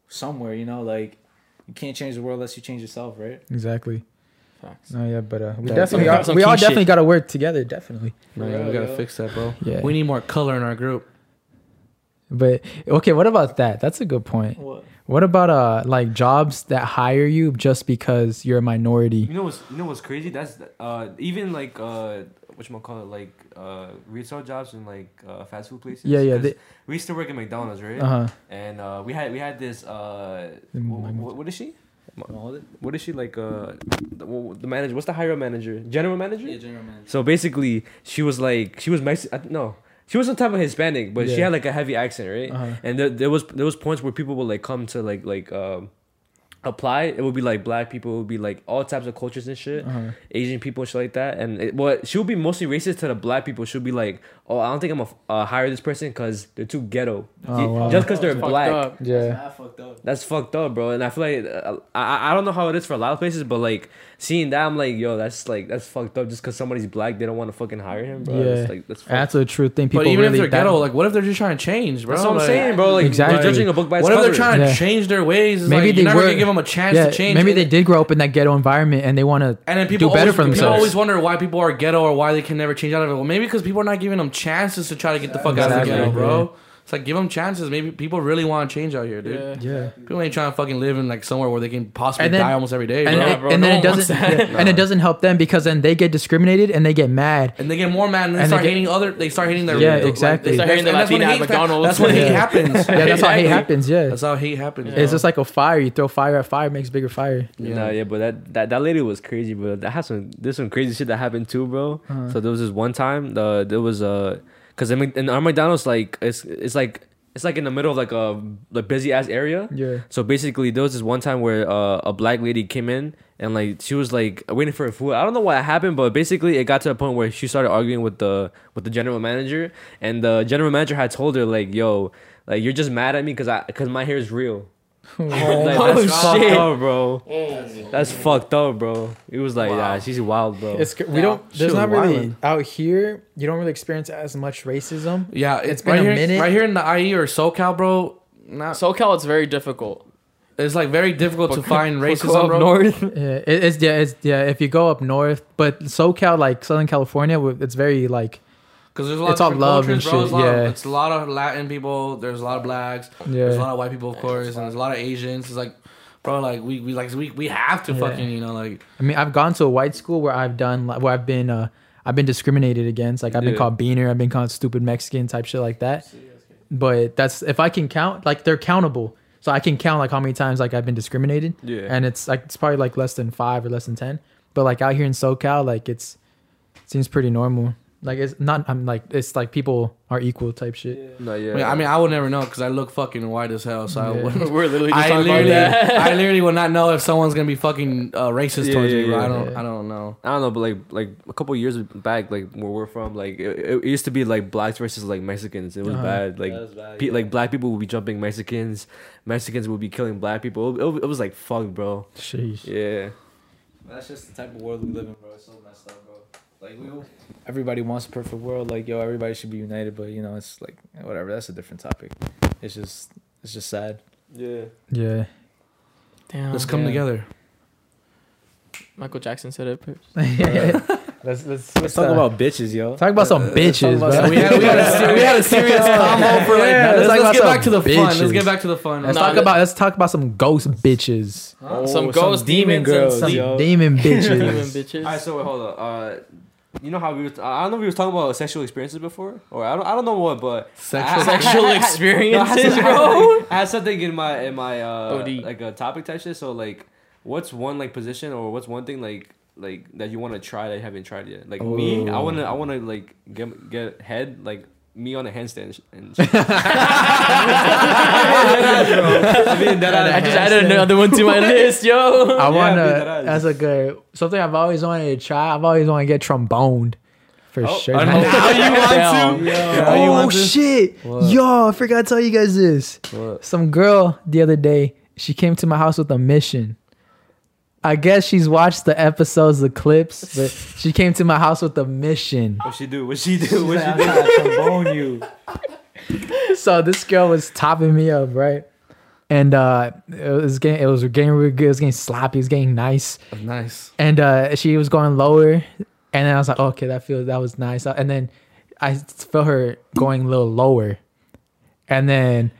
Speaker 3: somewhere. You know, like you can't change the world unless you change yourself, right?
Speaker 1: Exactly.
Speaker 2: Facts.
Speaker 1: No, yeah, but uh, we
Speaker 4: Yeah.
Speaker 1: definitely
Speaker 2: Yeah.
Speaker 1: are-
Speaker 2: Some
Speaker 1: we all
Speaker 2: king shit.
Speaker 1: definitely got to work together, definitely.
Speaker 4: Man,
Speaker 3: real,
Speaker 4: we gotta
Speaker 3: yo.
Speaker 4: fix that, bro.
Speaker 1: Yeah.
Speaker 4: We need more color in our group.
Speaker 1: But okay, what about that? That's a good point.
Speaker 3: What?
Speaker 1: What about uh like jobs that hire you just because you're a minority?
Speaker 5: You know what's you know what's crazy? That's uh even like uh what call it like uh retail jobs and like uh, fast food places.
Speaker 1: Yeah, yeah,
Speaker 5: 'Cause
Speaker 1: they-
Speaker 5: we used to work at McDonald's, right?
Speaker 1: Uh
Speaker 4: uh-huh.
Speaker 1: huh.
Speaker 5: And uh, we had we had this uh
Speaker 1: The
Speaker 5: what,
Speaker 1: manager.
Speaker 5: what is she? What is she like? Uh, the, wha- the manager. What's the higher up manager? General manager.
Speaker 3: Yeah, general manager.
Speaker 5: So basically, she was like she was Mexican. No, she was some type of Hispanic, but she
Speaker 1: Yeah.
Speaker 5: had like a heavy accent, right?
Speaker 1: Uh-huh.
Speaker 5: And there, there was there was points where people would like come to like like um apply. It would be like black people. It would be like all types of cultures and shit.
Speaker 1: Uh-huh.
Speaker 5: Asian people and shit like that. And it, well, she would be mostly racist to the black people. She would be like, "Oh, I don't think I'm gonna uh, hire this person because they're too ghetto.
Speaker 1: Oh, wow.
Speaker 5: Just because they're
Speaker 2: Fucked
Speaker 5: black."
Speaker 2: up.
Speaker 1: Yeah.
Speaker 3: That's fucked up.
Speaker 5: That's fucked up, bro. And I feel like uh, I I don't know how it is for a lot of places, but like seeing that, I'm like, yo, that's like that's fucked up. Just because somebody's black, they don't want to fucking hire him, bro.
Speaker 1: Yeah.
Speaker 5: That's like that's fucked.
Speaker 1: That's a true thing. People
Speaker 4: But even
Speaker 1: really
Speaker 4: if they're
Speaker 1: that-
Speaker 4: ghetto, like, what if they're just trying to change, bro?
Speaker 5: that's what I'm
Speaker 4: Like-
Speaker 5: saying, bro. Like
Speaker 1: Exactly.
Speaker 5: you're judging a book by its
Speaker 4: What if they're
Speaker 5: cover.
Speaker 4: trying
Speaker 1: Yeah.
Speaker 4: to change their ways? Maybe
Speaker 1: Maybe
Speaker 4: like,
Speaker 1: they
Speaker 4: you're never
Speaker 1: were-
Speaker 4: gonna give them a chance
Speaker 1: yeah,
Speaker 4: to change.
Speaker 1: maybe
Speaker 4: it.
Speaker 1: they did grow up in that ghetto environment and they want to
Speaker 4: And then people
Speaker 1: do better
Speaker 4: always,
Speaker 1: for
Speaker 4: people
Speaker 1: themselves.
Speaker 4: always wonder why people are ghetto or why they can never change out of it. Well, maybe because people are not giving them chances to try to get the fuck out of the
Speaker 1: Exactly,
Speaker 4: ghetto,
Speaker 1: yeah.
Speaker 4: bro. It's like give them chances. Maybe people really want to change out here, dude.
Speaker 2: Yeah.
Speaker 1: yeah.
Speaker 4: People ain't trying to fucking live in like somewhere where they can possibly
Speaker 1: And then-
Speaker 4: die almost every day, bro.
Speaker 1: And,
Speaker 2: Nah,
Speaker 1: it-
Speaker 2: bro,
Speaker 1: and
Speaker 2: no
Speaker 1: then it
Speaker 2: one wants
Speaker 1: doesn't yeah, and it doesn't help them because then they get discriminated and they get mad.
Speaker 4: And they get more mad and they
Speaker 1: And they
Speaker 4: start
Speaker 1: get-
Speaker 4: hating other. They start hating their
Speaker 1: Yeah,
Speaker 4: like,
Speaker 1: exactly. They
Speaker 2: start hating the
Speaker 4: and that's when
Speaker 2: Latina at
Speaker 4: hate-
Speaker 2: McDonald's.
Speaker 4: That's when hate
Speaker 1: Yeah.
Speaker 4: happens.
Speaker 1: Yeah, that's how hate
Speaker 2: Exactly.
Speaker 1: happens. Yeah.
Speaker 4: That's how hate happens.
Speaker 1: It's
Speaker 4: bro.
Speaker 1: just like a fire. You throw fire at fire, makes bigger fire.
Speaker 5: Yeah. Nah, yeah, but that, that that lady was crazy, bro. That has some there's some crazy shit that happened too, bro.
Speaker 1: Uh-huh.
Speaker 5: So there was this one time, the there was a, cause in, Mc- in our McDonald's like it's it's like it's like in the middle of like a like busy ass area.
Speaker 1: Yeah.
Speaker 5: So basically, there was this one time where uh, a black lady came in and like she was like waiting for her food. I don't know what happened, but basically it got to a point where she started arguing with the with the general manager, and the general manager had told her like, "Yo, like you're just mad at me because I because my hair is real." Like, that's fucked up, bro. Oh, That's fucked up, bro. It was like, yeah, she's wild, bro.
Speaker 1: It's c- we
Speaker 4: Yeah.
Speaker 1: don't.
Speaker 4: She
Speaker 1: There's
Speaker 4: was
Speaker 1: not really
Speaker 4: wildin'.
Speaker 1: out here. You don't really experience as much racism.
Speaker 4: Yeah,
Speaker 1: It's
Speaker 4: it's
Speaker 1: been
Speaker 4: right
Speaker 1: a
Speaker 4: here,
Speaker 1: minute.
Speaker 4: Right here in the IE or SoCal, bro. Not,
Speaker 2: SoCal, it's very difficult.
Speaker 4: it's like very difficult to find
Speaker 2: For
Speaker 4: racism,
Speaker 2: up
Speaker 4: bro.
Speaker 2: north.
Speaker 1: Yeah, Uh, it, it's yeah, it's yeah. If you go up north, but SoCal, like Southern California, w- it's very like
Speaker 4: Because there's a lot
Speaker 1: It's
Speaker 4: of
Speaker 1: all love
Speaker 4: different cultures,
Speaker 1: and
Speaker 4: bro.
Speaker 1: shit,
Speaker 4: It's a lot
Speaker 1: yeah.
Speaker 4: of- it's a lot of Latin people. There's a lot of blacks. There's a
Speaker 1: yeah.
Speaker 4: lot of white people, of course, and there's a lot of Asians. It's like, bro, like we, we like we, we have to
Speaker 1: Yeah.
Speaker 4: fucking you know like
Speaker 1: I mean, I've gone to a white school where I've done like, where I've been uh I've been discriminated against. Like I've been
Speaker 5: Yeah.
Speaker 1: called beaner, I've been called stupid Mexican type shit like that. But that's if I can count, like they're countable, so I can count like how many times like I've been discriminated.
Speaker 5: Yeah.
Speaker 1: and it's like it's probably like less than five or less than ten. But like out here in SoCal, like it's seems pretty normal. Like it's not. I'm like it's like people are equal type shit.
Speaker 5: no,
Speaker 4: I
Speaker 5: yeah.
Speaker 4: mean, I mean, I would never know because I look fucking white as hell. So
Speaker 1: Yeah.
Speaker 4: I would.
Speaker 2: We're literally just
Speaker 4: I
Speaker 2: talking about
Speaker 4: literally,
Speaker 2: that.
Speaker 4: I literally will not know if someone's gonna be fucking uh, racist
Speaker 5: Yeah,
Speaker 4: towards
Speaker 5: yeah,
Speaker 4: me, bro.
Speaker 5: yeah.
Speaker 4: I don't,
Speaker 1: Yeah.
Speaker 4: I don't know.
Speaker 5: I don't know, but like like a couple years back, like where we're from, like it, it used to be like blacks versus like Mexicans. It was
Speaker 1: Uh-huh.
Speaker 5: bad. Like pe- like black people would be jumping Mexicans, Mexicans would be killing black people. It, it, it was like fuck, bro.
Speaker 1: Sheesh.
Speaker 5: Yeah,
Speaker 3: That's just the type of world we live in, bro. It's so messed up, bro. Like we, everybody wants a perfect world. Like yo, everybody should be united, but you know, it's like whatever. That's a different topic. It's just, it's just sad.
Speaker 5: yeah.
Speaker 1: Yeah.
Speaker 2: Damn.
Speaker 4: Let's come
Speaker 3: yeah.
Speaker 4: together.
Speaker 2: Michael Jackson said it.
Speaker 1: let's let's
Speaker 3: uh, Let's uh, talk about bitches, yo.
Speaker 1: talk about some bitches,
Speaker 3: talk about
Speaker 1: bro.
Speaker 3: some-
Speaker 4: we, had, we, had a, se- we had a serious combo for like.
Speaker 1: Yeah, let's talk
Speaker 4: let's let's get
Speaker 1: about
Speaker 4: back to the
Speaker 1: some
Speaker 4: fun. Let's
Speaker 1: bitches.
Speaker 4: get back to the fun.
Speaker 1: Let's
Speaker 2: Nah,
Speaker 1: talk
Speaker 2: let-
Speaker 1: about let's talk about some ghost bitches,
Speaker 3: Oh,
Speaker 2: some ghost demons and
Speaker 1: some
Speaker 2: Yo.
Speaker 1: demon
Speaker 2: Human
Speaker 1: bitches.
Speaker 2: bitches.
Speaker 5: All right, so wait, hold up. Uh, you know how we were? T- I don't know if we were talking about sexual experiences before, or I don't. I don't know what, but
Speaker 4: Sexual-
Speaker 2: Sexual
Speaker 5: No, I had
Speaker 2: experiences,
Speaker 5: some-
Speaker 2: bro.
Speaker 5: I had something in my in my uh
Speaker 2: OD.
Speaker 5: like a topic type shit. So like, what's one like position or what's one thing like like that you want to try that you haven't tried yet? Like me,
Speaker 2: Oh.
Speaker 5: I wanna I wanna like get get head like me on a handstand and sh- and. shit. I mean, that
Speaker 2: I just added another one to my list, yo.
Speaker 1: I wanna.
Speaker 5: dude, that is.
Speaker 1: that's a good something I've always wanted to try. I've always wanted to get tromboned, for sure.
Speaker 4: I know.
Speaker 2: Now you want to?
Speaker 1: oh shit, yo! I forgot to tell you guys this. Some girl the other day, she came to my house with a mission. I guess she's watched the episodes, the clips, but she came to my house with a mission.
Speaker 5: What she do? What she do? What she do?
Speaker 3: trombone you.
Speaker 1: so this girl was topping me up, right? And uh, it was getting it was getting really good. It was getting sloppy. It was getting nice.
Speaker 4: nice.
Speaker 1: And uh, she was going lower, and then I was like, okay, that feels that was nice. Uh, And then I felt her going a little lower, and then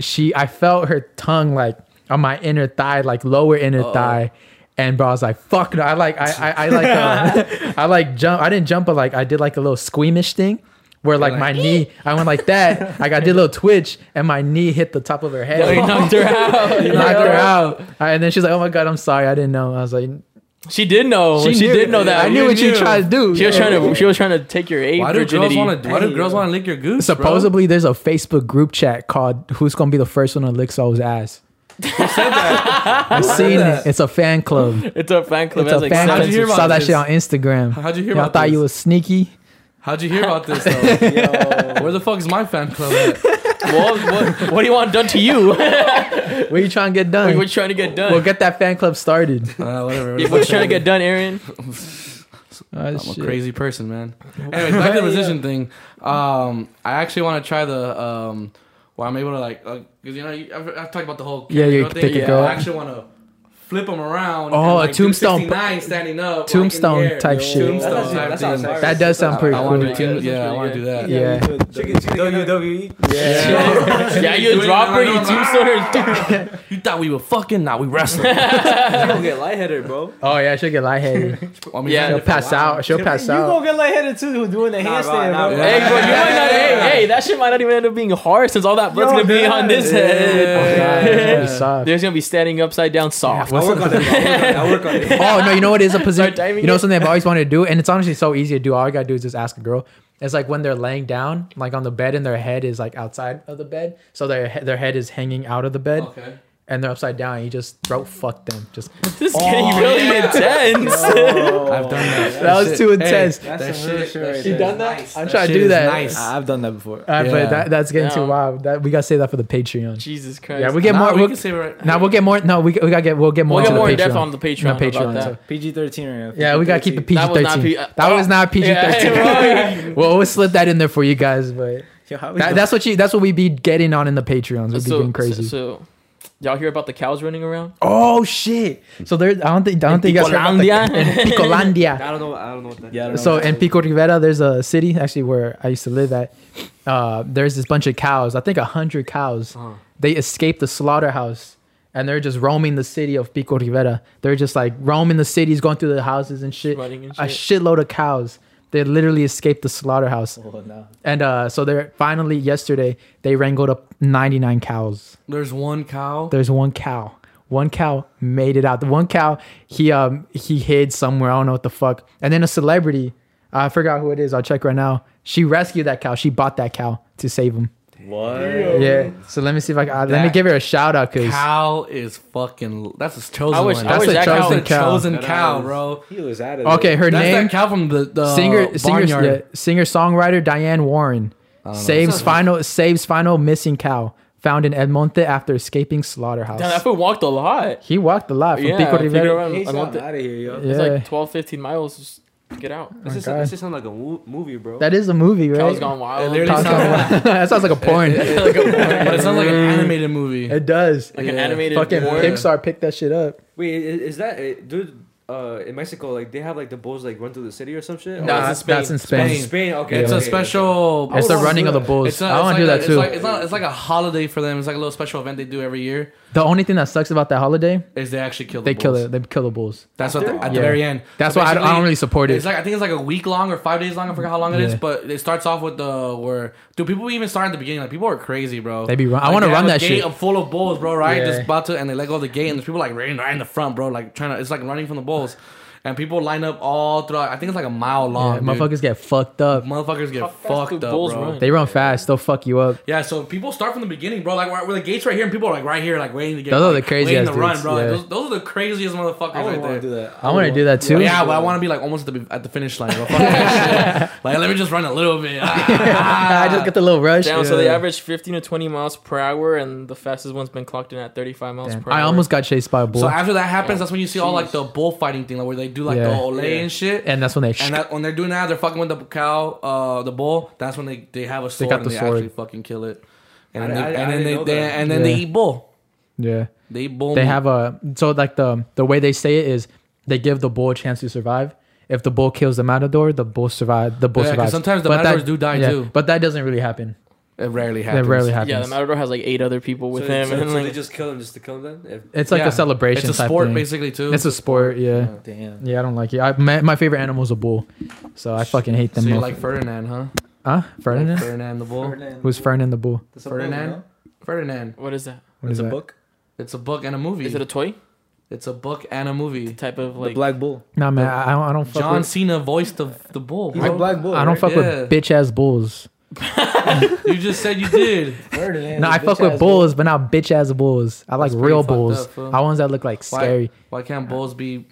Speaker 1: she, I felt her tongue like on my inner thigh, like lower inner thigh. And bro, I was like, "Fuck no!" I like, I, I, I like, uh, I like jump. I didn't jump, but like, I did like a little squeamish thing, where like, my knee, I went like that. Like I did a little twitch, and my knee hit the top of her head.
Speaker 2: You knocked her out.
Speaker 1: knocked her out. And then she's like, "Oh my god, I'm sorry, I didn't know." I was like,
Speaker 2: She did know. She,
Speaker 1: knew.
Speaker 2: did know that.
Speaker 1: I knew what you tried to do.
Speaker 2: She was trying to. She was trying to take your A
Speaker 4: Why do girls
Speaker 2: virginity.
Speaker 4: want to? Why do girls want to lick your goose? bro?
Speaker 1: Supposedly, there's a Facebook group chat called "Who's gonna be the first one to lick Soul's ass." I seen it. It's a fan club.
Speaker 2: It's a fan club.
Speaker 1: It's a
Speaker 2: That's
Speaker 1: fan
Speaker 4: How'd
Speaker 1: club.
Speaker 4: you hear
Speaker 2: expensive.
Speaker 4: about
Speaker 1: Saw that
Speaker 4: this?
Speaker 1: shit on Instagram.
Speaker 4: How'd you hear
Speaker 1: Y'all
Speaker 4: about
Speaker 1: thought
Speaker 4: this?
Speaker 1: you was sneaky.
Speaker 4: How'd you hear about this? though?
Speaker 3: Yo.
Speaker 4: Where the fuck is my fan club at?
Speaker 2: Well, what, what do you want done to you? Like,
Speaker 1: What you trying to get
Speaker 2: what
Speaker 1: done?
Speaker 2: you trying to get
Speaker 1: We'll
Speaker 2: done?
Speaker 1: get that fan club started.
Speaker 4: Uh, whatever.
Speaker 2: Yeah, What you trying to get done, Aaron?
Speaker 1: Oh,
Speaker 4: I'm a
Speaker 1: shit.
Speaker 4: crazy person, man. Anyways, back to the position thing. Um, I actually want to try the um, where I'm able to like, because you know, you, I've, I've talked about the whole
Speaker 1: Yeah, you
Speaker 4: camera
Speaker 1: pick it
Speaker 4: thing.
Speaker 1: go
Speaker 4: I
Speaker 1: up.
Speaker 4: actually want to flip them around.
Speaker 1: Oh,
Speaker 4: and,
Speaker 1: a
Speaker 4: like, do
Speaker 1: tombstone.
Speaker 4: 69 standing up, like, in the
Speaker 1: Tombstone
Speaker 4: air.
Speaker 1: type shit.
Speaker 4: Tombstone
Speaker 3: That's-
Speaker 4: type
Speaker 3: that's
Speaker 4: thing.
Speaker 3: outside.
Speaker 1: That does sound pretty
Speaker 4: I want to
Speaker 1: cool.
Speaker 4: do. tomb-
Speaker 2: That's
Speaker 4: Yeah, I
Speaker 2: pretty
Speaker 4: want to do that.
Speaker 1: Yeah.
Speaker 3: E.
Speaker 5: WWE.
Speaker 2: Yeah, you drop her. You tombstone her.
Speaker 4: You thought we were fucking? Nah, we wrestling.
Speaker 5: You gonna get lightheaded, bro.
Speaker 1: Oh yeah, she'll get lightheaded.
Speaker 4: I mean,
Speaker 2: Yeah.
Speaker 1: She'll pass out. She'll pass out.
Speaker 3: get lightheaded too doing the
Speaker 5: Nah, bro, nah, bro.
Speaker 2: Hey, bro, you might not. Hey, hey, that shit might not even end up being hard since all that blood's
Speaker 3: Yo,
Speaker 2: gonna be
Speaker 3: man.
Speaker 2: on this
Speaker 4: Yeah.
Speaker 1: Oh, God,
Speaker 2: head.
Speaker 1: that's pretty soft.
Speaker 2: There's gonna be standing upside down soft.
Speaker 5: I work on it. bro. I work on it.
Speaker 1: Oh no, you know what is a position?
Speaker 2: timing
Speaker 1: You know
Speaker 2: it.
Speaker 1: something I've always wanted to do, and it's honestly so easy to do. All I gotta do is just ask a girl. It's like when they're laying down, like on the bed, and their head is like outside of the bed, so their he- their head is hanging out of the bed,
Speaker 4: Okay.
Speaker 1: and they're upside down. And you just throat fuck them. Just
Speaker 2: This is
Speaker 1: Oh,
Speaker 2: getting really intense.
Speaker 4: I've done that.
Speaker 1: that was
Speaker 4: shit-
Speaker 1: too
Speaker 4: hey,
Speaker 1: intense.
Speaker 3: That's
Speaker 4: that
Speaker 3: some real
Speaker 4: shit.
Speaker 3: shit
Speaker 4: that
Speaker 3: right there.
Speaker 4: shit is
Speaker 3: You done
Speaker 1: that?
Speaker 4: nice.
Speaker 1: I'm trying to
Speaker 4: shit
Speaker 1: do
Speaker 4: is
Speaker 1: that.
Speaker 4: Nice.
Speaker 3: I- I've done that before.
Speaker 1: All right,
Speaker 4: Yeah.
Speaker 1: but that, that's getting too
Speaker 2: Yeah.
Speaker 1: wild. That we gotta save that for the Patreon.
Speaker 2: Jesus Christ.
Speaker 1: Yeah, we get
Speaker 4: Nah,
Speaker 1: more.
Speaker 4: we
Speaker 1: we'll,
Speaker 4: can save it right.
Speaker 1: now we'll get more. No, we, we gotta get. We'll get more.
Speaker 2: We'll
Speaker 1: into
Speaker 2: get
Speaker 1: the
Speaker 2: more in depth
Speaker 1: Patreon.
Speaker 2: on the Patreon.
Speaker 1: Not Patreon,
Speaker 2: Patreon about that.
Speaker 1: so-
Speaker 3: PG thirteen right now.
Speaker 1: Yeah, we gotta keep it PG
Speaker 2: That was not
Speaker 1: thirteen.
Speaker 2: P-
Speaker 1: That was not PG thirteen.
Speaker 2: Yeah, right.
Speaker 1: Well, we'll slip that in there for you guys, but
Speaker 3: Yo, how we
Speaker 1: that,
Speaker 3: doing?
Speaker 1: that's what you. That's what we be getting on in the Patreons. We'd be
Speaker 2: so,
Speaker 1: doing crazy.
Speaker 2: So, so, y'all hear about the cows running around?
Speaker 1: Oh shit! So there, I don't think, I don't think you guys heard about
Speaker 2: Picolandia.
Speaker 1: the- in Picolandia.
Speaker 5: I don't know. I don't know what that.
Speaker 3: Yeah, I don't know
Speaker 1: So
Speaker 3: what that
Speaker 1: in Pico Rivera, there's a city actually where I used to live at. Uh, there's this bunch of cows. I think a hundred cows.
Speaker 5: Uh-huh.
Speaker 1: They escaped the slaughterhouse and they're just roaming the city of Pico Rivera. They're just like roaming the cities, going through the houses and shit.
Speaker 2: Running and
Speaker 1: A
Speaker 2: shit.
Speaker 1: shitload of cows. They literally escaped the slaughterhouse.
Speaker 3: Oh, no.
Speaker 1: And uh, so they're finally yesterday they wrangled up 99 cows
Speaker 4: There's one cow.
Speaker 1: there's one cow. One cow made it out. The one cow he um he hid somewhere. I don't know what the fuck. And then a celebrity, I forgot who it is. I'll check right now. She rescued that cow. She bought that cow to save him.
Speaker 3: What?
Speaker 1: Yeah. So let me see if I can. uh, let me
Speaker 4: That
Speaker 1: give her a shout out because
Speaker 4: Cow is fucking. That's a chosen
Speaker 2: I wish-
Speaker 4: one.
Speaker 2: I wish
Speaker 4: that's
Speaker 2: that cow-
Speaker 4: chosen cow. Chosen
Speaker 5: That
Speaker 4: cow,
Speaker 5: is-
Speaker 4: bro.
Speaker 3: He was out of
Speaker 1: okay, her
Speaker 4: That's
Speaker 1: name
Speaker 4: that cow from the, the
Speaker 1: singer singer
Speaker 4: barnyard.
Speaker 1: yeah, singer songwriter Diane Warren saves final saves final missing cow found in Edmonte after escaping slaughterhouse.
Speaker 2: Damn, that fool walked a lot.
Speaker 1: he walked a lot from
Speaker 2: Yeah,
Speaker 1: Pico Rivera.
Speaker 2: Pico Rivera.
Speaker 3: He's
Speaker 2: I want
Speaker 3: out
Speaker 2: the-
Speaker 3: of here, yo.
Speaker 1: Yeah,
Speaker 2: It's like 12, 15 miles. Just get out.
Speaker 5: This is
Speaker 3: Oh
Speaker 1: God.
Speaker 5: this is sound like a wo- movie, bro.
Speaker 1: that is a movie, right?
Speaker 2: Cows gone
Speaker 4: It
Speaker 2: wild.
Speaker 4: literally
Speaker 1: Cows
Speaker 4: sounds
Speaker 1: Gone
Speaker 4: like,
Speaker 1: Wild. that sounds like a porn.
Speaker 4: but it sounds like an animated movie.
Speaker 1: It does.
Speaker 2: like an
Speaker 4: Yeah.
Speaker 2: animated.
Speaker 1: Fucking
Speaker 2: war.
Speaker 1: Pixar picked that shit up.
Speaker 5: Wait, i- i- is that uh, dude? Uh, in Mexico, like they have like the bulls like run through the city or some shit.
Speaker 2: Nah,
Speaker 5: Or-
Speaker 2: it's Spain.
Speaker 1: That's in
Speaker 5: oh,
Speaker 1: Spain.
Speaker 5: Spain. Okay,
Speaker 4: it's
Speaker 5: okay,
Speaker 4: a
Speaker 5: okay.
Speaker 4: special.
Speaker 1: It's the
Speaker 4: I wanna
Speaker 1: running
Speaker 4: do
Speaker 1: of the
Speaker 4: that.
Speaker 1: bulls.
Speaker 4: It's a-
Speaker 1: I
Speaker 4: it's
Speaker 1: want
Speaker 4: like
Speaker 1: to do
Speaker 4: a-
Speaker 1: that too.
Speaker 4: It's like, it's, not, it's like a holiday for them. It's like a little special event they do every year.
Speaker 1: the only thing that sucks about that holiday,
Speaker 4: Is they actually kill the
Speaker 1: they
Speaker 4: bulls.
Speaker 1: kill it. They kill the bulls.
Speaker 4: That's what the, at
Speaker 1: Yeah.
Speaker 4: the very end.
Speaker 1: That's why I don't- I don't
Speaker 4: basically,
Speaker 1: really support it.
Speaker 4: It's like I think it's like a week long or five days long. I forgot how long it is,
Speaker 1: Yeah.
Speaker 4: but it starts off with the where dude people even start at the beginning. Like people are crazy, bro.
Speaker 1: They be run- I
Speaker 4: Like,
Speaker 1: wanna
Speaker 4: they
Speaker 1: run
Speaker 4: have a
Speaker 1: that
Speaker 4: gate
Speaker 1: shit.
Speaker 4: of full of bulls, bro. Right,
Speaker 1: Yeah.
Speaker 4: just about to and they let go of the gate and there's people like running right in the front, bro. Like trying to it's like running from the bulls, and people line up all throughout. I think it's like a mile long.
Speaker 1: Yeah,
Speaker 4: dude.
Speaker 1: motherfuckers get fucked up.
Speaker 4: motherfuckers get
Speaker 2: How fast do
Speaker 4: fucked up,
Speaker 2: bulls
Speaker 4: bro.
Speaker 2: run?
Speaker 1: They run fast. They'll fuck you up.
Speaker 4: Yeah, so people start from the beginning, bro. Like where, where the gates right here, and people are like right here, like waiting to get.
Speaker 1: Those are
Speaker 4: like,
Speaker 1: the crazy
Speaker 4: waiting
Speaker 1: ass
Speaker 4: to run,
Speaker 1: dudes,
Speaker 4: bro. Like,
Speaker 1: yeah.
Speaker 4: those, those are the craziest motherfuckers
Speaker 3: I
Speaker 4: right
Speaker 3: wouldn't
Speaker 4: there.
Speaker 3: want to do that.
Speaker 1: I want to do that too.
Speaker 4: Yeah, but I want to be like almost at the at the finish line. Bro. Fuck that shit. Like, let me just run a little bit. Ah.
Speaker 1: I just get the little rush.
Speaker 2: Damn, so they
Speaker 1: Yeah.
Speaker 2: average 15 to 20 miles per hour, and the fastest one's been clocked in at 35 miles
Speaker 1: Damn,
Speaker 2: per hour.
Speaker 1: I almost got chased by a bull,
Speaker 4: so after that happens, that's when you see all like the bullfighting thing, like where they do like the
Speaker 1: Yeah.
Speaker 4: ole
Speaker 5: Yeah.
Speaker 4: and shit.
Speaker 1: and that's when they.
Speaker 4: And that, when they're doing that, they're fucking with the cow, uh, the bull. That's when they, they have a sword
Speaker 1: got
Speaker 4: and
Speaker 1: the
Speaker 4: they
Speaker 1: sword.
Speaker 4: actually fucking kill it. And,
Speaker 5: I-
Speaker 4: they,
Speaker 5: I- I
Speaker 4: and then
Speaker 5: didn't
Speaker 4: they,
Speaker 5: know
Speaker 4: they
Speaker 5: that.
Speaker 4: and then they
Speaker 1: Yeah.
Speaker 4: eat bull.
Speaker 1: yeah,
Speaker 4: They eat bull.
Speaker 1: they
Speaker 4: meat.
Speaker 1: have a so like the the way they say it is they give the bull a chance to survive. If the bull kills the matador, the bull survive. The bull
Speaker 4: Yeah, 'cause
Speaker 1: survives.
Speaker 4: sometimes the matadors do die, too.
Speaker 1: But that doesn't really happen.
Speaker 4: It rarely
Speaker 1: That
Speaker 4: happens.
Speaker 1: rarely happens.
Speaker 2: Yeah, the Matador has like eight other people with
Speaker 5: so,
Speaker 2: him.
Speaker 5: So,
Speaker 2: and
Speaker 5: so
Speaker 2: like,
Speaker 5: they just kill him just to kill him. Then? If,
Speaker 1: It's like
Speaker 4: Yeah.
Speaker 1: a celebration.
Speaker 4: It's a
Speaker 1: type
Speaker 4: sport,
Speaker 1: thing.
Speaker 4: basically too.
Speaker 1: It's a sport. Yeah.
Speaker 3: Damn.
Speaker 1: Yeah, I don't like it. I, my, my favorite animal is a bull, so I fucking hate
Speaker 4: so
Speaker 1: them.
Speaker 4: you
Speaker 1: motherfuckers.
Speaker 4: like Ferdinand, huh?
Speaker 1: huh? Ferdinand?
Speaker 4: Like Ferdinand the bull.
Speaker 1: Who's Ferdinand the bull?
Speaker 3: It's a
Speaker 4: Ferdinand?
Speaker 3: book,
Speaker 4: Ferdinand.
Speaker 2: what is that?
Speaker 3: no?
Speaker 1: What
Speaker 3: It's
Speaker 1: is
Speaker 3: a
Speaker 1: that?
Speaker 3: book.
Speaker 4: It's a book and a movie.
Speaker 2: Is it a toy?
Speaker 4: it's a book and a movie.
Speaker 2: Type of
Speaker 3: The
Speaker 2: like.
Speaker 3: Black Bull.
Speaker 1: Nah, man, I I don't. I don't fuck
Speaker 4: John
Speaker 1: with.
Speaker 4: Cena voiced the the bull.
Speaker 3: He's a
Speaker 4: Bro.
Speaker 3: Black Bull.
Speaker 1: I don't fuck
Speaker 4: Yeah.
Speaker 1: with bitch ass bulls.
Speaker 4: you just said you did.
Speaker 1: No, I fuck with bulls, but not bitch ass bulls. I like
Speaker 4: That's
Speaker 1: real
Speaker 4: pretty fucked
Speaker 1: bulls.
Speaker 4: up, fool.
Speaker 1: I want that look like
Speaker 4: Why-
Speaker 1: scary.
Speaker 4: Why can't bulls be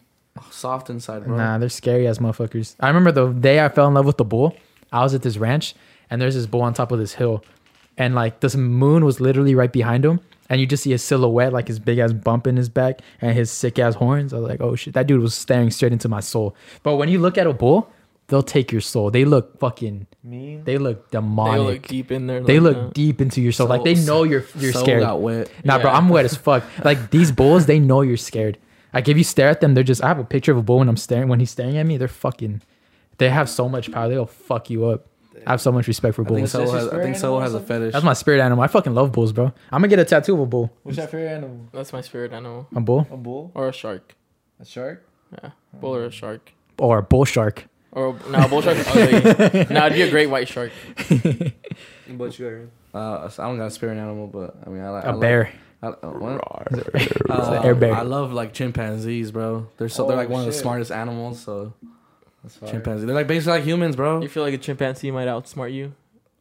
Speaker 4: soft inside, bro?
Speaker 1: Nah, they're scary ass motherfuckers. I remember the day I fell in love with the bull. I was at this ranch, and there's this bull on top of this hill, and like this moon was literally right behind him, and you just see his silhouette, like his big ass bump in his back and his sick ass horns. I was like, oh shit, that dude was staring straight into my soul. But when you look at a bull, they'll take your soul. They look fucking.
Speaker 3: Mean.
Speaker 1: They look
Speaker 2: They
Speaker 1: demonic.
Speaker 2: look deep in there.
Speaker 1: They
Speaker 2: like,
Speaker 1: look
Speaker 2: uh,
Speaker 1: deep into your soul. like they
Speaker 4: Soul-
Speaker 1: know you're you're
Speaker 4: Soul
Speaker 1: scared.
Speaker 4: got wet.
Speaker 1: Nah, bro,
Speaker 2: Yeah.
Speaker 1: I'm wet as fuck. Like these bulls, they know you're scared. Like if you stare at them, they're just. I have a picture of a bull when I'm staring. When he's staring at me, they're fucking. They have so much power. They'll fuck you up. I have so much respect for
Speaker 4: I think
Speaker 1: bulls.
Speaker 4: Soul
Speaker 3: Is this
Speaker 4: has,
Speaker 3: your
Speaker 4: I think
Speaker 3: spirit
Speaker 4: Soul
Speaker 3: animal
Speaker 4: has a
Speaker 3: or
Speaker 4: fetish.
Speaker 1: That's my spirit animal. I fucking love bulls, bro. I'm gonna get a tattoo of a bull.
Speaker 3: What's your favorite animal?
Speaker 2: That's my spirit animal.
Speaker 1: A bull
Speaker 3: A bull?
Speaker 2: Or a shark.
Speaker 3: A shark?
Speaker 2: Yeah. Bull or a shark.
Speaker 1: or a bull shark.
Speaker 2: Or no, nah, bull shark. Ugly. nah, it'd be a great white shark.
Speaker 5: What about you, Aaron?
Speaker 4: uh, I don't got a spirit animal, but I mean, I like I
Speaker 1: A
Speaker 4: like-
Speaker 1: bear.
Speaker 4: I, uh, what?
Speaker 1: an
Speaker 4: Uh,
Speaker 1: air bear.
Speaker 4: I love like chimpanzees, bro. They're so
Speaker 3: Oh,
Speaker 4: they're like one of the
Speaker 3: shit.
Speaker 4: smartest animals. So
Speaker 3: That's fire.
Speaker 4: Chimpanzee. They're like basically like humans, bro.
Speaker 2: You feel like a chimpanzee might outsmart you.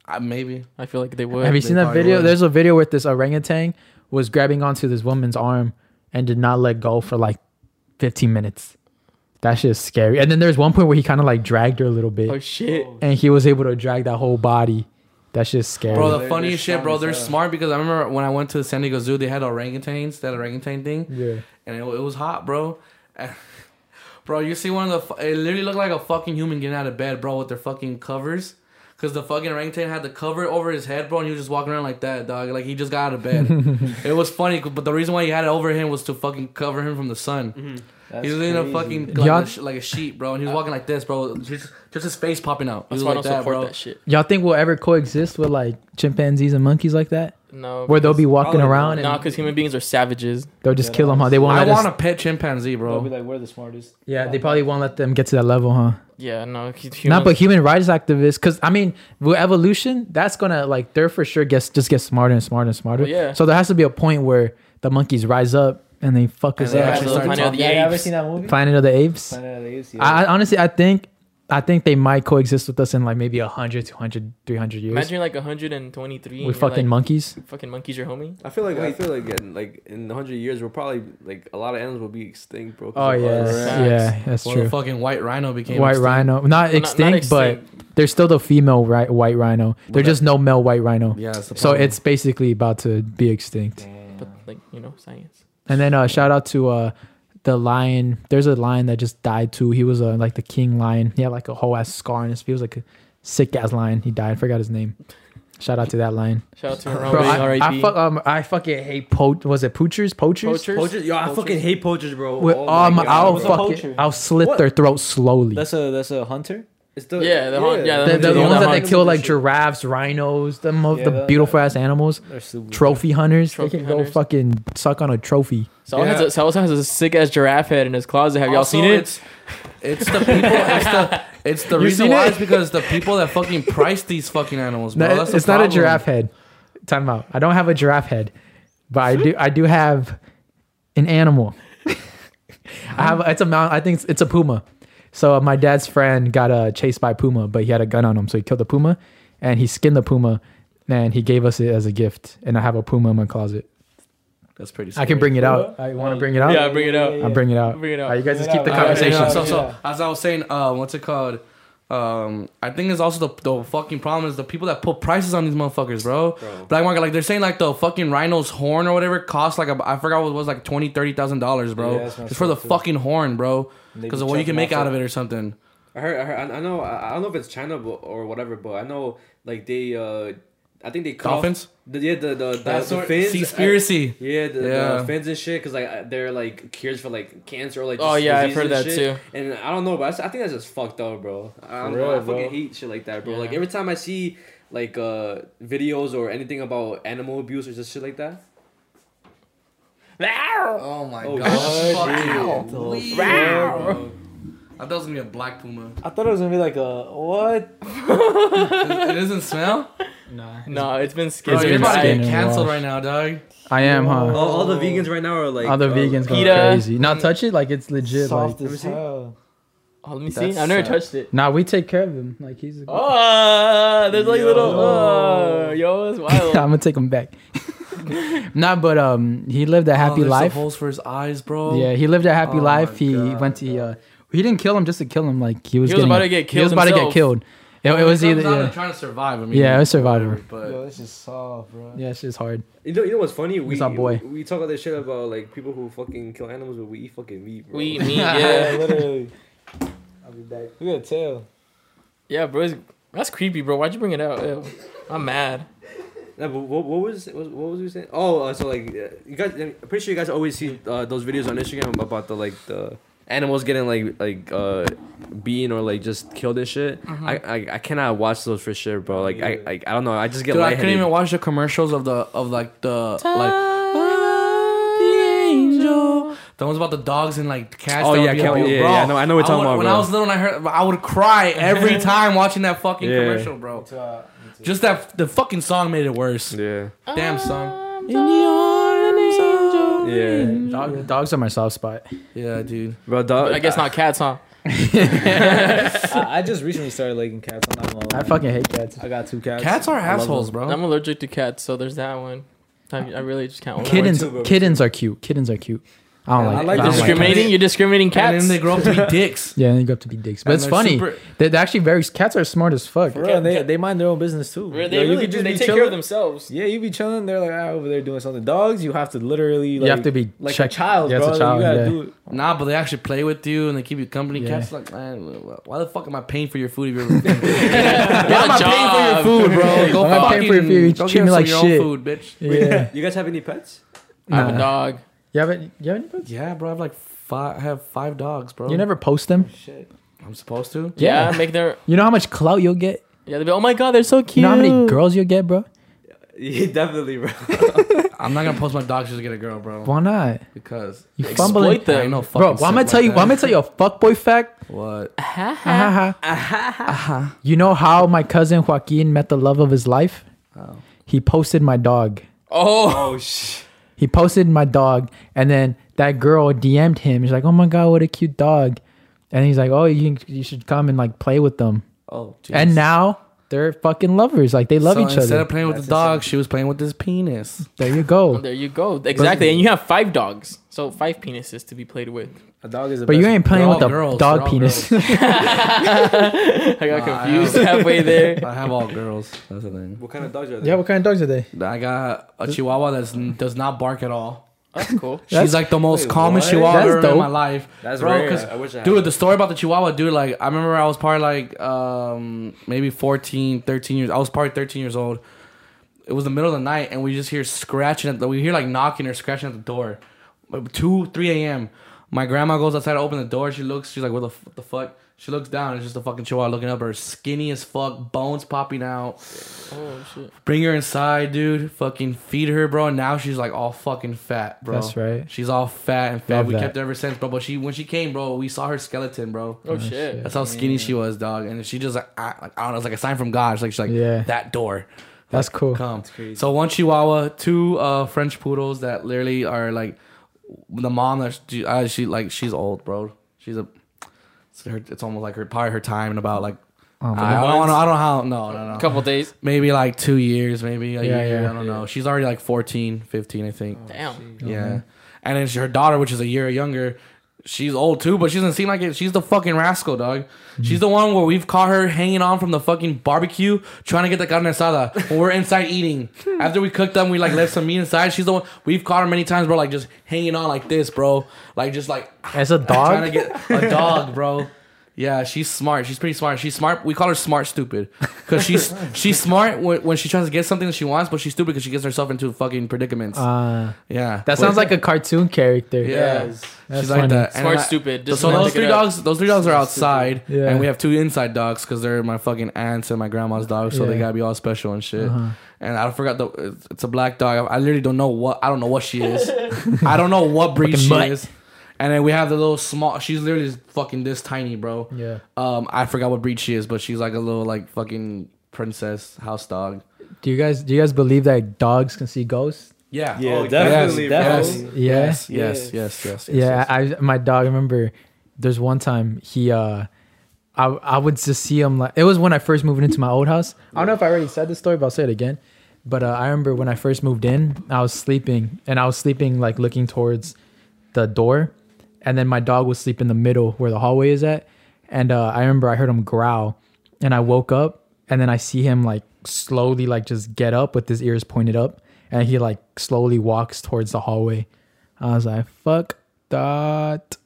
Speaker 4: Uh, maybe.
Speaker 2: I feel like they would.
Speaker 1: Have you
Speaker 4: They
Speaker 1: seen that
Speaker 4: probably
Speaker 1: video?
Speaker 4: would.
Speaker 1: There's a video where this orangutan was grabbing onto this woman's arm and did not let go for like 15 minutes. That shit is scary. And then there's one point where he kind of like dragged her a little bit,
Speaker 2: oh shit!
Speaker 1: and he was able to drag that whole body. That shit's scary.
Speaker 4: Bro,
Speaker 3: They're-
Speaker 4: the
Speaker 3: they're
Speaker 4: funniest shit,
Speaker 3: strong
Speaker 4: bro.
Speaker 3: as
Speaker 4: They're
Speaker 3: hell.
Speaker 4: smart because I remember when I went to the San Diego Zoo, they had orangutans, that orangutan thing,
Speaker 1: yeah.
Speaker 4: and it, it was hot, bro. bro, you see one of the. fu- It literally looked like a fucking human getting out of bed, bro, with their fucking covers. Cause the fucking orangutan had the cover over his head, bro, and he was just walking around like that, dog. Like he just got out of bed. it was funny, but the reason why he had it over him was to fucking cover him from the
Speaker 2: Mhm.
Speaker 4: sun.
Speaker 3: That's
Speaker 4: he was in a
Speaker 3: crazy.
Speaker 4: fucking
Speaker 1: Y'all-
Speaker 4: like, a sh- like a sheep, bro, and he was walking like this, bro. Just, just his face popping out. He
Speaker 2: That's
Speaker 4: was
Speaker 2: why I
Speaker 4: like
Speaker 2: don't
Speaker 4: that,
Speaker 2: support
Speaker 4: bro.
Speaker 2: that shit.
Speaker 1: Y'all think we'll ever coexist with like chimpanzees and monkeys like that,
Speaker 2: No.
Speaker 1: where they'll be walking
Speaker 3: probably
Speaker 1: around and
Speaker 2: Nah, because human beings are savages.
Speaker 1: they'll just
Speaker 3: Yeah,
Speaker 1: kill them? Huh? They won't
Speaker 4: I
Speaker 1: let
Speaker 4: want
Speaker 1: us.
Speaker 4: a pet chimpanzee, bro.
Speaker 3: They'll be like, we're the smartest.
Speaker 1: Yeah, they probably won't let them get to that level, huh?
Speaker 2: Yeah, no. Humans,
Speaker 1: Not but human rights activists, because I mean, with evolution, that's gonna like they're for sure gets just get smarter and smarter and smarter.
Speaker 2: Well, yeah.
Speaker 1: So there has to be a point where the monkeys rise up and they fuck us
Speaker 4: they
Speaker 1: up.
Speaker 4: actually start
Speaker 2: Planet of
Speaker 4: talking.
Speaker 2: the
Speaker 3: Yeah, you ever
Speaker 2: Apes.
Speaker 3: seen that movie?
Speaker 1: Planet of the Apes.
Speaker 3: Planet of the Apes. yeah.
Speaker 1: I, I honestly, I think, I think they might coexist with us in like maybe 100, 200, 300 years.
Speaker 2: Imagine like 123. and
Speaker 1: we
Speaker 2: you're
Speaker 1: fucking
Speaker 2: like,
Speaker 1: monkeys.
Speaker 2: fucking monkeys, your homie.
Speaker 5: I feel like I feel like in, like in a hundred years, we're probably like a lot of animals will be extinct, bro. 'cause
Speaker 1: Oh
Speaker 5: of
Speaker 1: yeah,
Speaker 5: us.
Speaker 2: Facts.
Speaker 1: yeah, that's
Speaker 4: Well,
Speaker 1: true.
Speaker 4: the fucking white rhino became
Speaker 1: White
Speaker 4: extinct.
Speaker 1: rhino, not
Speaker 2: Well,
Speaker 1: extinct,
Speaker 2: extinct.
Speaker 1: but there's still the female ri- white rhino. There's just no male white rhino.
Speaker 4: Yeah, that's the
Speaker 1: So
Speaker 4: problem.
Speaker 1: it's basically about to be extinct.
Speaker 2: but like you know science.
Speaker 1: And then uh, shout out to uh, the lion. There's a lion that just died too. He was uh, like the king lion. He had like a whole ass scar on his. He was like a sick ass lion. He died. Forgot his name. Shout out to that lion.
Speaker 2: Shout out to Harambe,
Speaker 1: Bro, I,
Speaker 2: R.I.P.
Speaker 1: I, fuck, um, I fucking hate po. Was it poachers? Poachers.
Speaker 2: Poachers?
Speaker 5: Poachers, yo, I
Speaker 2: Poachers.
Speaker 5: fucking hate poachers, bro.
Speaker 1: With,
Speaker 5: Oh
Speaker 1: oh,
Speaker 5: my
Speaker 1: my,
Speaker 5: God.
Speaker 1: I'll
Speaker 3: What's a
Speaker 1: fucking,
Speaker 3: poacher?
Speaker 1: I'll slit
Speaker 5: What?
Speaker 1: their throat slowly.
Speaker 3: that's a that's a hunter.
Speaker 5: It's the,
Speaker 2: Yeah, the hon- yeah,
Speaker 1: the,
Speaker 2: the-
Speaker 1: the,
Speaker 2: Yeah,
Speaker 1: ones that
Speaker 2: the
Speaker 1: they
Speaker 2: hunters
Speaker 1: kill
Speaker 5: and
Speaker 1: like
Speaker 5: shit.
Speaker 1: giraffes, rhinos, the mo-
Speaker 3: Yeah,
Speaker 1: the
Speaker 3: that-
Speaker 1: beautiful ass animals,
Speaker 3: They're super.
Speaker 1: trophy hunters.
Speaker 2: Trophy
Speaker 1: they can
Speaker 2: hunters.
Speaker 1: go fucking suck on a trophy.
Speaker 2: Saul has
Speaker 4: Yeah.
Speaker 2: a, Saul has a sick ass giraffe head in his closet. Have y'all
Speaker 4: Also,
Speaker 2: seen it?
Speaker 4: It's, it's the people. It's the, it's the
Speaker 1: You
Speaker 4: reason
Speaker 1: seen
Speaker 4: why
Speaker 1: it?
Speaker 4: it's because the people that fucking price these fucking animals, bro.
Speaker 1: No,
Speaker 4: That's the
Speaker 1: it's not a
Speaker 4: problem.
Speaker 1: giraffe head. Time out. I don't have a giraffe head, but I do. I do have an animal. I have. It's a mount. I think it's, it's a puma. So uh, my dad's friend got uh, chased by a puma, but he had a gun on him, so he killed the puma, and he skinned the puma, and he gave us it as a gift. And I have a puma in my closet.
Speaker 4: That's pretty.
Speaker 1: I can bring it out. I want to bring it out.
Speaker 2: Yeah, bring it out.
Speaker 1: I'll bring it out.
Speaker 2: Bring it out.
Speaker 1: All right, you guys just
Speaker 3: Bring
Speaker 1: keep
Speaker 3: it
Speaker 1: the
Speaker 3: out.
Speaker 4: Uh,
Speaker 1: conversation.
Speaker 4: yeah, so, so
Speaker 3: Yeah.
Speaker 4: as I was saying, uh, what's it called? Um, I think it's also the, the fucking problem is the people that put prices on these motherfuckers, bro.
Speaker 5: Bro.
Speaker 4: Black market, like they're saying, like the fucking rhino's horn or whatever costs like a, I forgot what it was like twenty, thirty thousand dollars, bro.
Speaker 3: Yeah, that's my
Speaker 4: Just for the
Speaker 3: fault, too.
Speaker 4: fucking horn, bro.
Speaker 3: They
Speaker 4: Because
Speaker 3: be
Speaker 4: of what you can
Speaker 3: chopping
Speaker 4: make
Speaker 3: off
Speaker 4: out
Speaker 3: the-
Speaker 4: of it or something.
Speaker 5: I heard, I heard. I know. I I don't know if it's China but, or whatever, but I know like they. uh I think they cut off-
Speaker 4: Dolphins?
Speaker 5: The, yeah, the the, the,
Speaker 4: That's
Speaker 5: the
Speaker 4: what-
Speaker 5: fins.
Speaker 4: Seaspiracy.
Speaker 5: Yeah, the,
Speaker 4: Yeah.
Speaker 5: the fins and shit, cause like uh, they're like cures for like cancer or like.
Speaker 2: Oh,
Speaker 5: just
Speaker 2: yeah, I've
Speaker 5: disease
Speaker 2: heard
Speaker 5: and
Speaker 2: that,
Speaker 5: shit. And I don't know, but I s- I, think that's just fucked up, bro. I don't
Speaker 3: For
Speaker 5: know. I
Speaker 3: real, bro.
Speaker 5: fucking hate shit like that, bro. Like
Speaker 2: Yeah.
Speaker 5: every time I see like uh videos or anything about animal abuse or just shit like that.
Speaker 4: Oh my
Speaker 5: Oh,
Speaker 4: god!
Speaker 5: shit.
Speaker 4: Fucking-
Speaker 5: Wow.
Speaker 4: I thought it was gonna be a black puma.
Speaker 3: I thought it was gonna be like a what?
Speaker 4: it doesn't smell.
Speaker 2: No, it's been
Speaker 4: Bro,
Speaker 2: skinned.
Speaker 1: It's
Speaker 4: you're
Speaker 1: been
Speaker 4: about to
Speaker 1: skinned
Speaker 4: get
Speaker 1: and
Speaker 4: canceled
Speaker 1: washed.
Speaker 4: right now, dog.
Speaker 1: I am, huh?
Speaker 5: All, all the vegans right now are like.
Speaker 1: Other
Speaker 5: uh,
Speaker 1: vegans go
Speaker 2: PETA.
Speaker 1: crazy. Now touch it, like it's legit. Like,
Speaker 3: Soft as hell.
Speaker 2: Oh, let me see.
Speaker 4: That's,
Speaker 2: I've never
Speaker 4: uh,
Speaker 2: touched it.
Speaker 1: nah, we take care of him. Like he's. A
Speaker 2: Oh, there's like little.
Speaker 3: Yo.
Speaker 2: Oh, yo, it's
Speaker 1: I'm
Speaker 2: wild.
Speaker 1: gonna take him back. nah, but um, he lived a happy
Speaker 4: oh,
Speaker 1: life.
Speaker 4: Holes for his eyes, bro.
Speaker 1: yeah, he lived a happy
Speaker 4: Oh my
Speaker 1: life. He
Speaker 4: God,
Speaker 1: went to. Uh, he didn't kill him just to kill him. Like he was.
Speaker 2: He
Speaker 1: getting-
Speaker 2: was about to get
Speaker 1: He was
Speaker 2: killed
Speaker 1: about to get
Speaker 2: himself.
Speaker 1: killed. It, it was either.
Speaker 4: not
Speaker 1: Yeah,
Speaker 4: trying to survive. I mean,
Speaker 1: yeah it was survivor.
Speaker 3: Yo,
Speaker 4: But
Speaker 3: this is soft, bro.
Speaker 1: Yeah, it's just hard.
Speaker 5: You know, you know what's funny? We
Speaker 1: our boy.
Speaker 5: we talk all this shit about like people who fucking kill animals, but we eat fucking meat, bro.
Speaker 2: we eat meat. Yeah,
Speaker 3: literally. I'll be back. We got a tail.
Speaker 2: yeah, bro. it's- That's creepy, bro. Why'd you bring it out? Ew. I'm mad.
Speaker 5: Yeah, but what, what was what, what was we saying? Oh, uh, so like uh, you guys, I'm pretty sure you guys always see uh, those videos on Instagram about the like the animals getting like like uh beaten or like just killed and shit. I, I I cannot watch those for sure, bro. Like I like I don't know. I just get
Speaker 4: dude, I couldn't
Speaker 5: lightheaded.
Speaker 4: even watch the commercials of the of like the like the ones about the dogs and like cats.
Speaker 5: Oh,
Speaker 4: that would
Speaker 5: yeah,
Speaker 4: be
Speaker 5: cat-
Speaker 4: like,
Speaker 5: yeah,
Speaker 4: bro,
Speaker 5: yeah, I know- I know what you're talking
Speaker 4: would-
Speaker 5: about,
Speaker 4: When I
Speaker 5: bro.
Speaker 4: was little, and I heard I would cry every time watching that fucking
Speaker 5: Yeah.
Speaker 4: commercial, bro. Just that the fucking song made it worse.
Speaker 5: yeah.
Speaker 1: Oh.
Speaker 4: Damn song.
Speaker 2: In the arms of an angel.
Speaker 3: Yeah.
Speaker 1: Dog, dogs are my soft spot.
Speaker 4: Yeah, dude.
Speaker 5: Bro, dog,
Speaker 2: I guess not cats, huh?
Speaker 3: I, I just recently started liking cats. I'm not gonna lie.
Speaker 1: I fucking hate cats.
Speaker 3: I got two cats.
Speaker 4: Cats are
Speaker 3: I love
Speaker 4: assholes,
Speaker 3: them.
Speaker 4: bro.
Speaker 2: I'm allergic to cats, so there's that one. I, I really just can't.
Speaker 5: Kid-
Speaker 2: Kid-
Speaker 1: Kittens,
Speaker 5: too, bro, me
Speaker 1: kittens are cute. Kittens are cute. I don't
Speaker 3: Yeah, I
Speaker 1: like.
Speaker 3: like
Speaker 1: I
Speaker 2: you're
Speaker 1: don't
Speaker 3: this
Speaker 1: like
Speaker 3: discriminate-
Speaker 1: cats.
Speaker 2: discriminating. You're discriminating
Speaker 4: And
Speaker 2: cats.
Speaker 4: then they grow up to be dicks.
Speaker 1: yeah, then you go up to be dicks, but
Speaker 4: And
Speaker 1: it's
Speaker 4: they're
Speaker 1: funny.
Speaker 4: super-
Speaker 1: They're they're actually very cats are smart as fuck.
Speaker 3: For real, and they, they mind their own business too.
Speaker 2: Really,
Speaker 3: Yo,
Speaker 2: they
Speaker 3: you
Speaker 2: really
Speaker 3: could
Speaker 2: do.
Speaker 3: just
Speaker 2: They
Speaker 3: be
Speaker 2: take care
Speaker 3: chilling.
Speaker 2: of themselves.
Speaker 3: Yeah, you be chilling. They're like ah, over there doing something. Dogs, you have to literally. Like,
Speaker 1: you have to be
Speaker 3: like
Speaker 1: check-
Speaker 3: a child,
Speaker 1: yeah,
Speaker 3: bro.
Speaker 1: As a
Speaker 3: Like,
Speaker 1: child,
Speaker 3: you gotta
Speaker 1: yeah.
Speaker 3: do it.
Speaker 4: Nah, but they actually play with you and they keep you company.
Speaker 1: Yeah.
Speaker 4: Cats like, man, why the fuck am I paying for your food if you're? why
Speaker 2: Get a
Speaker 4: am I paying
Speaker 2: job.
Speaker 4: for your food, bro? Go
Speaker 1: Why am I paying for your
Speaker 4: fucking-
Speaker 1: food? You
Speaker 4: go
Speaker 1: treat
Speaker 4: get
Speaker 1: me
Speaker 4: some
Speaker 1: like
Speaker 4: of your
Speaker 1: shit.
Speaker 4: Own food, bitch.
Speaker 1: Yeah.
Speaker 5: You guys have any pets?
Speaker 2: I have a
Speaker 1: Nah.
Speaker 2: dog.
Speaker 1: You have any, you have any pets?
Speaker 4: Yeah, bro. I have like five. I have five dogs, bro.
Speaker 1: You never post them.
Speaker 4: Shit. I'm supposed to.
Speaker 2: Yeah,
Speaker 1: Yeah.
Speaker 2: make their.
Speaker 1: You know how much clout you'll get.
Speaker 2: Yeah, they be. Oh my god, they're so cute.
Speaker 1: You know how many girls you'll get, bro.
Speaker 5: Yeah, definitely, bro.
Speaker 4: I'm not gonna post my dogs just to get a girl, bro.
Speaker 1: Why not?
Speaker 4: Because
Speaker 1: You
Speaker 2: Exploit
Speaker 1: fumbling,
Speaker 2: them.
Speaker 4: I ain't no fucking
Speaker 1: bro. Why am I
Speaker 4: simp
Speaker 1: tell
Speaker 4: like
Speaker 1: you? Why am I
Speaker 4: that.
Speaker 1: tell you a fuckboy fact?
Speaker 4: What?
Speaker 1: Ah, ah, ah. You know how my cousin Joaquin met the love of his life?
Speaker 4: Oh.
Speaker 1: He posted my dog.
Speaker 2: Oh,
Speaker 5: Oh sh.
Speaker 1: He posted my dog, and then that girl DM'd him. She's like, "Oh my god, what a cute dog!" And he's like, "Oh, you you should come and like play with them."
Speaker 4: Oh,
Speaker 1: And now they're fucking lovers. Like they love
Speaker 4: so
Speaker 1: each
Speaker 4: instead
Speaker 1: other.
Speaker 4: of playing with
Speaker 3: That's
Speaker 4: the dog, she was playing with his penis.
Speaker 1: there you go.
Speaker 2: there you go. Exactly, and you have five dogs, so five penises to be played with.
Speaker 3: A dog is. The
Speaker 1: But you
Speaker 3: best.
Speaker 1: ain't playing
Speaker 4: They're
Speaker 1: with
Speaker 4: all
Speaker 1: a
Speaker 4: girls. They're
Speaker 1: dog
Speaker 4: all
Speaker 1: penis.
Speaker 2: I got
Speaker 4: Nah, I
Speaker 2: confused
Speaker 4: don't-
Speaker 2: halfway there. Oh,
Speaker 4: I have all girls. That's the thing.
Speaker 5: What kind of dogs are they?
Speaker 1: yeah, what kind of dogs are they?
Speaker 4: I got a chihuahua that does not bark at all.
Speaker 2: That's cool.
Speaker 1: That's-
Speaker 4: She's like the most
Speaker 5: wait,
Speaker 4: calmest
Speaker 5: what?
Speaker 4: chihuahua
Speaker 1: That's
Speaker 4: I've ever in
Speaker 1: dope.
Speaker 4: my life.
Speaker 5: That's
Speaker 4: Bro,
Speaker 5: rare.
Speaker 4: 'cause-
Speaker 5: I wish I had
Speaker 4: Dude,
Speaker 5: one.
Speaker 4: the story about the chihuahua, dude, like I remember I was probably like um maybe 14, 13 years. I was probably 13 years old. It was the middle of the night and we just hear scratching at the we hear like knocking or scratching at the door. Like 2, 3 a.m. My grandma goes outside to open the door. She looks, she's like, what the, f- what the fuck? She looks down. It's just a fucking chihuahua looking up. Her skinny as fuck, bones popping out.
Speaker 2: Oh shit.
Speaker 4: Bring her inside, dude. Fucking feed her, bro. And now she's like all fucking fat, bro.
Speaker 1: That's right.
Speaker 4: She's all fat and fat.
Speaker 1: Love
Speaker 4: we
Speaker 1: that.
Speaker 4: kept her ever since, bro. But she when she came, bro, we saw her skeleton, bro.
Speaker 2: Oh shit.
Speaker 4: That's how skinny she was, dog. And she just like I, like, I don't know, it's like a sign from God. She's like, she's like
Speaker 1: Yeah.
Speaker 4: that door.
Speaker 1: That's cool.
Speaker 4: Come. So one Chihuahua, two uh, French poodles that literally are like the mom that she, uh, she like she's old, bro. She's a it's, her, it's almost like her probably her time in about like
Speaker 1: Oh,
Speaker 4: I, I don't know I don't know how no no no
Speaker 2: Couple days.
Speaker 4: maybe like two years, maybe a
Speaker 1: Yeah,
Speaker 4: year.
Speaker 1: yeah. Oh.
Speaker 4: I don't know. She's already like 14, 15, I think.
Speaker 2: Damn.
Speaker 4: yeah. And then she- her daughter, which is a year younger, she's old too, but she doesn't seem like it. She's the fucking rascal, dog. She's the one where we've caught her hanging on from the fucking barbecue trying to get the carne asada when we're inside eating. After we cooked them, we like left some meat inside. She's the one we've caught her many times, bro, like just hanging on like this, bro. Like just like
Speaker 1: As a
Speaker 4: trying to
Speaker 1: dog,
Speaker 4: get a dog, bro. Yeah, she's smart. She's pretty smart. She's smart. We call her smart stupid because she's she's smart when, when she tries to get something that she wants, but she's stupid because she gets herself into fucking predicaments.
Speaker 1: uh,
Speaker 4: yeah,
Speaker 1: that sounds like a cartoon character.
Speaker 4: yeah.
Speaker 1: That's
Speaker 4: She's like
Speaker 1: funny.
Speaker 4: that. And
Speaker 2: Smart,
Speaker 4: I-
Speaker 2: stupid. Just
Speaker 4: so
Speaker 2: not
Speaker 4: those
Speaker 2: pick it
Speaker 4: three
Speaker 2: up.
Speaker 4: dogs, those three dogs are outside,
Speaker 1: Yeah.
Speaker 4: and we have two inside dogs because they're my fucking aunts and my grandma's dogs, so
Speaker 1: Yeah.
Speaker 4: they
Speaker 1: Uh-huh.
Speaker 4: gotta be all special and shit. And I forgot the it's- it's a black dog. I literally don't know what I don't know what she is. I don't know what breed
Speaker 1: Fucking
Speaker 4: she
Speaker 1: mutt.
Speaker 4: is. And then we have the little small. She's literally just fucking this tiny, bro.
Speaker 1: Yeah.
Speaker 4: Um, I forgot what breed she is, but she's like a little like fucking princess house dog.
Speaker 1: Do you guys do you guys believe that dogs can see ghosts?
Speaker 4: Yeah.
Speaker 3: Yeah,
Speaker 5: Oh,
Speaker 3: definitely,
Speaker 5: yes,
Speaker 3: bro.
Speaker 1: Yeah.
Speaker 4: Yes. Yes. Yes. Yes. yes,
Speaker 1: yeah,
Speaker 4: yes.
Speaker 1: I my dog. I remember there's one time he uh, I I would just see him like it was when I first moved into my old house. I don't know if I already said this story, but I'll say it again. But uh, I remember when I first moved in, I was sleeping and I was sleeping like looking towards the door, and then my dog was sleep in the middle where the hallway is at, and uh, I remember I heard him growl, and I woke up and then I see him like slowly like just get up with his ears pointed up, and he like slowly walks towards the hallway. I was like, fuck that.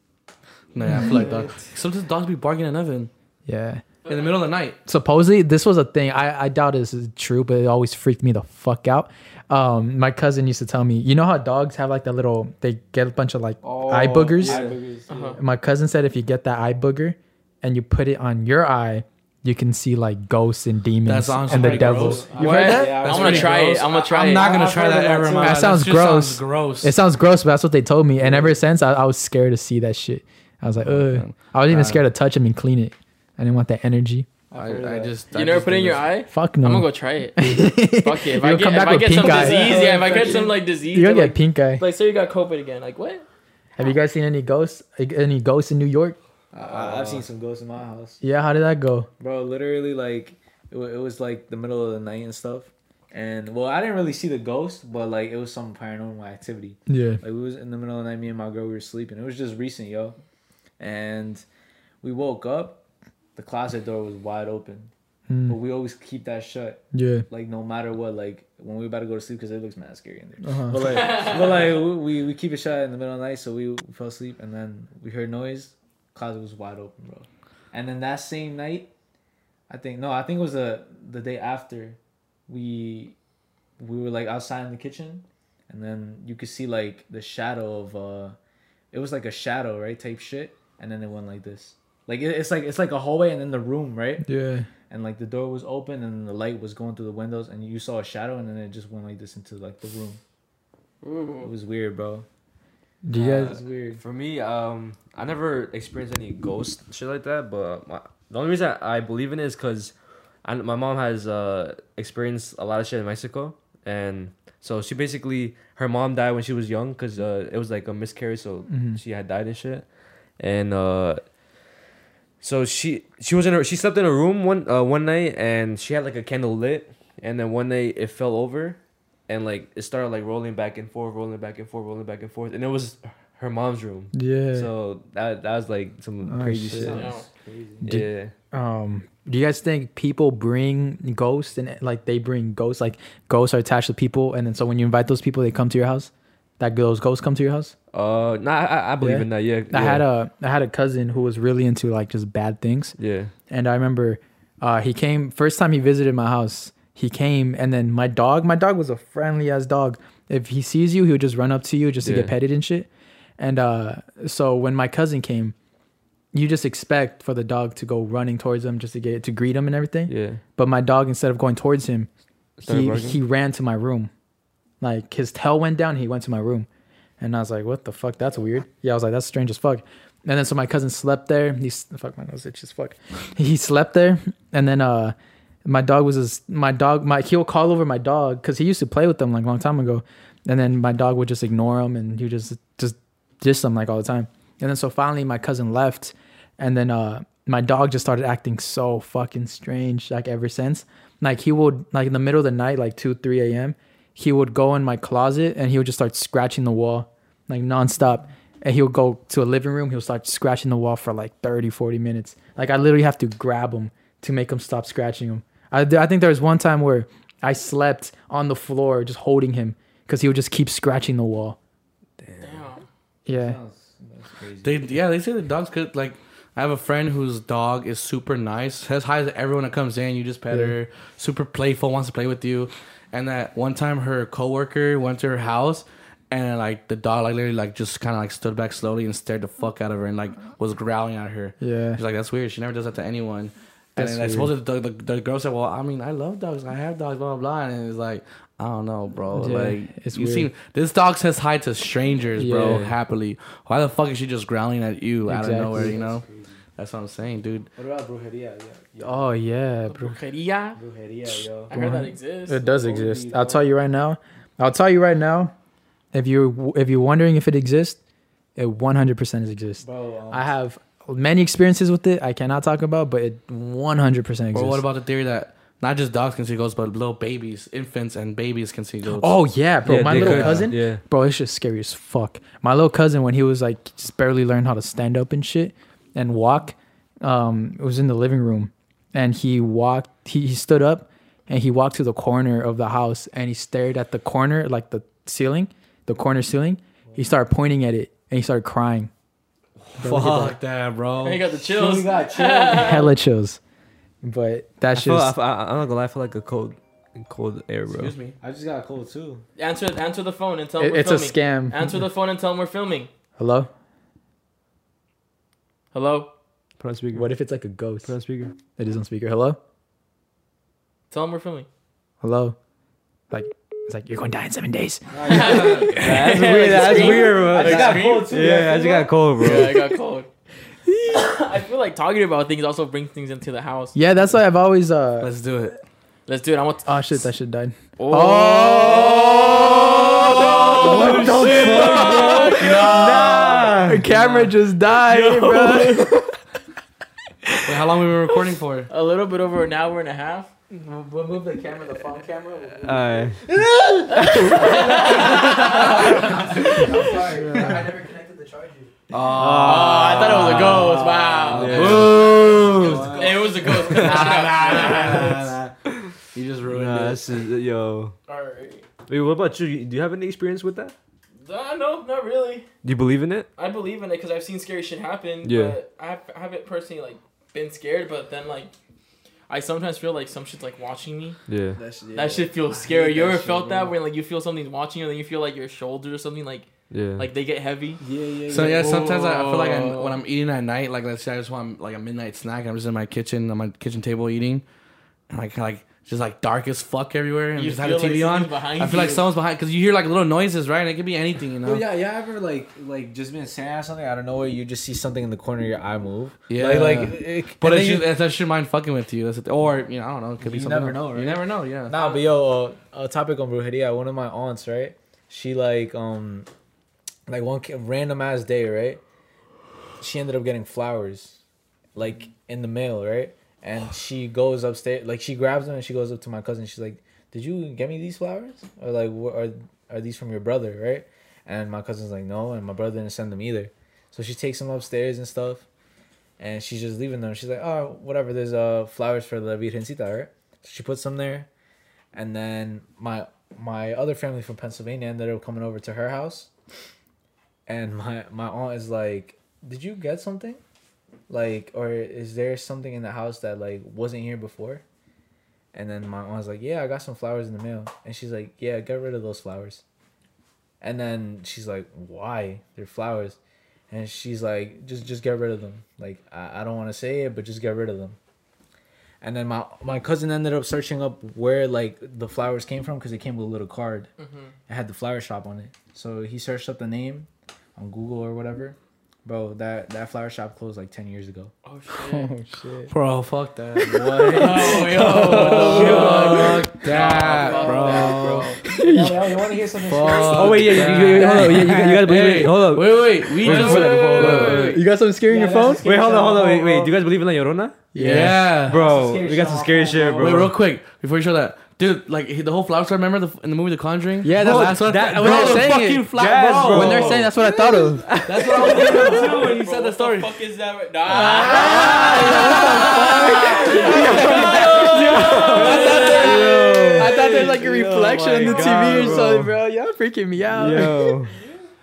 Speaker 4: No, yeah, I feel like dog. Sometimes dogs be barking at Evan
Speaker 1: Yeah.
Speaker 4: in the middle of the night.
Speaker 1: Supposedly, this was a thing. I, I doubt this is true, but it always freaked me the fuck out. Um, my cousin used to tell me, you know how dogs have like that little, they get a bunch of like
Speaker 5: Oh.
Speaker 1: eye boogers?
Speaker 3: Eye boogers, Oh, yeah.
Speaker 1: My cousin said if you get that eye booger and you put it on your eye, you can see like ghosts and demons
Speaker 4: That's honestly
Speaker 1: and the
Speaker 4: pretty
Speaker 1: devil.
Speaker 4: gross.
Speaker 1: You
Speaker 2: What?
Speaker 1: heard that?
Speaker 3: Yeah, I
Speaker 2: I'm
Speaker 3: was
Speaker 2: gonna
Speaker 3: pretty
Speaker 2: try
Speaker 4: gross.
Speaker 2: it. I'm gonna try
Speaker 4: I'm
Speaker 2: it.
Speaker 4: not gonna
Speaker 3: I've
Speaker 4: try
Speaker 3: heard
Speaker 4: that
Speaker 3: of that
Speaker 4: ever in
Speaker 3: too.
Speaker 4: my
Speaker 1: That
Speaker 4: life.
Speaker 1: sounds
Speaker 4: This just
Speaker 1: gross.
Speaker 4: Sounds gross.
Speaker 1: It sounds gross, but that's what they told me. And ever since, I, I was scared to see that shit. I was like, ugh. I was even scared to touch him and clean it. I didn't want that energy.
Speaker 4: I,
Speaker 2: heard of
Speaker 4: I
Speaker 2: that.
Speaker 4: just
Speaker 2: You
Speaker 4: I
Speaker 2: never
Speaker 4: just
Speaker 2: put it
Speaker 4: do
Speaker 2: in your
Speaker 4: this.
Speaker 2: eye?
Speaker 1: Fuck no.
Speaker 2: I'm gonna go try it. Fuck it. If I
Speaker 1: You'll
Speaker 2: get,
Speaker 1: come back
Speaker 2: if I
Speaker 1: with
Speaker 2: get some
Speaker 1: pink eye.
Speaker 2: disease, yeah, if I get some like disease,
Speaker 1: You'll
Speaker 2: they're
Speaker 1: get
Speaker 2: like,
Speaker 1: pink eye.
Speaker 2: like say you got COVID again, like what?
Speaker 1: Have you guys seen any ghosts? Like, Any ghosts in New York?
Speaker 3: I, I've seen some ghosts in my house,
Speaker 1: Yeah. How did that go?
Speaker 3: bro. Literally, like it, wa- it was like the middle of the night and stuff. And well, I didn't really see the ghost, but like it was some paranormal activity.
Speaker 1: Yeah.
Speaker 3: Like we was in the middle of the night, me and my girl, we were sleeping. It was just recent, yo. And we woke up, the closet door was wide open. But
Speaker 1: Mm,
Speaker 3: we always keep that shut.
Speaker 1: yeah.
Speaker 3: Like no matter what, like when we about to go to sleep, because it looks mad scary in there.
Speaker 1: Uh-huh.
Speaker 3: But like, but like we- we, we keep it shut in the middle of the night, so we fell asleep, and then we heard noise. Closet was wide open, bro. And then that same night, I think no, I think it was the the day after, we we were like outside in the kitchen, and then you could see like the shadow of uh, it was like a shadow right type shit, and then it went like this. Like it, it's like it's like a hallway and then the room right
Speaker 1: Yeah.
Speaker 3: and like the door was open and the light was going through the windows and you saw a shadow and then it just went like this into like the room. It
Speaker 2: Ooh.
Speaker 3: was weird, bro.
Speaker 1: Do you
Speaker 3: It
Speaker 1: guys?
Speaker 3: was weird.
Speaker 5: For me, um, I never experienced any ghost shit like that. But my, the only reason I, I believe in it is because my mom has uh, experienced a lot of shit in Mexico, and so she basically her mom died when she was young because uh, it was like a miscarriage, so
Speaker 1: Mhm.
Speaker 5: she had died and shit, and uh, so she she was in her she slept in a room one uh, one night and she had like a candle lit, and then one night it fell over, and like it started like rolling back and forth, rolling back and forth, rolling back and forth, and it was her mom's room.
Speaker 1: Yeah.
Speaker 5: So that that was like some
Speaker 1: Oh,
Speaker 5: crazy
Speaker 1: shit.
Speaker 5: shit.
Speaker 2: Yeah.
Speaker 1: Did-
Speaker 5: Yeah.
Speaker 1: um do you guys think people bring ghosts and like they bring ghosts like ghosts are attached to people and then so when you invite those people they come to your house that those ghosts come to your house
Speaker 5: Uh, nah, I, I believe
Speaker 1: Yeah?
Speaker 5: in that. Yeah.
Speaker 1: i had
Speaker 5: yeah.
Speaker 1: a i had a cousin who was really into like just bad things
Speaker 5: Yeah.
Speaker 1: and i remember uh he came first time he visited my house he came and then my dog my dog was a friendly ass dog if he sees you he would just run up to you just to get
Speaker 5: Yeah.
Speaker 1: petted and shit and uh so when my cousin came you just expect for the dog to go running towards him just to get to greet him and everything
Speaker 5: Yeah.
Speaker 1: but my dog instead of going towards him
Speaker 5: Started
Speaker 1: he,
Speaker 5: barking?
Speaker 1: he ran to my room like his tail went down he went to my room and i was like what the fuck that's weird yeah i was like that's strange as fuck and then so my cousin slept there he s- fuck my nose itches fuck he slept there and then uh my dog was his my dog my he'll call over my dog because he used to play with them like a long time ago and then my dog would just ignore him and he would just just dish them like all the time and then so finally my cousin left and then uh my dog just started acting so fucking strange like ever since like he would like in the middle of the night like 2 3 a.m he would go in my closet and he would just start scratching the wall like nonstop and he would go to a living room he'll start scratching the wall for like 30 40 minutes like i literally have to grab him to make him stop scratching him i, I think there was one time where i slept on the floor just holding him because he would just keep scratching the wall
Speaker 2: Damn.
Speaker 1: yeah
Speaker 3: Sounds- that's crazy.
Speaker 4: They yeah, they say the dogs could like. I have a friend whose dog is super nice, as high as everyone that comes in. You just pet
Speaker 1: Yeah.
Speaker 4: her, super playful, wants to play with you. And that one time, her coworker went to her house, and like the dog, like literally, like just kind of like stood back slowly and stared the fuck out of her, and like was growling at her.
Speaker 1: yeah
Speaker 4: She's like, that's weird. She never does that to anyone.
Speaker 1: That's
Speaker 4: and then I suppose the, the, the girl said, well, I mean, I love dogs. I have dogs, blah, blah, blah. And it's like, I don't know, bro.
Speaker 1: Yeah,
Speaker 4: like,
Speaker 1: it's
Speaker 4: you
Speaker 1: weird.
Speaker 4: seem, this dog says hi to strangers, bro,
Speaker 1: Yeah.
Speaker 4: happily. Why the fuck is she just growling at you out
Speaker 1: Exactly.
Speaker 4: of nowhere, you know? That's what I'm saying, dude.
Speaker 3: What about brujeria? Yeah, yeah.
Speaker 1: oh yeah bro
Speaker 2: Brujeria.
Speaker 3: Brujeria, yo.
Speaker 2: I heard that exists.
Speaker 1: It does
Speaker 3: Holy
Speaker 1: exist.
Speaker 3: cow.
Speaker 1: I'll tell you right now. I'll tell you right now. If you're if you're wondering if it exists, it 100% exists.
Speaker 3: Bro, um,
Speaker 1: I have many experiences with it. I cannot talk about, but it 100% exists.
Speaker 4: Or what about the theory that not just dogs can see ghosts, but little babies, infants, and babies can see ghosts?
Speaker 1: Oh yeah, bro.
Speaker 5: Yeah,
Speaker 1: my
Speaker 5: they
Speaker 1: little
Speaker 5: could.
Speaker 1: cousin.
Speaker 5: Yeah.
Speaker 1: Bro, it's just scary as fuck. My little cousin, when he was like just barely learned how to stand up and shit and walk, um, it was in the living room, and he walked. He, he stood up, and he walked to the corner of the house, and he stared at the corner, like the ceiling, the corner ceiling. He started pointing at it, and he started crying.
Speaker 4: fuck that,
Speaker 2: And you
Speaker 4: bro.
Speaker 2: got the chills.
Speaker 3: Shorty got chills.
Speaker 1: Hella chills. But that's
Speaker 5: I feel, I,
Speaker 1: just
Speaker 5: feel- I, I'm not gonna lie. I feel like a cold, cold air, bro.
Speaker 4: Excuse me.
Speaker 3: I just got a cold too.
Speaker 2: Answer answer the phone and tell them
Speaker 1: it-
Speaker 2: we're
Speaker 1: it's a
Speaker 2: filming.
Speaker 1: scam.
Speaker 2: Answer the phone and tell them we're filming.
Speaker 1: Hello.
Speaker 2: Hello.
Speaker 5: Put on speaker.
Speaker 1: What if it's like a ghost?
Speaker 5: Put on speaker.
Speaker 1: It is on speaker. Hello.
Speaker 2: Tell them we're filming.
Speaker 1: Hello. Like it's like you're going to die in seven days.
Speaker 5: That's weird. That's weird, bro.
Speaker 3: I just Oh, got a cold too.
Speaker 5: Yeah, I just got cold, bro.
Speaker 2: Yeah, I got cold. I feel like talking about things also brings things into the house.
Speaker 1: Yeah, that's why I've always uh
Speaker 4: Let's do it.
Speaker 2: Let's do it. I want.
Speaker 1: oh shit, that shit died.
Speaker 2: oh,
Speaker 5: Oh,
Speaker 1: What the fuck, bro? Nah, the camera just died, bro.
Speaker 4: Wait, how long we been recording for?
Speaker 2: a little bit over an hour and a half. We'll, we'll move the camera, the phone camera. We'll move-
Speaker 5: Alright.
Speaker 1: I never connected the charger.
Speaker 2: Oh,
Speaker 5: Ah.
Speaker 2: I thought it was a ghost. Wow. Boo. It was a ghost.
Speaker 4: You just ruined
Speaker 5: Nah,
Speaker 4: it.
Speaker 5: this is, yo.
Speaker 2: All right.
Speaker 5: Wait, what about you? Do you have any experience with that?
Speaker 2: Uh, no, not really.
Speaker 5: Do you believe in it?
Speaker 2: I believe in it because I've seen scary shit happen.
Speaker 5: Yeah.
Speaker 2: But I, have, I haven't personally like been scared, but then like. I sometimes feel like some shit's like watching me.
Speaker 5: Yeah.
Speaker 2: That shit feels scary. You ever felt that when like you feel something's watching you, and then you feel like your shoulders or something like
Speaker 5: Yeah.
Speaker 2: like they get heavy.
Speaker 3: Yeah, yeah.
Speaker 4: So yeah, sometimes I, I feel like
Speaker 2: Whoa.
Speaker 4: I'm, when I'm eating at night, like let's say I just want like a midnight snack, and I'm just in my kitchen, on my kitchen table eating, and like kinda, like just like dark as fuck everywhere, and
Speaker 2: You
Speaker 4: just have the
Speaker 2: feel like
Speaker 4: TV on.
Speaker 2: something's behind
Speaker 4: I feel like
Speaker 2: you.
Speaker 4: someone's behind because you hear like little noises, right? And it could be anything, you know.
Speaker 3: Well, yeah, yeah. Ever like like just been staring at something out of nowhere, you just see something in the corner of your eye move.
Speaker 4: Yeah.
Speaker 3: like, like it,
Speaker 4: But
Speaker 3: and
Speaker 4: it's
Speaker 3: then
Speaker 4: just, that's just your mind fucking with you. That's the, or you know, I don't know. It could be
Speaker 3: You
Speaker 4: something.
Speaker 3: never
Speaker 4: else.
Speaker 3: know, right?
Speaker 4: You never know. Yeah.
Speaker 3: Nah, but yo, uh, a topic on brujeria. One of my aunts, right? She like um, like one ca- random ass day, right? She ended up getting flowers, like in the mail, right? And she goes upstairs, like she grabs them and she goes up to my cousin. She's like, "Did you get me these flowers? Or like, wh- are are these from your brother, right?" And my cousin's like, "No," and my brother didn't send them either. So she takes them upstairs and stuff, and she's just leaving them. She's like, "Oh, whatever. There's uh flowers for La Virgencita, right?" So she puts them there and then my my other family from Pennsylvania ended up coming over to her house, and my my aunt is like, "Did you get something? Like, or is there something in the house that like wasn't here before?" And then my aunt's like, "Yeah, I got some flowers in the mail," and she's like, "Yeah, get rid of those flowers." And then she's like, "Why? They're flowers," and she's like, "Just just get rid of them. Like, I, I don't want to say it, but just get rid of them." And then my my cousin ended up searching up where like the flowers came from because it came with a little card.
Speaker 2: Mm-hmm.
Speaker 3: It had the flower shop on it. So he searched up the name on Google or whatever. Bro, that that flower shop closed like ten years ago.
Speaker 2: Oh shit.
Speaker 1: Oh shit.
Speaker 4: Bro, fuck that.
Speaker 3: What?
Speaker 2: oh yo.
Speaker 4: fuck that, bro.
Speaker 3: you want to hear something?
Speaker 5: Oh wait, yeah, you, you, you- hold on, yeah, you, you gotta believe
Speaker 4: Hey,
Speaker 5: it. Hold on.
Speaker 4: Wait, wait. We
Speaker 5: Wait,
Speaker 4: just
Speaker 5: wait, wait, wait, wait,
Speaker 1: You got something scary in your phone?
Speaker 5: Wait, hold on, hold on. Wait, wait. Do you guys believe in La Llorona?
Speaker 4: Yeah.
Speaker 5: Bro, we got some scary shit, bro.
Speaker 4: Wait, real quick before you show that, dude. Like he- the whole flower star. Remember the, in the movie The Conjuring?
Speaker 1: Yeah, that's
Speaker 4: Bro,
Speaker 1: last one.
Speaker 4: That,
Speaker 1: That-
Speaker 4: when
Speaker 1: bro,
Speaker 4: they're saying
Speaker 1: fucking
Speaker 4: it,
Speaker 1: fla-
Speaker 5: Yes,
Speaker 4: bro.
Speaker 5: bro.
Speaker 1: When they're saying that's what I thought of.
Speaker 4: that's what I was thinking too when you said the story.
Speaker 2: What the fuck is that? Right? Nah.
Speaker 1: I thought there's like a reflection on the
Speaker 5: God,
Speaker 1: TV or
Speaker 5: bro.
Speaker 1: something, Oh bro. Y'all freaking me out.
Speaker 5: Yo.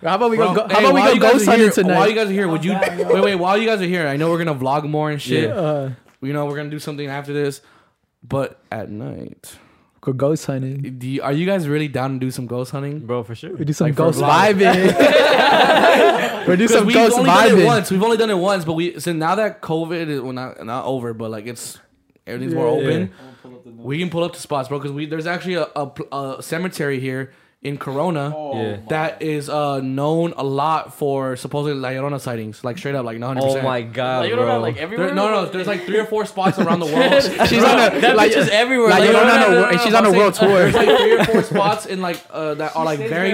Speaker 1: How about we
Speaker 4: Bro,
Speaker 1: go? go
Speaker 4: hey,
Speaker 1: how about we
Speaker 4: while
Speaker 1: go
Speaker 4: you guys
Speaker 1: ghost
Speaker 4: are
Speaker 1: hunting
Speaker 4: here- While
Speaker 1: tonight?
Speaker 4: you guys are here, would you wait? Wait, while you guys are here, I know we're gonna vlog more and shit.
Speaker 1: uh,
Speaker 4: You know we're gonna do something after this, but at night,
Speaker 1: go ghost hunting.
Speaker 4: do you, are you guys really down to do some ghost hunting?
Speaker 5: Bro, for sure.
Speaker 1: We do some
Speaker 4: Like for
Speaker 1: ghost
Speaker 4: vlogs.
Speaker 1: vibing. we do some
Speaker 4: we've
Speaker 1: ghost
Speaker 4: only done it
Speaker 1: vibing.
Speaker 4: once. We've only done it once, but we so now that COVID is well, not not over, but like it's everything's more
Speaker 1: Yeah.
Speaker 4: open. We can pull up to spots, bro, because we there's actually a, a pl- a cemetery here in Corona.
Speaker 5: Yeah.
Speaker 4: That is uh, known a lot for supposedly La Llorona sightings, like straight up, like 100%.
Speaker 5: Oh my
Speaker 2: Like,
Speaker 5: god,
Speaker 2: you don't know,
Speaker 5: bro.
Speaker 2: like
Speaker 4: There-
Speaker 2: everywhere.
Speaker 4: no, no, there's like three or four spots around the world.
Speaker 1: She's on a
Speaker 2: that
Speaker 1: like,
Speaker 2: bitch is everywhere.
Speaker 1: like,
Speaker 2: Like,
Speaker 1: you
Speaker 2: no,
Speaker 1: don't
Speaker 2: no,
Speaker 1: know-
Speaker 2: no,
Speaker 1: no,
Speaker 2: no,
Speaker 1: no, no, she's on a
Speaker 4: I'm
Speaker 1: world
Speaker 4: saying,
Speaker 1: tour.
Speaker 4: uh, There's like three or four spots in like uh, that are like very.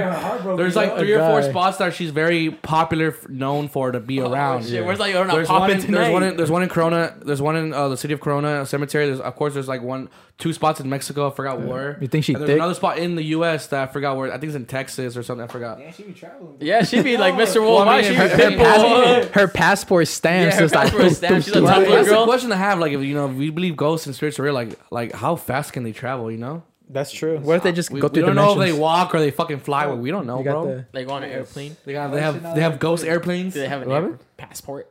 Speaker 4: There's like three or four
Speaker 1: God.
Speaker 4: spots that she's very popular, f- known for to be around.
Speaker 2: Oh, Shit, where's like you're not
Speaker 4: There's one,
Speaker 2: popping
Speaker 4: in, there's
Speaker 2: tonight?
Speaker 4: one in there's one in Corona. There's one in uh, the city of Corona cemetery. There's of course there's like one two spots in Mexico. I forgot where.
Speaker 1: You think she
Speaker 4: And there's
Speaker 1: thick?
Speaker 4: another spot in the U.S. that I forgot where. I think it's in Texas or something. I forgot.
Speaker 3: she be traveling.
Speaker 2: yeah, she'd be like Mr.
Speaker 4: Well, I
Speaker 2: Worldwide.
Speaker 4: mean,
Speaker 2: She'd be
Speaker 1: Her, her,
Speaker 4: People.
Speaker 2: Pitbull.
Speaker 1: pass, her passport stamps
Speaker 2: Yeah, her
Speaker 1: is like
Speaker 2: passport
Speaker 1: doof,
Speaker 2: stamp, she's
Speaker 1: doof,
Speaker 2: like-
Speaker 1: doof.
Speaker 2: Tumblr
Speaker 4: That's the
Speaker 2: girl?
Speaker 4: question to have. Like if you know if we believe ghosts and spirits are real, like like how fast can they travel? You know,
Speaker 1: That's true. What if they just
Speaker 4: we,
Speaker 1: go
Speaker 4: we
Speaker 1: through
Speaker 4: don't know if they
Speaker 1: dimensions?
Speaker 4: walk or they fucking fly. We don't know,
Speaker 1: Oh, You
Speaker 4: bro.
Speaker 1: got the-
Speaker 2: Like on an airplane.
Speaker 4: They got they have they have ghost airplanes.
Speaker 2: Do they have an
Speaker 4: Love
Speaker 2: air-
Speaker 4: it?
Speaker 2: passport?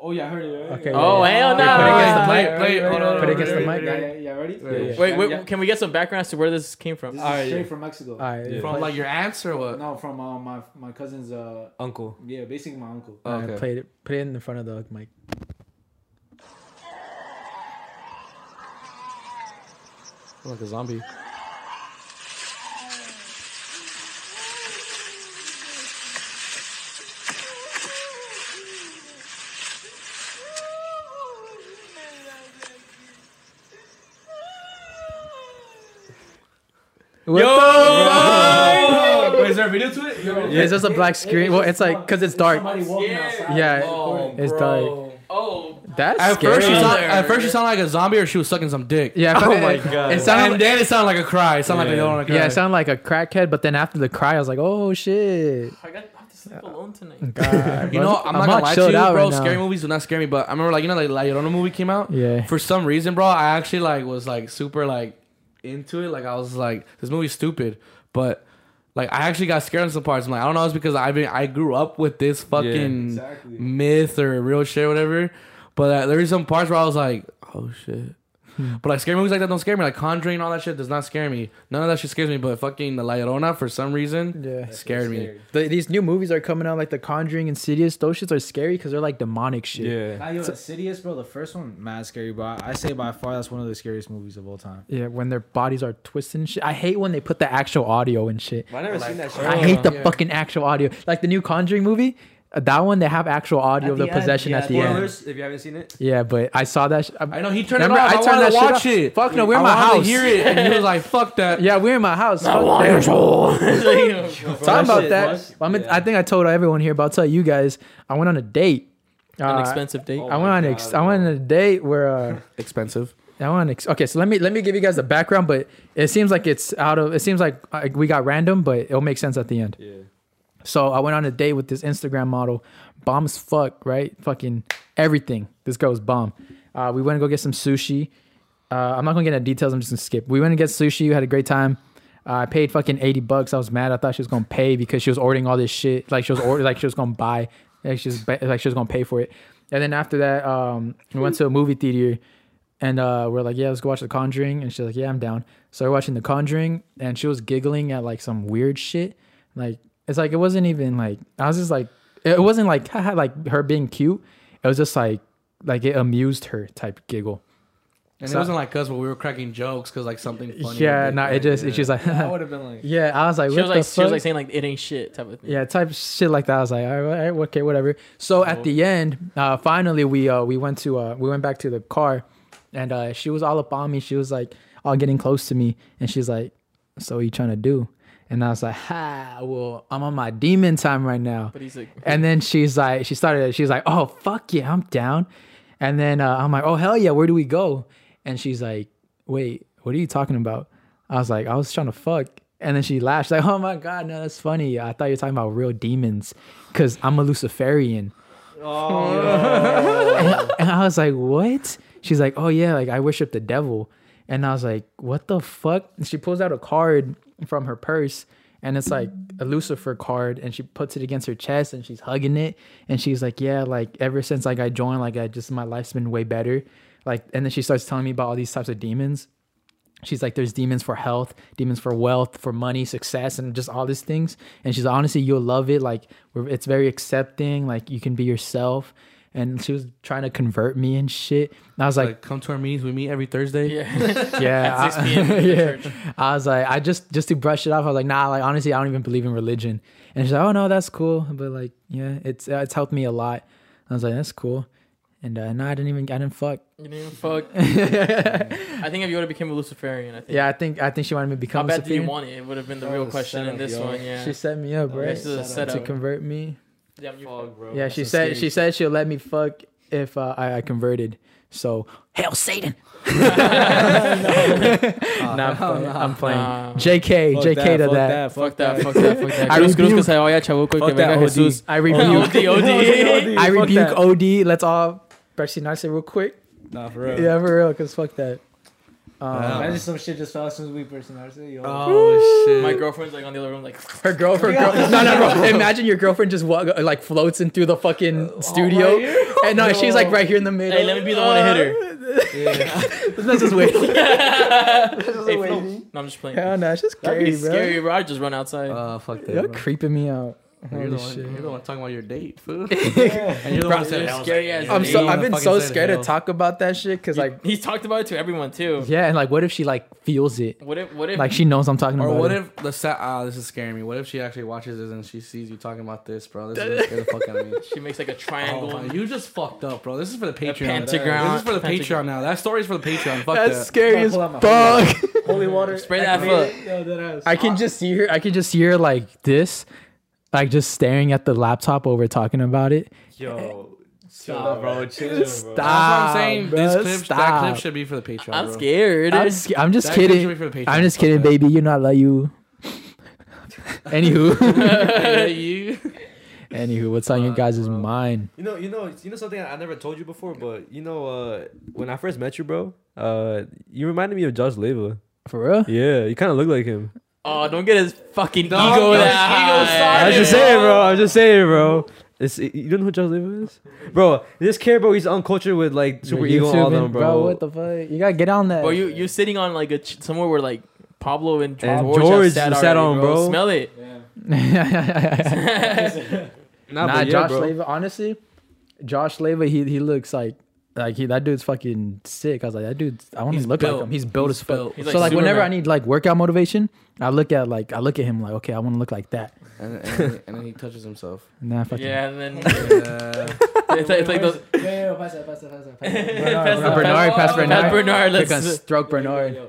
Speaker 6: Oh yeah, I heard it.
Speaker 1: Okay.
Speaker 2: Oh
Speaker 1: yeah.
Speaker 2: hell no!
Speaker 1: Put it against the
Speaker 4: Play it, play it. Hold on,
Speaker 1: Put it
Speaker 4: hold
Speaker 1: against
Speaker 4: on,
Speaker 1: the
Speaker 4: hold on.
Speaker 1: mic.
Speaker 6: Yeah,
Speaker 1: right?
Speaker 6: yeah, yeah, ready?
Speaker 1: yeah.
Speaker 6: Yeah.
Speaker 2: Wait, wait.
Speaker 6: Yeah.
Speaker 2: Can we get some background as to where this came from?
Speaker 6: This
Speaker 5: Alright,
Speaker 6: is straight
Speaker 5: yeah.
Speaker 6: from Mexico.
Speaker 1: All right.
Speaker 5: Yeah.
Speaker 4: From like your aunts or what?
Speaker 6: No, from uh, my my cousin's uh
Speaker 5: Uncle.
Speaker 6: yeah, basically my uncle.
Speaker 1: All right,
Speaker 4: Okay.
Speaker 1: Play it. Put it in the front of the mic.
Speaker 4: Like a zombie.
Speaker 1: What
Speaker 2: Yo!
Speaker 4: Wait, is there a video to it?
Speaker 1: the- It's just a black screen. Well, it's like because it's dark.
Speaker 6: Somebody walking outside.
Speaker 1: Yeah.
Speaker 6: Oh,
Speaker 1: It's
Speaker 2: bro. Oh,
Speaker 1: That's
Speaker 4: At
Speaker 1: scary.
Speaker 4: first, she
Speaker 2: Yeah.
Speaker 4: sound, at first she sounded like a zombie, or she was sucking some dick.
Speaker 1: yeah. I
Speaker 2: oh
Speaker 1: found
Speaker 2: my
Speaker 1: it-
Speaker 2: god.
Speaker 1: It sounded
Speaker 4: And
Speaker 1: like,
Speaker 4: then it sounded like a cry. It sounded like they don't want to cry.
Speaker 1: yeah, it sounded like a crackhead. But then after the cry, I was like, oh shit.
Speaker 2: I got I have to sleep alone tonight.
Speaker 1: God,
Speaker 4: You know, I'm, not gonna lie to
Speaker 1: chilled
Speaker 4: you,
Speaker 1: out
Speaker 4: bro.
Speaker 1: right now.
Speaker 4: scary movies do not scare me, but I remember like you know like La Llorona movie came out.
Speaker 1: Yeah.
Speaker 4: For some reason, bro, I actually like was like super like into it. Like I was like, this movie's stupid, but like I actually got scared in some parts. I'm like, I don't know, it's because I've been I grew up with this fucking
Speaker 6: exactly.
Speaker 4: myth or real shit, or whatever. But uh, there's some parts where I was like, oh shit.
Speaker 1: Hmm.
Speaker 4: But like scary movies like that don't scare me. Like Conjuring, all that shit does not scare me. None of that shit scares me. But fucking the La Llorona, for some reason,
Speaker 1: Yeah.
Speaker 4: scared me.
Speaker 1: The, these new movies are coming out like The Conjuring, Insidious. Those shits are scary because they're like demonic shit.
Speaker 3: Yeah.
Speaker 6: Now, yo, Insidious, bro, the first one, mad scary, but I say by far that's one of the scariest movies of all time.
Speaker 1: Yeah, when their bodies are twisting and shit. I hate when they put the actual audio and shit.
Speaker 5: I never seen that shit.
Speaker 1: I hate the fucking actual audio. Like the new Conjuring movie, uh, that one they have actual audio of the, possession at the end.
Speaker 5: Spoilers, if you haven't seen it.
Speaker 1: Yeah, but I saw that. Sh- I,
Speaker 4: I know he turned
Speaker 1: Remember,
Speaker 4: it
Speaker 1: I
Speaker 4: off. I,
Speaker 1: turned
Speaker 4: wanted
Speaker 1: that
Speaker 4: to
Speaker 1: shit
Speaker 4: watch
Speaker 1: off.
Speaker 4: it.
Speaker 1: Fuck no,
Speaker 4: I
Speaker 1: we're in my
Speaker 4: wanted
Speaker 1: house.
Speaker 4: To hear it, and he was like, "Fuck that."
Speaker 1: yeah, we're in my house. Fuck
Speaker 2: One
Speaker 1: that.
Speaker 2: years old.
Speaker 1: Talking about
Speaker 5: shit
Speaker 1: that,
Speaker 5: was-
Speaker 1: I'm in- I think I told everyone here, but I'll tell you guys. I went on a date. Uh,
Speaker 2: An expensive date.
Speaker 1: I went on. Ex- I went on a date where. Uh,
Speaker 4: Expensive.
Speaker 1: That one. Ex- okay, so let me let me give you guys the background, but it seems like it's out of. It seems like uh, we got random, but it'll make sense at the end. Yeah. So I went on a date with this Instagram model, bombs fuck right, fucking everything. This girl's bomb. Uh, we went to go get some sushi. Uh, I'm not gonna get into details. I'm just gonna skip. We went to get sushi. We had a great time. Uh, I paid fucking eighty bucks. I was mad. I thought she was gonna pay because she was ordering all this shit. Like she was order, like she was gonna buy. Like she was ba- like she was gonna pay for it. And then after that, um, we went to a movie theater, and uh, we're like, yeah, let's go watch The Conjuring. And she's like, yeah, I'm down. So we're watching The Conjuring, and she was giggling at like some weird shit. Like it's like it wasn't even like I was just like it wasn't like haha, like her being cute. It was just like like it amused her type giggle.
Speaker 4: And
Speaker 1: So-
Speaker 4: it wasn't like us, but we were cracking jokes because like something funny.
Speaker 1: yeah,
Speaker 4: would be-
Speaker 1: no, it just it's just like
Speaker 6: I would have been like,
Speaker 1: yeah. I was like,
Speaker 2: She
Speaker 1: what
Speaker 2: was
Speaker 1: the
Speaker 2: like, she was
Speaker 1: fuck?
Speaker 2: like saying like it ain't shit type of thing.
Speaker 1: yeah, type shit like that. I was like, all right, all right, okay, whatever. So at the end, uh, finally we uh, we went to uh, we went back to the car, and uh, she was all up on me. She was like all getting close to me, and she's like, "So what you trying to do?" And I was like, "Ha, well, I'm on my demon time right now."
Speaker 2: But he's like,
Speaker 1: And then she's like, she started, she's like, oh, fuck yeah, I'm down. And then uh, I'm like, oh, hell yeah, where do we go? And she's like, wait, what are you talking about? I was like, I was trying to fuck. And then she laughed. She's like, oh my God, no, that's funny. I thought you were talking about real demons because I'm a Luciferian. And, and I was like, what? She's like, oh yeah, like I worship the devil. And I was like, what the fuck? And she pulls out a card from her purse and it's like a Lucifer card and she puts it against her chest and she's hugging it. And she's like, yeah, like ever since like I joined, like I just, my life's been way better. Like, and then she starts telling me about all these types of demons she's like there's demons for health demons for wealth for money success and just all these things and she's like, honestly you'll love it like we're, it's very accepting like you can be yourself and she was trying to convert me and shit and i was like
Speaker 4: Like, come to our meetings. We meet every Thursday.
Speaker 2: yeah,
Speaker 1: yeah,
Speaker 2: At 6 p.m.
Speaker 1: I,
Speaker 2: at the
Speaker 1: yeah.
Speaker 2: church.
Speaker 1: I was like, I just just to brush it off. I was like, nah, like honestly, I don't even believe in religion. And she's like, oh no, that's cool, but like, yeah, it's uh, it's helped me a lot. I was like, that's cool, and uh, no, I didn't even I didn't fuck.
Speaker 2: you didn't even fuck. I think if you would have became a Luciferian, I think.
Speaker 1: Yeah, I think I think she wanted me to
Speaker 2: How
Speaker 1: become.
Speaker 2: bad did you
Speaker 1: Luciferian.
Speaker 2: want it? It would have been the
Speaker 3: Oh,
Speaker 2: real
Speaker 3: the
Speaker 2: question in
Speaker 3: setup,
Speaker 2: this
Speaker 3: yo.
Speaker 2: one. Yeah.
Speaker 1: She set me up, right?
Speaker 2: Oh, This is a
Speaker 1: to
Speaker 2: setup.
Speaker 1: convert me.
Speaker 2: Damn, you fuck.
Speaker 1: Yeah, she
Speaker 3: that's
Speaker 1: said
Speaker 3: scary
Speaker 1: she said she'll let me fuck if uh, I, I converted. So hell, Satan. nah, I'm playing. I'm playing.
Speaker 2: Nah.
Speaker 1: JK,
Speaker 3: Fuck
Speaker 1: JK to
Speaker 3: fuck
Speaker 1: that.
Speaker 2: Uh, Fuck that, fuck that, fuck that.
Speaker 1: I
Speaker 2: Cruz, Cruz,
Speaker 1: rebuke-
Speaker 2: que se
Speaker 4: "Oh,
Speaker 2: vaya Chabuco,
Speaker 3: Fuck
Speaker 2: que venga
Speaker 3: that OD.
Speaker 2: Jesús.
Speaker 1: I rebuke.
Speaker 2: OD, OD.
Speaker 1: I
Speaker 3: Fuck
Speaker 1: rebuke
Speaker 3: that.
Speaker 1: OD. Let's all nice real quick.
Speaker 3: Nah, for real.
Speaker 1: Yeah, for real. Cause fuck that. Um,
Speaker 4: Wow.
Speaker 6: imagine some shit just fell as soon as we personalized it. Yo,
Speaker 4: Oh shit.
Speaker 2: My girlfriend's like on the other room, like,
Speaker 1: Her girlfriend, girl, no, no, bro. Imagine your girlfriend just walk, like floats in through the fucking studio, and no, she's like right here in the middle.
Speaker 2: Oh, hey, let me be the one to hit her.
Speaker 1: That's just waiting.
Speaker 2: Hey, Flo. No, I'm just playing.
Speaker 1: Hell no, it's just
Speaker 2: That'd be
Speaker 1: scary, bro.
Speaker 2: scary, bro. I'd just run outside.
Speaker 4: Uh, fuck that.
Speaker 1: You're
Speaker 4: bro.
Speaker 1: creeping me out.
Speaker 4: You're
Speaker 1: Holy
Speaker 4: the, one,
Speaker 1: shit.
Speaker 4: you're the one talking about your date, fool. and you're the one that said,
Speaker 2: You're
Speaker 4: "Hell's
Speaker 2: scary
Speaker 4: like,
Speaker 2: as
Speaker 4: yeah,
Speaker 1: I'm
Speaker 2: Yeah,
Speaker 1: so
Speaker 4: you
Speaker 1: I've
Speaker 4: wanna
Speaker 1: been
Speaker 4: fucking
Speaker 1: so
Speaker 4: say
Speaker 1: scared to
Speaker 4: hell."
Speaker 1: talk about that shit because like
Speaker 2: He's talked about it to everyone too.
Speaker 1: yeah, and like what if she like feels it?
Speaker 2: What if? What if?
Speaker 1: Like she knows I'm talking
Speaker 4: Or
Speaker 1: about
Speaker 4: what
Speaker 1: it.
Speaker 4: if the set? Ah, this is scaring me. What if she actually watches this and she sees you talking about this, bro? This is gonna scare the fuck out of me.
Speaker 2: she makes like a triangle.
Speaker 4: Oh, you just fucked up, bro. This is for the Patreon.
Speaker 2: pentagram.
Speaker 4: This is for the
Speaker 2: Pentagram.
Speaker 4: Patreon now. That story's for the Patreon. Fuck
Speaker 1: That's
Speaker 4: that.
Speaker 1: scary as
Speaker 6: Pull out my
Speaker 1: fuck.
Speaker 7: holy water.
Speaker 2: Spray that foot.
Speaker 1: I can just see her. I can just see her like this, like just staring at the laptop while we're talking about it.
Speaker 5: Yo, stop, bro. Chill, bro.
Speaker 1: Stop.
Speaker 4: That's what I'm saying.
Speaker 1: bro,
Speaker 4: this clip, that clip
Speaker 1: stop.
Speaker 4: should be for the Patreon.
Speaker 2: I'm
Speaker 4: bro.
Speaker 2: scared.
Speaker 1: I'm just, I'm just
Speaker 4: That clip should be
Speaker 1: kidding.
Speaker 4: for the Patreon.
Speaker 1: I'm just
Speaker 4: Fuck
Speaker 1: kidding,
Speaker 4: that.
Speaker 1: baby. You know I love you. Anywho,
Speaker 4: Yeah, you.
Speaker 1: anywho, what's on your guys' mind?
Speaker 5: You know, you know, you know something I, I never told you before, but you know, uh, when I first met you, bro, uh, you reminded me of Josh Leva.
Speaker 1: For real?
Speaker 5: Yeah, you kind of look like him.
Speaker 2: Oh, don't get his fucking
Speaker 4: Don't
Speaker 2: ego
Speaker 4: get his
Speaker 2: that
Speaker 4: ego
Speaker 2: high.
Speaker 5: I was
Speaker 4: started.
Speaker 5: just saying, bro. I was just saying, bro. It's, you don't know who Josh Leva is, bro. This kid, bro, he's uncultured with like Super
Speaker 1: You're
Speaker 5: Eagle, and all
Speaker 1: YouTubing,
Speaker 5: them, bro.
Speaker 1: What the fuck? You gotta get on that.
Speaker 2: Bro, you you're sitting on like a ch- somewhere where like Pablo and George,
Speaker 5: And
Speaker 2: have
Speaker 5: George
Speaker 2: sat,
Speaker 5: sat
Speaker 2: already,
Speaker 5: on,
Speaker 2: bro.
Speaker 5: bro.
Speaker 2: Smell it.
Speaker 5: nah,
Speaker 1: nah,
Speaker 5: but yeah,
Speaker 1: Josh
Speaker 5: bro.
Speaker 1: Leva. Honestly, Josh Leva, he he looks like like he that dude's fucking sick. I was like, that dude. I want
Speaker 4: He's
Speaker 1: to look
Speaker 4: built.
Speaker 1: like him. He's built
Speaker 4: He's
Speaker 1: as fuck.
Speaker 4: built.
Speaker 2: He's
Speaker 1: so
Speaker 2: like
Speaker 1: like, whenever
Speaker 2: Superman.
Speaker 1: I need like workout motivation, I look at like I look at him like, okay, I want to look like that.
Speaker 4: And, and, and then he touches himself. Uh,
Speaker 1: And then I fucking
Speaker 2: Yeah, and then
Speaker 4: Yeah.
Speaker 2: it's like, it's like those.
Speaker 1: Bernard, Bernard, pass
Speaker 2: Pat
Speaker 1: Bernard.
Speaker 2: Bernard,
Speaker 1: They're
Speaker 2: let's.
Speaker 1: gonna stroke Bernard.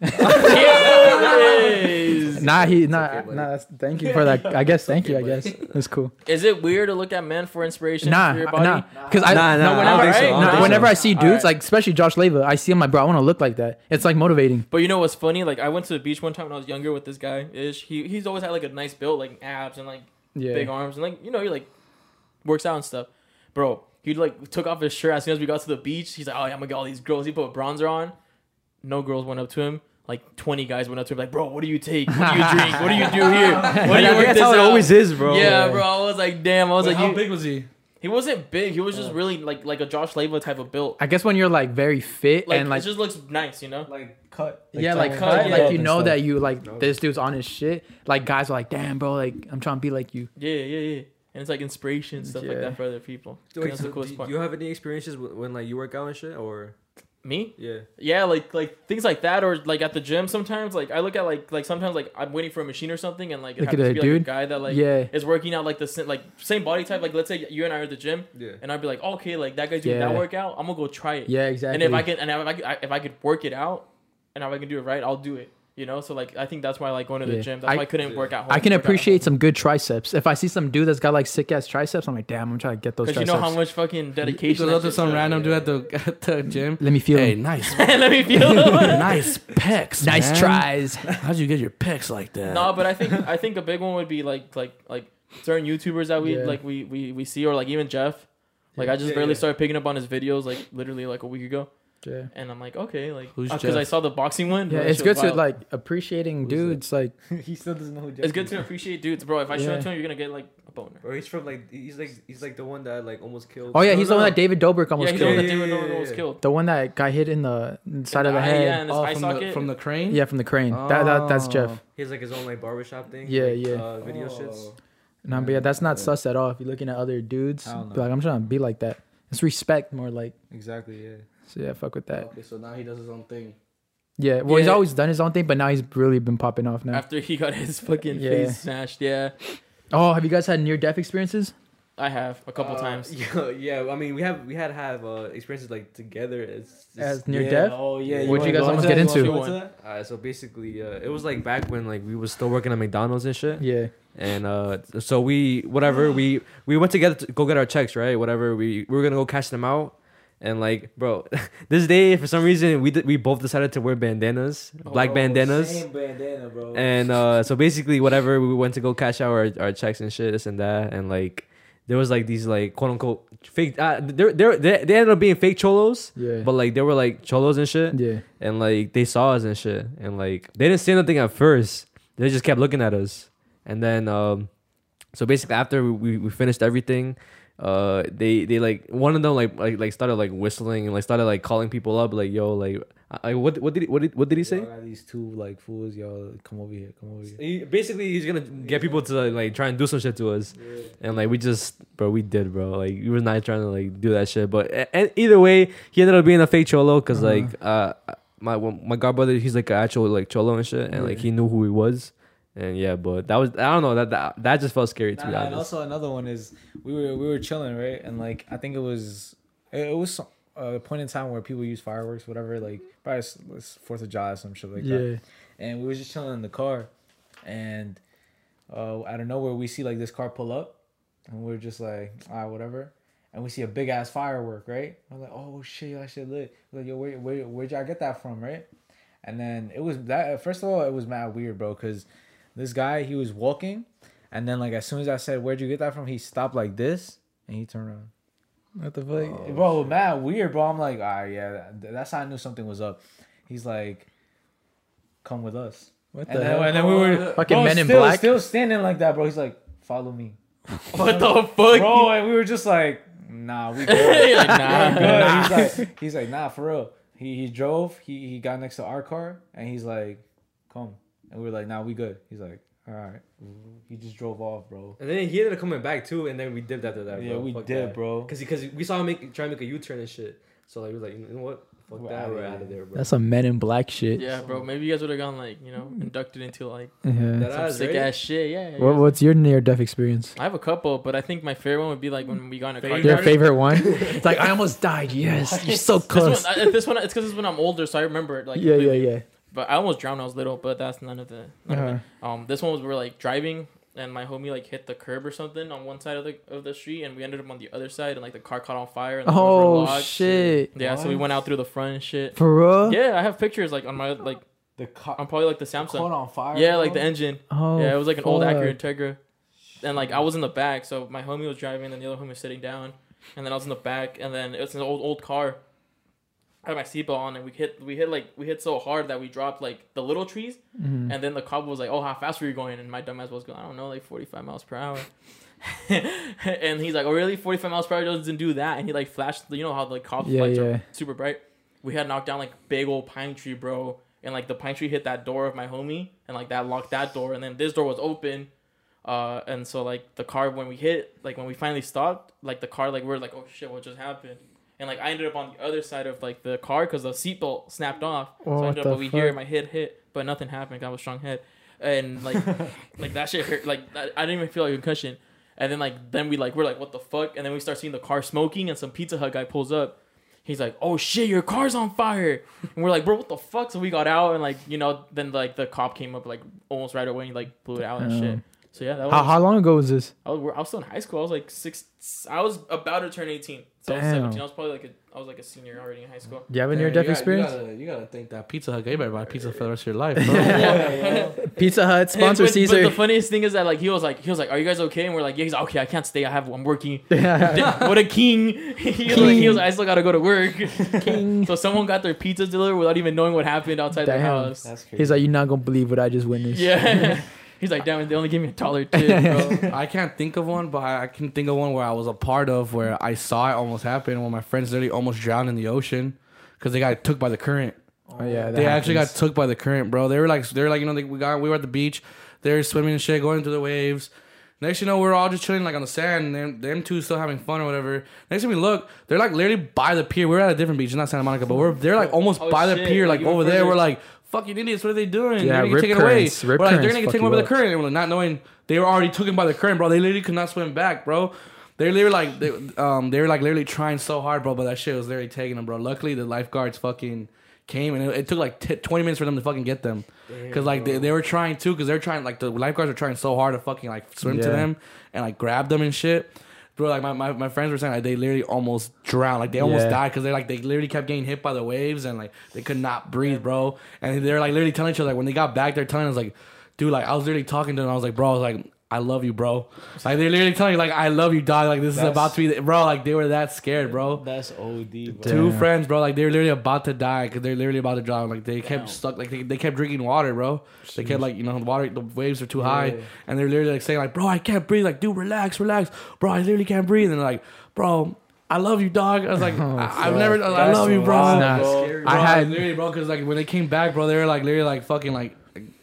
Speaker 2: Yes!
Speaker 1: Nah, he nah nah. That's, thank you for that. I guess thank you. I guess that's cool.
Speaker 2: Is it weird to look at men for inspiration
Speaker 1: Nah,
Speaker 2: for your body?
Speaker 1: nah. Because I
Speaker 5: Nah, nah,
Speaker 1: no,
Speaker 5: I
Speaker 1: whenever,
Speaker 5: don't think so, I don't
Speaker 1: nah,
Speaker 5: think so.
Speaker 1: whenever I see
Speaker 2: All
Speaker 1: dudes
Speaker 2: right.
Speaker 1: like especially Josh Leva, I see him like, bro, I want to look like that. It's like motivating.
Speaker 2: But you know what's funny? Like I went to the beach one time when I was younger with this guy. Ish, he he's always had like a nice build, like abs and like
Speaker 1: Yeah.
Speaker 2: big arms and like you know he like works out and stuff. Bro, he like took off his shirt as soon as we got to the beach. He's like, oh yeah, I'm gonna get all these girls. He put a bronzer on. No girls went up to him. Like 20 guys went up to him. Like, bro, what do you take? What do you drink? What do you do here? What do you
Speaker 5: Yeah,
Speaker 2: work
Speaker 5: that's
Speaker 2: this
Speaker 5: how it
Speaker 2: out?
Speaker 5: always is, bro.
Speaker 2: Yeah, bro. I was like, damn. I was
Speaker 4: Wait,
Speaker 2: like,
Speaker 4: how
Speaker 2: you,
Speaker 4: big was he?
Speaker 2: he wasn't big. He was
Speaker 1: Oh.
Speaker 2: just really like like a Josh Leva type of built.
Speaker 1: I guess when you're like very fit
Speaker 2: Like,
Speaker 1: and like
Speaker 2: it just looks nice, you know.
Speaker 5: Like cut.
Speaker 1: yeah, like
Speaker 2: cut,
Speaker 1: cut,
Speaker 2: yeah.
Speaker 1: like you
Speaker 5: and
Speaker 1: know
Speaker 5: stuff.
Speaker 1: that you like this dude's on his shit. Like guys are like, damn, bro, like I'm trying to be like you.
Speaker 2: Yeah, yeah, yeah. And it's like inspiration and stuff like
Speaker 1: Yeah.
Speaker 2: that for other people.
Speaker 5: Wait,
Speaker 2: That's the
Speaker 5: so
Speaker 2: coolest
Speaker 5: do
Speaker 2: part.
Speaker 5: you have any experiences wh- when like you work out and shit, or
Speaker 2: Me?
Speaker 5: yeah?
Speaker 2: Yeah, like like things like that, or like at the gym sometimes. Like I look at like like sometimes like I'm waiting for a machine or something, and like it
Speaker 1: Look at
Speaker 2: happens
Speaker 1: that
Speaker 2: to be like
Speaker 1: dude.
Speaker 2: a guy that like
Speaker 1: Yeah.
Speaker 2: is working out like the same like same body type. Like let's say you and I are at the gym,
Speaker 5: Yeah.
Speaker 2: and I'd be like, "Oh, okay, like that guy's doing that
Speaker 1: Yeah.
Speaker 2: workout, I'm gonna go try it.
Speaker 1: Yeah, exactly.
Speaker 2: And if I can, and if I could, if I could work it out, and if I can do it right, I'll do it. You know, so like I think that's why I like going to the
Speaker 1: Yeah.
Speaker 2: gym. That's
Speaker 1: I-
Speaker 2: why I couldn't work out.
Speaker 1: I can appreciate some good triceps. If I see some dude that's got like sick ass triceps, I'm like, damn, I'm trying to get those
Speaker 2: because
Speaker 1: triceps.
Speaker 2: you know how much fucking
Speaker 4: He
Speaker 2: dedication.
Speaker 4: goes
Speaker 2: that
Speaker 4: up to
Speaker 2: shit
Speaker 4: some
Speaker 2: took.
Speaker 4: random dude at the at the gym.
Speaker 1: Let me feel
Speaker 4: Hey,
Speaker 1: them.
Speaker 4: nice,
Speaker 2: Let me feel.
Speaker 4: nice pecs.
Speaker 1: nice
Speaker 4: man.
Speaker 1: tries.
Speaker 4: How'd you get your pecs like that?
Speaker 2: No, but I think I think a big one would be like like like certain YouTubers that we
Speaker 1: Yeah.
Speaker 2: like we, we we see or like even Jeff. Like I just
Speaker 5: Yeah,
Speaker 2: barely
Speaker 5: yeah.
Speaker 2: started picking up on his videos like literally like a week ago,
Speaker 1: yeah.
Speaker 2: and I'm like okay like
Speaker 4: Who's
Speaker 2: because I
Speaker 4: Jeff?
Speaker 2: saw the boxing one.
Speaker 1: Yeah,
Speaker 2: bro, that
Speaker 1: it's
Speaker 2: shit
Speaker 1: good
Speaker 2: was
Speaker 1: to
Speaker 2: wild.
Speaker 1: like appreciating dudes. Like,
Speaker 6: he still doesn't know who Jeff
Speaker 2: It's good to appreciate dudes, bro. If I show
Speaker 1: Yeah.
Speaker 2: it to him, you're gonna get like a boner.
Speaker 5: Or he's from like he's like he's like the one that like almost killed.
Speaker 1: oh yeah,
Speaker 5: No,
Speaker 1: he's
Speaker 5: no,
Speaker 1: the one
Speaker 5: no.
Speaker 1: that David Dobrik
Speaker 2: Yeah,
Speaker 1: almost
Speaker 2: he's the
Speaker 1: killed.
Speaker 2: one that
Speaker 5: Yeah,
Speaker 2: David
Speaker 5: yeah,
Speaker 2: Norman
Speaker 5: yeah,
Speaker 2: was
Speaker 5: yeah.
Speaker 2: killed.
Speaker 1: The one that got hit in the side of the
Speaker 2: eye, Yeah,
Speaker 1: head.
Speaker 2: and his
Speaker 1: Oh,
Speaker 2: eye
Speaker 4: from
Speaker 2: socket.
Speaker 4: the, from the crane.
Speaker 1: yeah, from the crane. That, that that's
Speaker 2: Oh.
Speaker 1: Jeff.
Speaker 5: He has like his own like barbershop thing.
Speaker 1: Yeah,
Speaker 5: like,
Speaker 1: yeah.
Speaker 5: Uh, video shits.
Speaker 1: No, but yeah, that's not sus at all. If you're looking at other dudes,
Speaker 6: I don't
Speaker 1: be like I'm trying to be like that. It's respect more like.
Speaker 6: Exactly. Yeah.
Speaker 1: So yeah, fuck with that.
Speaker 4: Okay, so now he does his own thing.
Speaker 1: Yeah, well, he's
Speaker 2: Oh. Yeah.
Speaker 1: always done his own thing, but now he's really been popping off now.
Speaker 2: After he got his fucking
Speaker 1: Yeah.
Speaker 2: face smashed, yeah,
Speaker 1: Oh, have you guys had near death experiences?
Speaker 2: I have a couple
Speaker 5: Uh,
Speaker 2: times.
Speaker 5: Yeah, yeah, I mean we have we had have uh, experiences like together. It's, it's
Speaker 1: As near
Speaker 6: yeah.
Speaker 1: death?
Speaker 6: Oh yeah.
Speaker 1: What'd you guys almost get into?
Speaker 5: Uh, so basically, uh, it was like back when like we was still working at McDonald's and shit,
Speaker 1: Yeah.
Speaker 5: and uh, so we whatever we we went together to go get our checks, right? Whatever we we were gonna go cash them out, and like bro, this day for some reason we did, we both decided to wear bandanas,
Speaker 1: Oh,
Speaker 4: Oh,
Speaker 5: black bandanas,
Speaker 6: Same bandana, bro.
Speaker 5: and uh, so basically whatever we went to go cash out our, our checks and shit, this and that, and like there was like these like quote unquote fake, uh, they're, they're, they they ended up being fake cholos,
Speaker 1: Yeah.
Speaker 5: but like they were like cholos and shit
Speaker 1: yeah.
Speaker 5: and like they saw us and shit and like they didn't say nothing at first they just kept looking at us and then um so basically after we, we, we finished everything uh they they like one of them like like, like started like whistling and like started like calling people up like yo like I, I- what what did he, what did what did he say
Speaker 6: Y'all got these two like fools. Y'all come over here. Come over here.
Speaker 5: he, basically he's gonna get people to like, like try and do some shit to us and like we just bro we did bro like we were not trying to like do that shit but a- and either way he ended up being a fake cholo because like uh my one- my godbrother he's like an actual like cholo and shit and like he knew who he was and yeah but that was i don't know that that, that just felt scary to
Speaker 6: Nah,
Speaker 5: be
Speaker 6: nah, and
Speaker 5: honest
Speaker 6: also another one is we were we were chilling right, and like I think it was it, it was some- a point in time where people use fireworks, whatever, like probably s- it's Fourth of July or some shit like
Speaker 1: yeah.
Speaker 6: that. And we were just chilling in the car, and uh, out of nowhere we see like this car pull up, and we're just like, all right, whatever. And we see a big ass firework, right? I'm like, oh shit, that shit lit. We're like, yo, where, where, where'd y'all get that from, right? And then it was that. First of all, it was mad weird, bro, because this guy he was walking, and then like as soon as I said, "Where'd you get that from?" He stopped like this, and he turned around. Oh,
Speaker 1: What the fuck?
Speaker 6: bro, mad weird, bro. I'm like, ah, yeah, th- that's how I knew something was up. He's like, come with us.
Speaker 1: What
Speaker 6: And
Speaker 1: the
Speaker 6: then,
Speaker 1: hell?
Speaker 6: and then we were
Speaker 1: Fucking
Speaker 6: bro,
Speaker 1: Men in
Speaker 6: still,
Speaker 1: Black?
Speaker 6: still standing like that, bro. He's like, follow me,
Speaker 2: What the fuck?
Speaker 6: bro. And we were just like, nah, we good.
Speaker 2: You're like, nah.
Speaker 6: good. He's like, he's like, nah, for real. He he drove. He he got next to our car, and he's like, come. And we were like, nah, we good. He's like, all right. He just drove off, bro.
Speaker 5: And then he ended up coming back too, and then we dipped after that.
Speaker 6: Yeah, we did, bro.
Speaker 5: Because because we saw him make, try to make a U turn and shit. So like we was like, you know what? Fuck
Speaker 6: We're
Speaker 5: that,
Speaker 6: outta
Speaker 5: we're
Speaker 6: here.
Speaker 5: out of there, bro.
Speaker 1: That's some Men in Black shit.
Speaker 2: Yeah, bro. Maybe you guys would have gone like you know inducted into like
Speaker 1: Yeah.
Speaker 5: That
Speaker 2: some
Speaker 5: ass,
Speaker 2: sick
Speaker 5: right?
Speaker 2: ass shit. Yeah. yeah,
Speaker 1: What,
Speaker 2: yeah.
Speaker 1: what's your near death experience?
Speaker 2: I have a couple, but I think my favorite one would be like when we got in a car.
Speaker 4: Favorite?
Speaker 1: Your
Speaker 2: crash.
Speaker 4: Regardless-
Speaker 1: favorite one? It's like I almost died. Yes, you're so
Speaker 2: This
Speaker 1: close.
Speaker 2: one, I, this one, it's because it's when I'm older, so I remember it. Like
Speaker 1: yeah, yeah,
Speaker 2: completely.
Speaker 1: yeah.
Speaker 2: But I almost drowned when I was little, but that's none of the. None
Speaker 1: Uh-huh.
Speaker 2: of it. Um, this one was we were like driving, and my homie like hit the curb or something on one side of the of the street, and we ended up on the other side, and like the car caught on fire. And the doors were
Speaker 1: Oh
Speaker 2: locked.
Speaker 1: shit!
Speaker 2: Yeah, so we went out through the front and shit.
Speaker 1: For real?
Speaker 2: Yeah, I have pictures like on my like
Speaker 6: The car
Speaker 2: on probably like the
Speaker 6: caught
Speaker 2: Samsung.
Speaker 6: on fire.
Speaker 2: Yeah, like
Speaker 6: bro.
Speaker 2: the engine.
Speaker 1: Oh,
Speaker 2: yeah, it was like an old
Speaker 1: fuck.
Speaker 2: Acura Integra, and like I was in the back, so my homie was driving, and the other homie was sitting down, and then I was in the back, and then it was an old old car. I had my seatbelt on, and we hit we hit like we hit so hard that we dropped like the little trees,
Speaker 1: Mhm.
Speaker 2: and then the cop was like, "Oh, how fast were you going?" And my dumbass was going, "I don't know, like forty five miles per hour." and he's like, "Oh, really? Forty five miles per hour doesn't do that." And he like flashed, you know how the cops
Speaker 1: Yeah,
Speaker 2: lights
Speaker 1: yeah.
Speaker 2: are super bright. We had knocked down like big old pine tree, bro, and like the pine tree hit that door of my homie, and like that locked that door, and then this door was open. Uh, and so like the car when we hit like when we finally stopped like the car like we are like oh shit what just happened and like I ended up on the other side of like the car because the seatbelt snapped off so
Speaker 1: Oh,
Speaker 2: I
Speaker 1: what
Speaker 2: ended
Speaker 1: the
Speaker 2: up over here
Speaker 1: fuck?
Speaker 2: my head hit but nothing happened got a strong head and like like that shit hurt like I, I didn't even feel like a concussion and then like then we like we're like what the fuck and then we start seeing the car smoking and some Pizza Hut guy pulls up he's like oh shit your car's on fire and we're like bro what the fuck so we got out and like you know then like the cop came up like almost right away and like blew it out and shit
Speaker 1: Damn.
Speaker 2: so yeah that was
Speaker 1: How, how long ago was this?
Speaker 2: I was, I was still in high school. I was like six. I was about to turn eighteen. So I was
Speaker 1: Damn.
Speaker 2: seventeen. I was probably like a, I was like a senior already in high school.
Speaker 1: Do you have a
Speaker 4: Yeah,
Speaker 1: near
Speaker 4: you
Speaker 1: death
Speaker 4: got- you
Speaker 1: experience?
Speaker 4: gotta- You gotta thank that Pizza Hut. guy. You better buy pizza for the rest of your life. Bro.
Speaker 1: Pizza Hut sponsor
Speaker 2: but,
Speaker 1: Caesar.
Speaker 2: But the funniest thing is that like he was like he was like, "Are you guys okay?" And we're like, "Yeah." He's like, "Okay, I can't stay. I have I'm working." what a king. he, was like, he was like, "I still gotta go to work."
Speaker 1: King.
Speaker 2: so someone got their pizza delivered without even knowing what happened outside their
Speaker 1: Damn.
Speaker 2: house.
Speaker 6: That's crazy.
Speaker 1: He's like, you're not gonna believe what I just witnessed.
Speaker 2: yeah. He's like, "Damn, they only gave me a dollar tip, bro."
Speaker 4: I can't think of one, but I I can think of one where I was a part of where I saw it almost happen when my friends literally almost drowned in the ocean because they got took by the current.
Speaker 1: Oh, yeah.
Speaker 4: they actually got took by the current, bro. They were like, they were like, you know, they, we got we were at the beach, they're swimming and shit, going through the waves. Next, you know, we're all just chilling like on the sand, and them, them two still having fun or whatever. Next, time we look, they're like literally by the pier. We're at a different beach, not Santa Monica, but we're they're like almost
Speaker 2: Oh,
Speaker 4: by the
Speaker 2: shit.
Speaker 4: pier, like
Speaker 2: You went
Speaker 4: over there.
Speaker 2: further.
Speaker 4: We're like, fucking idiots, what are they doing?
Speaker 1: Yeah,
Speaker 4: they're gonna
Speaker 1: rip
Speaker 4: get taken
Speaker 1: currents,
Speaker 4: away.
Speaker 1: rip
Speaker 4: We're like, they're
Speaker 1: currents
Speaker 4: gonna
Speaker 1: fuck
Speaker 4: get taken away
Speaker 1: you
Speaker 4: by the
Speaker 1: up.
Speaker 4: current, and we're not knowing they were already taken by the current, bro. They literally could not swim back, bro. They're literally like, they, um, they were like literally trying so hard, bro, but that shit was literally taking them, bro. Luckily, the lifeguards fucking came, and it, it took like t- 20 minutes for them to fucking get them. Cause like they, they were trying too, cause they're trying like the lifeguards are trying so hard to fucking like swim to
Speaker 1: Yeah.
Speaker 4: them and like grab them and shit. Bro, like my, my, my friends were saying like they literally almost drowned. Like they almost
Speaker 1: Yeah.
Speaker 4: died because they like they literally kept getting hit by the waves and like they could not breathe, bro. And they're like literally telling each other like when they got back, they're telling us like, dude, like I was literally talking to them. I was like, bro, I was like, I love you, bro. Like they're literally telling you like I love you, dog. Like this is
Speaker 6: That's-
Speaker 4: about to be, the-" bro. Like they were that scared, bro.
Speaker 6: That's OD, bro.
Speaker 4: Two
Speaker 1: Damn.
Speaker 4: friends, bro, like they were literally about to die because they're literally about to drown. Like they kept stuck, like they, they kept drinking water, bro. They kept like you know the water, the waves are too high, and they're literally like saying like, bro, I can't breathe. Like, dude, relax, relax, bro, I literally can't breathe. And they're like, bro, I love you, dog. I was like, I, I've never, I love you, bro.
Speaker 6: wild,
Speaker 1: Nah,
Speaker 6: bro.
Speaker 4: Bro,
Speaker 1: I
Speaker 4: I
Speaker 1: had-
Speaker 4: had literally, bro, because like when they came back, bro, they were like literally like fucking like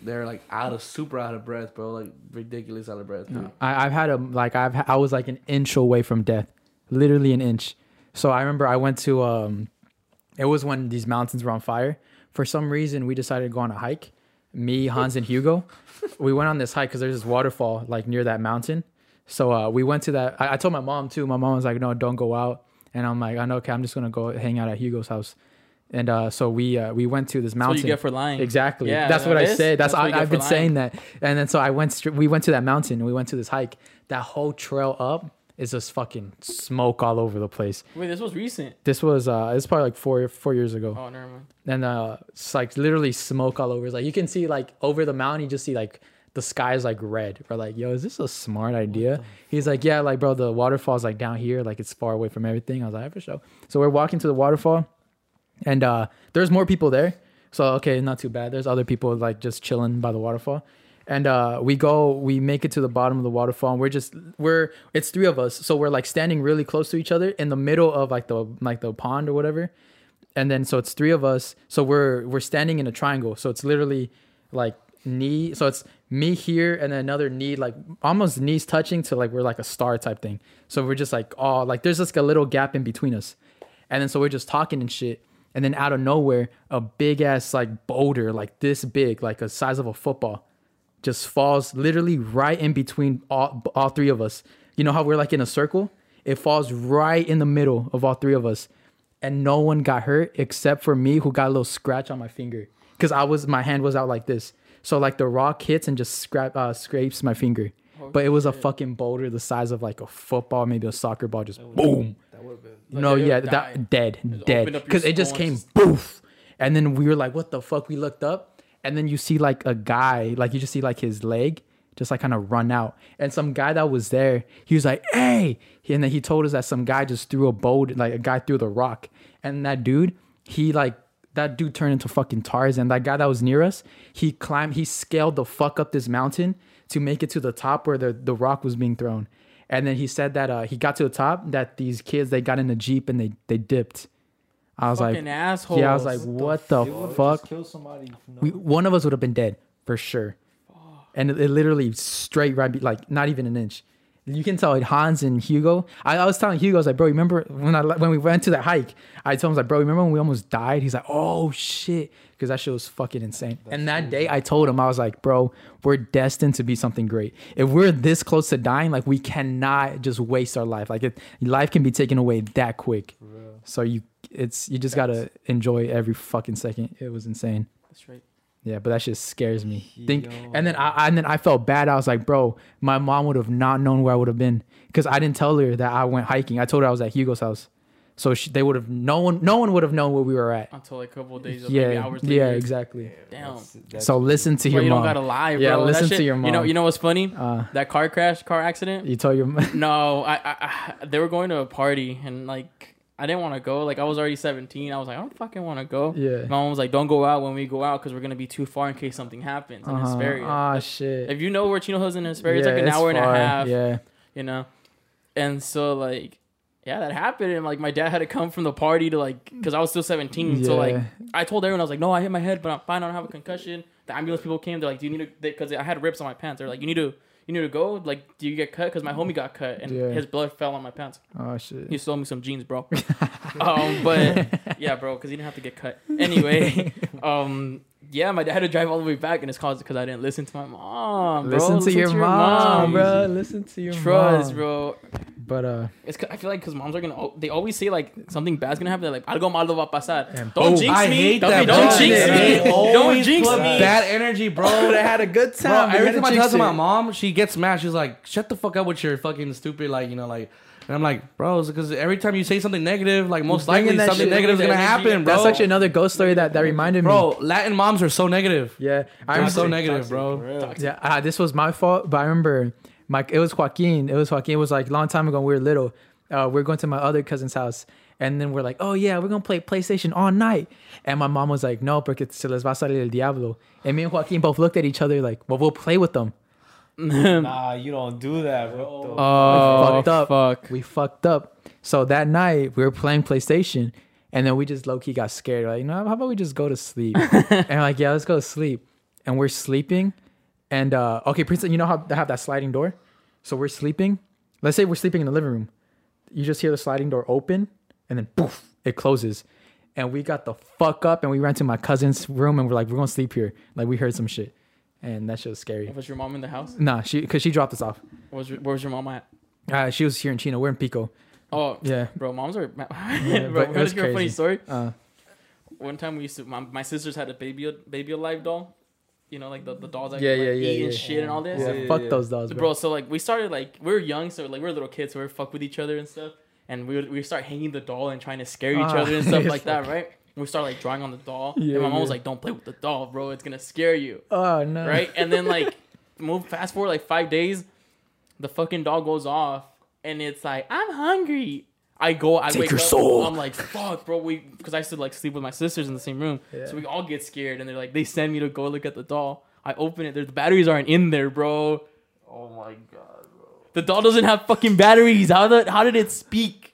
Speaker 4: they're like out of super out of breath, bro, like ridiculous out of breath. dude.
Speaker 1: I, I've had a like I've ha- I was like an inch away from death, literally an inch. So I remember I went to um, it was when these mountains were on fire. For some reason, we decided to go on a hike. Me, Hans, and Hugo, we went on this hike because there's this waterfall like near that mountain. So uh, we went to that. I, I told my mom too. My mom was like, "No, don't go out." and I'm like, I know, okay, I'm just gonna go hang out at Hugo's house. And uh, so we uh, we went to this
Speaker 2: That's
Speaker 1: mountain.
Speaker 2: what you get for lying.
Speaker 1: Exactly.
Speaker 2: Yeah,
Speaker 1: that's what I
Speaker 2: this-
Speaker 1: said. That's,
Speaker 2: what
Speaker 1: I,
Speaker 2: you get
Speaker 1: I've
Speaker 2: for
Speaker 1: been
Speaker 2: lying.
Speaker 1: saying that. And then so I went. Stri- we went to that mountain. We went to this hike. That whole trail up is just fucking smoke all over the place.
Speaker 2: Wait, this was recent.
Speaker 1: This was uh, this was probably like four four years ago.
Speaker 2: Oh, never mind.
Speaker 1: And uh, it's like literally smoke all over. It's like you can see like over the mountain. You just see like the sky's like red. We're like, yo, is this a smart idea? He's like, yeah, like bro, the waterfall's like down here. Like it's far away from everything. I was like, "Yeah, for sure. So we're walking to the waterfall and uh there's more people there so okay not too bad there's other people like just chilling by the waterfall and uh we go we make it to the bottom of the waterfall and we're just we're it's three of us so we're like standing really close to each other in the middle of like the like the pond or whatever and then so it's three of us so we're we're standing in a triangle so it's literally like knee so it's me here and then another knee like almost knees touching to like we're like a star type thing so we're just like oh like there's just like a little gap in between us and then so we're just talking and shit. And then out of nowhere, a big ass like boulder, like this big, like the size of a football, just falls literally right in between all all three of us. You know how we're like in a circle? It falls right in the middle of all three of us. And no one got hurt except for me who got a little scratch on my finger. Cause I was my hand was out like this. So like the rock hits and just scrap uh, scrapes my finger. but it was a fucking boulder the size of like a football, maybe a soccer ball, just boom.
Speaker 2: Like,
Speaker 1: No,
Speaker 2: it would
Speaker 1: yeah,
Speaker 2: die.
Speaker 1: that dead, dead.
Speaker 2: opened up your
Speaker 1: Because it just
Speaker 2: skull and
Speaker 1: came boof, and then we were like, "What the fuck?" We looked up, and then you see like a guy, like you just see like his leg, just like kind of run out, and some guy that was there, he was like, "Hey," and then he told us that some guy just threw a boat, like a guy threw the rock, and that dude, he like that dude turned into fucking Tarzan. That guy that was near us, he climbed, he scaled the fuck up this mountain to make it to the top where the, the rock was being thrown. And then he said that uh, he got to the top, that these kids, they got in a Jeep and they, they dipped. I was
Speaker 2: Fucking
Speaker 1: like,
Speaker 2: asshole.
Speaker 1: yeah, I was like, what the, fuck?
Speaker 6: Kill somebody. for no-
Speaker 1: We, one of us would have been dead for sure. And it, it literally straight right, be, like not even an inch. You can tell it. Hans and Hugo. I, I was telling Hugo, I was like, bro, remember when I le- when we went to that hike? I told him, I was like, bro, remember when we almost died? He's like, oh shit, because that shit was fucking insane. and that day, I told him, I was like, bro, we're destined to be something great. If we're this close to dying, like we cannot just waste our life. Like it, life can be taken away that quick. So you, it's you just gotta enjoy every fucking second. It was insane.
Speaker 2: That's right.
Speaker 1: Yeah, but that shit scares me. Think, and then I and then I felt bad. I was like, bro, my mom would have not known where I would have been because I didn't tell her that I went hiking. I told her I was at Hugo's house, so she, they would have no one no one would have known where we were at.
Speaker 2: Until like a couple of days, of maybe
Speaker 1: Yeah,
Speaker 2: hours later.
Speaker 1: yeah, exactly.
Speaker 2: Damn.
Speaker 1: So listen to
Speaker 2: Bro,
Speaker 1: your
Speaker 2: you
Speaker 1: mom.
Speaker 2: don't gotta lie, bro.
Speaker 1: Yeah,
Speaker 2: That
Speaker 1: listen to
Speaker 2: shit-
Speaker 1: your
Speaker 2: You know,
Speaker 1: mom.
Speaker 2: you know what's funny?
Speaker 1: Uh.
Speaker 2: that car crash, car accident.
Speaker 1: you told your mom.
Speaker 2: No, I, I, I, they were going to a party and like I didn't want to go. Like I was already seventeen. I was like, I don't fucking want to go.
Speaker 1: Yeah.
Speaker 2: My mom was like, Don't go out when we go out because we're gonna be too far in case something happens in Hesperia.
Speaker 1: Ah, shit.
Speaker 2: if you know where Chino Hills in Hesperia, it's
Speaker 1: Yeah,
Speaker 2: like an hour and
Speaker 1: far.
Speaker 2: a half.
Speaker 1: Yeah,
Speaker 2: You know, and so like. Yeah, that happened, and like my dad had to come from the party to like, cause I was still seventeen. So like,
Speaker 1: Yeah.
Speaker 2: I told everyone I was like, "No, I hit my head, but I'm fine. I don't have a concussion." The ambulance people came. They're like, "Do you need to?" Because I had rips on my pants. They're like, "You need to, you need to go." Like, do you get cut? Because my homie got cut, and
Speaker 1: Yeah.
Speaker 2: his blood fell on my pants.
Speaker 1: oh shit.
Speaker 2: He stole me some jeans, bro. um, but yeah, bro, because he didn't have to get cut. Anyway, um, yeah, my dad had to drive all the way back, and it's caused because I didn't listen to my mom. Bro.
Speaker 1: listen, to, your, mom, bro. Listen to your
Speaker 2: Trust,
Speaker 1: mom.
Speaker 2: bro.
Speaker 1: But uh,
Speaker 2: It's 'cause- I feel like because moms are gonna al- they always say like something bad's gonna happen. They're like algo malo va a pasar.
Speaker 1: And
Speaker 2: don't
Speaker 1: boom.
Speaker 2: jinx
Speaker 4: I
Speaker 2: me.
Speaker 4: hate
Speaker 2: don't,
Speaker 4: that.
Speaker 2: don't
Speaker 4: bro.
Speaker 2: jinx
Speaker 4: They
Speaker 2: me. Don't
Speaker 4: always
Speaker 2: jinx
Speaker 4: put
Speaker 2: me.
Speaker 4: That energy, bro.
Speaker 6: I had a good time.
Speaker 4: Bro,
Speaker 6: but
Speaker 4: every
Speaker 6: you
Speaker 4: time I
Speaker 6: gotta
Speaker 4: tell
Speaker 6: jinx
Speaker 4: to my
Speaker 6: it.
Speaker 4: mom, she gets mad. She's like, "Shut the fuck up with your fucking stupid like you know like." And I'm like, bro, it's because every time you say something negative, like most
Speaker 1: bringing
Speaker 4: likely
Speaker 1: that
Speaker 4: something
Speaker 1: shit-
Speaker 4: negative is gonna
Speaker 2: energy.
Speaker 4: happen, bro.
Speaker 1: that's actually another ghost story that that reminded me.
Speaker 4: bro. Latin moms are so negative.
Speaker 1: Yeah, I
Speaker 4: I'm
Speaker 1: remember-
Speaker 4: so negative, bro.
Speaker 1: Yeah, uh, this was my fault, but I remember my it was Joaquin. It was Joaquin. It was like a long time ago when we were little. Uh, we are going to my other cousin's house, and then we're like, "Oh yeah, we're gonna play PlayStation all night." And my mom was like, "No, porque se les va a salir el diablo." And me and Joaquin both looked at each other like, "Well, we'll play with them."
Speaker 6: Nah, you don't do that, bro.
Speaker 2: Oh,
Speaker 1: fucked up.
Speaker 2: Fuck.
Speaker 1: We fucked up. So that night we were playing PlayStation, and then we just low key got scared. Like, no, how about we just go to sleep? and we're like, yeah, let's go to sleep. And we're sleeping, and uh, okay, Princeton, you know how they have that sliding door. So we're sleeping. Let's say we're sleeping in the living room. You just hear the sliding door open, and then poof, it closes. And we got the fuck up, and we ran to my cousin's room, and we're like, we're gonna sleep here. Like we heard some shit, and that shit was scary.
Speaker 2: Was your mom in the house?
Speaker 1: Nah, she because she dropped us off.
Speaker 2: Where was your, where was your mom at?
Speaker 1: Uh, she was here in Chino. We're in Pico.
Speaker 2: Oh,
Speaker 1: Yeah.
Speaker 2: bro, moms are. bro,
Speaker 1: but
Speaker 2: that's
Speaker 1: that's
Speaker 2: a funny
Speaker 1: crazy.
Speaker 2: story.
Speaker 1: Uh,
Speaker 2: One time we used to, my, my sisters had a baby baby alive doll, you know, like the, the dolls that
Speaker 1: Yeah,
Speaker 2: like,
Speaker 1: yeah, yeah,
Speaker 2: eat and
Speaker 1: yeah.
Speaker 2: shit and all this.
Speaker 1: yeah,
Speaker 5: yeah,
Speaker 1: fuck
Speaker 5: yeah.
Speaker 1: those dolls,
Speaker 2: So,
Speaker 1: bro.
Speaker 2: bro. So like we started like we were young, so like we were little kids, so we would fuck with each other and stuff, and we would we would start hanging the doll and trying to scare each
Speaker 1: Ah,
Speaker 2: other and stuff
Speaker 1: yeah,
Speaker 2: like that, right? We start like drawing on the doll,
Speaker 1: Yeah,
Speaker 2: and my mom was
Speaker 1: yeah.
Speaker 2: like, "Don't play with the doll, bro. It's gonna scare you."
Speaker 1: Oh no.
Speaker 2: right? And then like move fast forward like five days, the fucking dog goes off, and it's like I'm hungry. I go, I
Speaker 1: Take
Speaker 2: wake
Speaker 1: your
Speaker 2: up,
Speaker 1: soul.
Speaker 2: I'm like, fuck, bro. We because I used to like sleep with my sisters in the same room,
Speaker 1: Yeah.
Speaker 2: so we all get scared, and they're like, they send me to go look at the doll. I open it, there- the batteries aren't in there, bro. Oh my god, bro. The doll doesn't have fucking batteries. How the, how did it speak?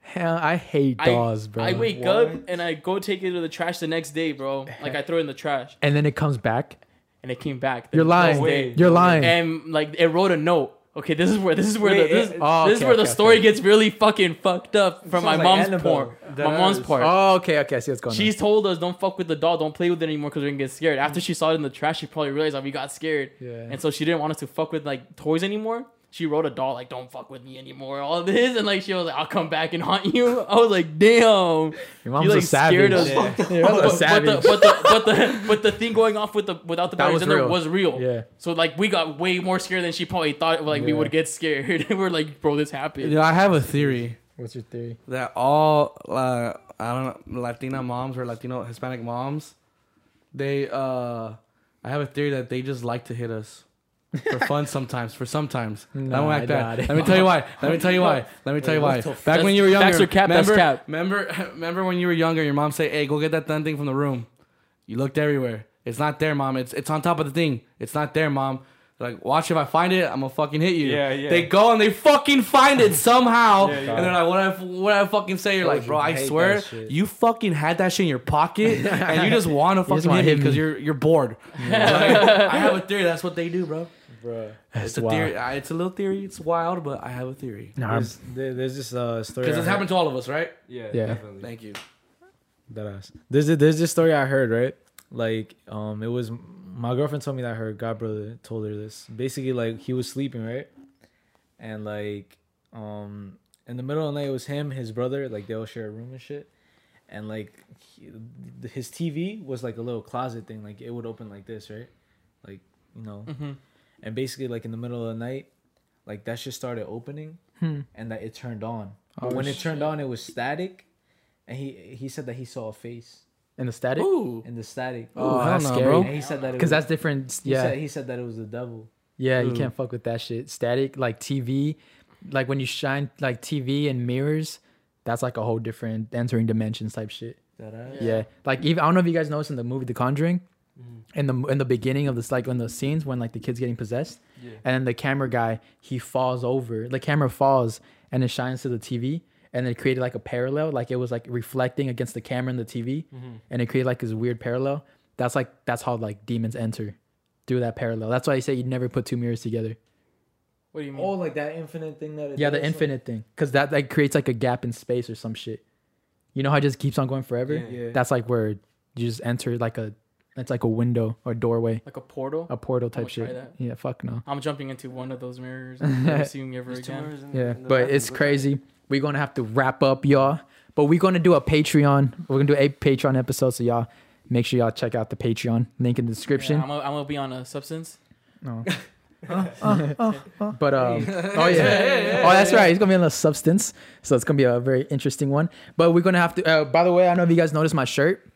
Speaker 1: Hell, I hate
Speaker 2: I-
Speaker 1: dolls, bro.
Speaker 2: I wake up and I go take it to the trash the next day, bro. Like I throw it in the trash,
Speaker 1: and then it comes back.
Speaker 2: and it came back. the
Speaker 1: You're
Speaker 2: next
Speaker 1: lying.
Speaker 2: day
Speaker 1: You're lying.
Speaker 2: and like it wrote a note. Okay, this is where this is where
Speaker 6: Wait,
Speaker 2: the this,
Speaker 6: it-
Speaker 1: oh,
Speaker 2: this is
Speaker 1: okay,
Speaker 2: where the
Speaker 1: okay,
Speaker 2: story gets really fucking fucked up from my
Speaker 6: sounds like
Speaker 2: mom's
Speaker 6: Annabelle.
Speaker 2: part.
Speaker 6: That
Speaker 2: my mom's
Speaker 6: is-
Speaker 2: part.
Speaker 1: oh, okay, okay. I see what's going
Speaker 2: She's told us don't fuck with the doll, don't play with it anymore because we're gonna get scared. After she saw it in the trash, she probably realized like we got scared,
Speaker 1: on. Yeah.
Speaker 2: and so she didn't want us to fuck with like toys anymore. She wrote a doll like don't fuck with me anymore, all of this, and like she was like I'll come back and haunt you. I was like damn,
Speaker 1: Your mom's
Speaker 2: you,
Speaker 1: a
Speaker 2: like,
Speaker 1: savage.
Speaker 2: scared us.
Speaker 1: Your mom's a
Speaker 2: but, but the
Speaker 1: savage.
Speaker 2: but the but the but the thing going off with the without the
Speaker 1: That
Speaker 2: batteries
Speaker 1: was
Speaker 2: in there
Speaker 1: real.
Speaker 2: was real.
Speaker 1: Yeah.
Speaker 2: So like we got way more scared than she probably thought. Like we
Speaker 1: Yeah.
Speaker 2: would get scared. we're like, bro, this happened.
Speaker 4: Dude, I have a theory
Speaker 1: What's your theory?
Speaker 4: that all uh, I don't know Latina moms or Latino Hispanic moms, they uh, I have a theory that they just like to hit us. for fun sometimes, for sometimes. I don't
Speaker 1: Nah,
Speaker 4: like that.
Speaker 1: nah.
Speaker 4: Let me tell you why. Let me tell you why. Let me tell you why. Back when you were younger,
Speaker 2: Facts are cap, that's
Speaker 4: remember,
Speaker 2: cap.
Speaker 4: remember, remember when you were younger, your mom say, "Hey, go get that done thing from the room." You looked everywhere. It's not there, mom. It's it's on top of the thing. It's not there, mom. Like, watch if I find it, I'm gonna fucking hit you.
Speaker 5: Yeah, yeah.
Speaker 4: They go and they fucking find it somehow.
Speaker 5: Yeah, yeah.
Speaker 4: And they're like, what I, what I fucking say? You're like, bro,
Speaker 6: you, I
Speaker 4: I
Speaker 6: hate
Speaker 4: swear,
Speaker 6: that shit.
Speaker 4: you fucking had that shit in your pocket and you just want to fucking
Speaker 1: wanna
Speaker 4: hit me
Speaker 1: hit
Speaker 4: because
Speaker 1: me.
Speaker 4: you're you're bored. Like, I have a theory. That's what they do, bro.
Speaker 6: bro.
Speaker 4: It's a
Speaker 1: wild.
Speaker 4: theory. I- It's a little theory. It's wild, but I have a theory.
Speaker 1: Nah, I'm-
Speaker 6: There's, there- there's this uh, story.
Speaker 4: Because
Speaker 6: I
Speaker 4: it's
Speaker 6: heard-
Speaker 4: happened to all of us, right?
Speaker 5: Yeah,
Speaker 1: Yeah.
Speaker 5: definitely.
Speaker 4: Thank you.
Speaker 6: Deadass. There's a, there's this story I heard right, like um it was my girlfriend told me that her god brother told her this. Basically, like he was sleeping right, and like um in the middle of the night it was him his brother like they all share a room and shit, and like he, his TV was like a little closet thing like it would open like this right, like you know, and basically like in the middle of the night, like that shit started opening, and that it turned on. But
Speaker 1: Oh,
Speaker 6: when it turned on, it was static and he he said that he saw a face
Speaker 1: in the static.
Speaker 4: Ooh.
Speaker 6: in the static.
Speaker 1: Oh,
Speaker 4: hell
Speaker 1: that's
Speaker 4: no,
Speaker 1: scary.
Speaker 4: bro.
Speaker 6: and he said that it
Speaker 1: Because
Speaker 6: was,
Speaker 1: that's different.
Speaker 6: he
Speaker 1: Yeah,
Speaker 6: said, he said that it was the devil.
Speaker 1: yeah. You
Speaker 4: Ooh.
Speaker 1: can't fuck with that shit. Static, like TV, like when you shine like TV and mirrors. That's like a whole different entering dimensions type shit.
Speaker 6: That I,
Speaker 1: Yeah. Like even, I don't know if you guys noticed in the movie The Conjuring, in the in the beginning of this like in the scenes when like the kid's getting possessed, and then the camera guy he falls over. The camera falls and it shines to the TV, and it created like a parallel. Like it was like reflecting against the camera and the TV, and it created like this weird parallel. That's like that's how like demons enter through that parallel. That's why you say you never put two mirrors together.
Speaker 2: What do you mean?
Speaker 6: Oh, like that infinite thing that. It
Speaker 1: Yeah, the
Speaker 6: does,
Speaker 1: infinite thing, because that like creates like a gap in space or some shit. You know how it just keeps on going forever.
Speaker 6: Like, yeah.
Speaker 1: That's like where you just enter like a it's like a window or doorway,
Speaker 2: Like a portal?
Speaker 1: a portal
Speaker 2: gonna
Speaker 1: type shit.
Speaker 2: try that.
Speaker 1: Yeah, fuck no.
Speaker 2: I'm jumping into one of those mirrors. and never seeing you ever again.
Speaker 1: Yeah, but it's crazy. We're gonna have to wrap up, y'all. But we're gonna do a Patreon. We're gonna do a Patreon episode, so y'all make sure y'all check out the Patreon link in the description.
Speaker 2: Yeah, I'm gonna be on a substance.
Speaker 1: No. but um, oh yeah, oh that's right. It's gonna be a little substance, so it's gonna be a very interesting one. But we're gonna have to. Uh, by the way, I don't know if you guys noticed my shirt.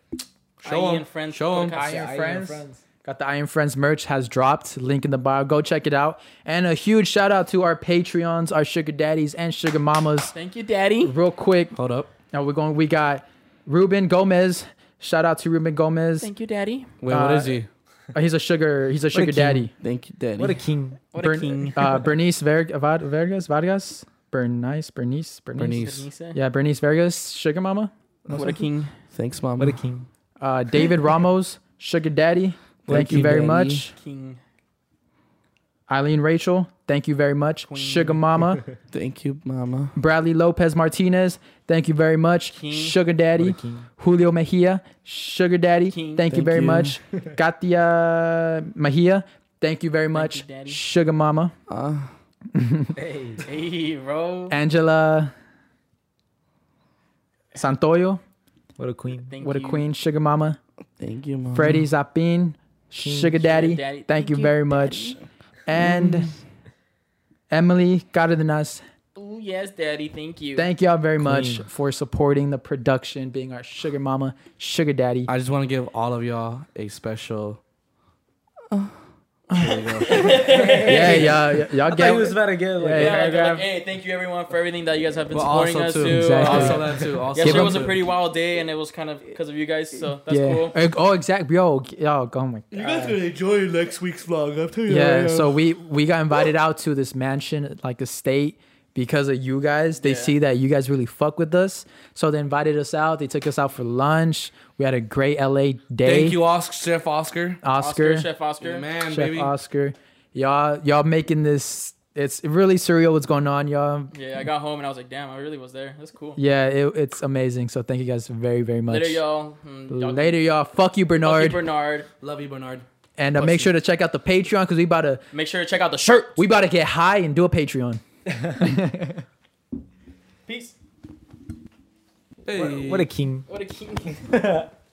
Speaker 4: Show
Speaker 2: I
Speaker 4: him.
Speaker 2: and friends.
Speaker 4: Show him.
Speaker 2: podcast.
Speaker 1: I
Speaker 6: I
Speaker 1: am
Speaker 6: am
Speaker 1: friends.
Speaker 6: friends.
Speaker 1: Got the Iron Friends merch has dropped. Link in the bio. Go check it out. And a huge shout out to our Patreons, our sugar daddies, and sugar mamas.
Speaker 2: Thank you, Daddy.
Speaker 1: Real quick,
Speaker 4: Hold up.
Speaker 1: now we're going. We got Ruben Gomez. Shout out to Ruben Gomez.
Speaker 2: Thank you, Daddy.
Speaker 4: Wait,
Speaker 1: Uh,
Speaker 4: what is he?
Speaker 1: Uh, he's a sugar. He's a sugar daddy.
Speaker 4: Thank you, daddy.
Speaker 6: What a king.
Speaker 2: What a
Speaker 1: Bern-
Speaker 2: king.
Speaker 1: uh, Bernice Ver- Vad- Vargas. Vargas. Bernice. Bernice. Bernice.
Speaker 4: Bernice.
Speaker 1: Yeah, Bernice Vargas, Sugar Mama.
Speaker 2: What a king.
Speaker 4: Thanks, mom.
Speaker 6: What a king.
Speaker 1: Uh, David Ramos, Sugar Daddy. Thank,
Speaker 4: Thank
Speaker 1: you
Speaker 4: you,
Speaker 1: very
Speaker 4: Daddy.
Speaker 1: much.
Speaker 2: King.
Speaker 1: Eileen Rachel. Thank you very much.
Speaker 2: Queen.
Speaker 1: Sugar Mama.
Speaker 4: Thank you, mama.
Speaker 1: Bradley Lopez Martinez. Thank you very much.
Speaker 2: King.
Speaker 1: Sugar Daddy. Julio Mejia. Sugar Daddy.
Speaker 2: King.
Speaker 1: Thank, you
Speaker 4: Thank
Speaker 1: very
Speaker 4: you.
Speaker 1: much. Katia Mejia. Thank you very much.
Speaker 2: you, Daddy.
Speaker 4: Ah.
Speaker 1: Sugar Mama.
Speaker 4: Uh,
Speaker 2: Hey, bro.
Speaker 1: Angela Santoyo,
Speaker 6: What a queen.
Speaker 2: Thank
Speaker 1: what a
Speaker 2: you.
Speaker 1: queen, Sugar Mama,
Speaker 4: Thank you, mom.
Speaker 1: Freddie Zapin, Mm-hmm. Sugar Daddy.
Speaker 2: Daddy.
Speaker 1: Thank, you very much. And Emily Cardenas,
Speaker 2: Ooh, yes, daddy. Thank you.
Speaker 1: thank y'all very much for supporting the production, being our Sugar Mama, Sugar Daddy.
Speaker 4: I just want to give all of y'all a special.
Speaker 2: Oh.
Speaker 1: yeah, y'all, y'all, y'all
Speaker 6: I thought he
Speaker 1: get
Speaker 6: was about to get like.
Speaker 1: Yeah,
Speaker 2: yeah,
Speaker 1: yeah.
Speaker 2: like, they're like, hey, thank you everyone for everything that you guys have been
Speaker 4: But
Speaker 2: supporting
Speaker 4: also
Speaker 2: us
Speaker 4: too.
Speaker 2: too.
Speaker 1: Exactly.
Speaker 4: Also
Speaker 2: Uh,
Speaker 4: that too. Also
Speaker 2: yesterday
Speaker 4: that
Speaker 2: was a
Speaker 4: too.
Speaker 2: pretty wild day, and it was kind of because of you guys, so that's
Speaker 1: yeah.
Speaker 2: cool.
Speaker 1: Uh, Oh, exactly. Yo, yo, oh my
Speaker 4: You guys gonna enjoy next week's vlog. I'm telling
Speaker 1: Yeah, so we we got invited out to this mansion, like the state, because of you guys. They
Speaker 2: Yeah.
Speaker 1: see that you guys really fuck with us, so they invited us out. They took us out for lunch. We had a great LA day.
Speaker 4: Thank you, Oscar, Chef Oscar.
Speaker 1: Oscar, Chef,
Speaker 2: Chef Oscar.
Speaker 4: The man, baby.
Speaker 1: Oscar. Y'all, y'all making this. It's really surreal what's going on, y'all.
Speaker 2: Yeah, I got home and I was like, damn, I really was there. That's cool.
Speaker 1: Yeah, it, it's amazing. So thank you guys very very much.
Speaker 2: Later, y'all. Mm, y'all keep-
Speaker 1: Later, y'all. Fuck you,
Speaker 2: y'all
Speaker 1: Bernard.
Speaker 2: keep Bernard.
Speaker 4: Love you, Bernard.
Speaker 1: and uh, make sure to check out the Patreon because we about to
Speaker 2: Make sure to check out the shirt.
Speaker 1: we about to get high and do a Patreon.
Speaker 2: Peace.
Speaker 4: Hey.
Speaker 6: What a king.
Speaker 2: What a king.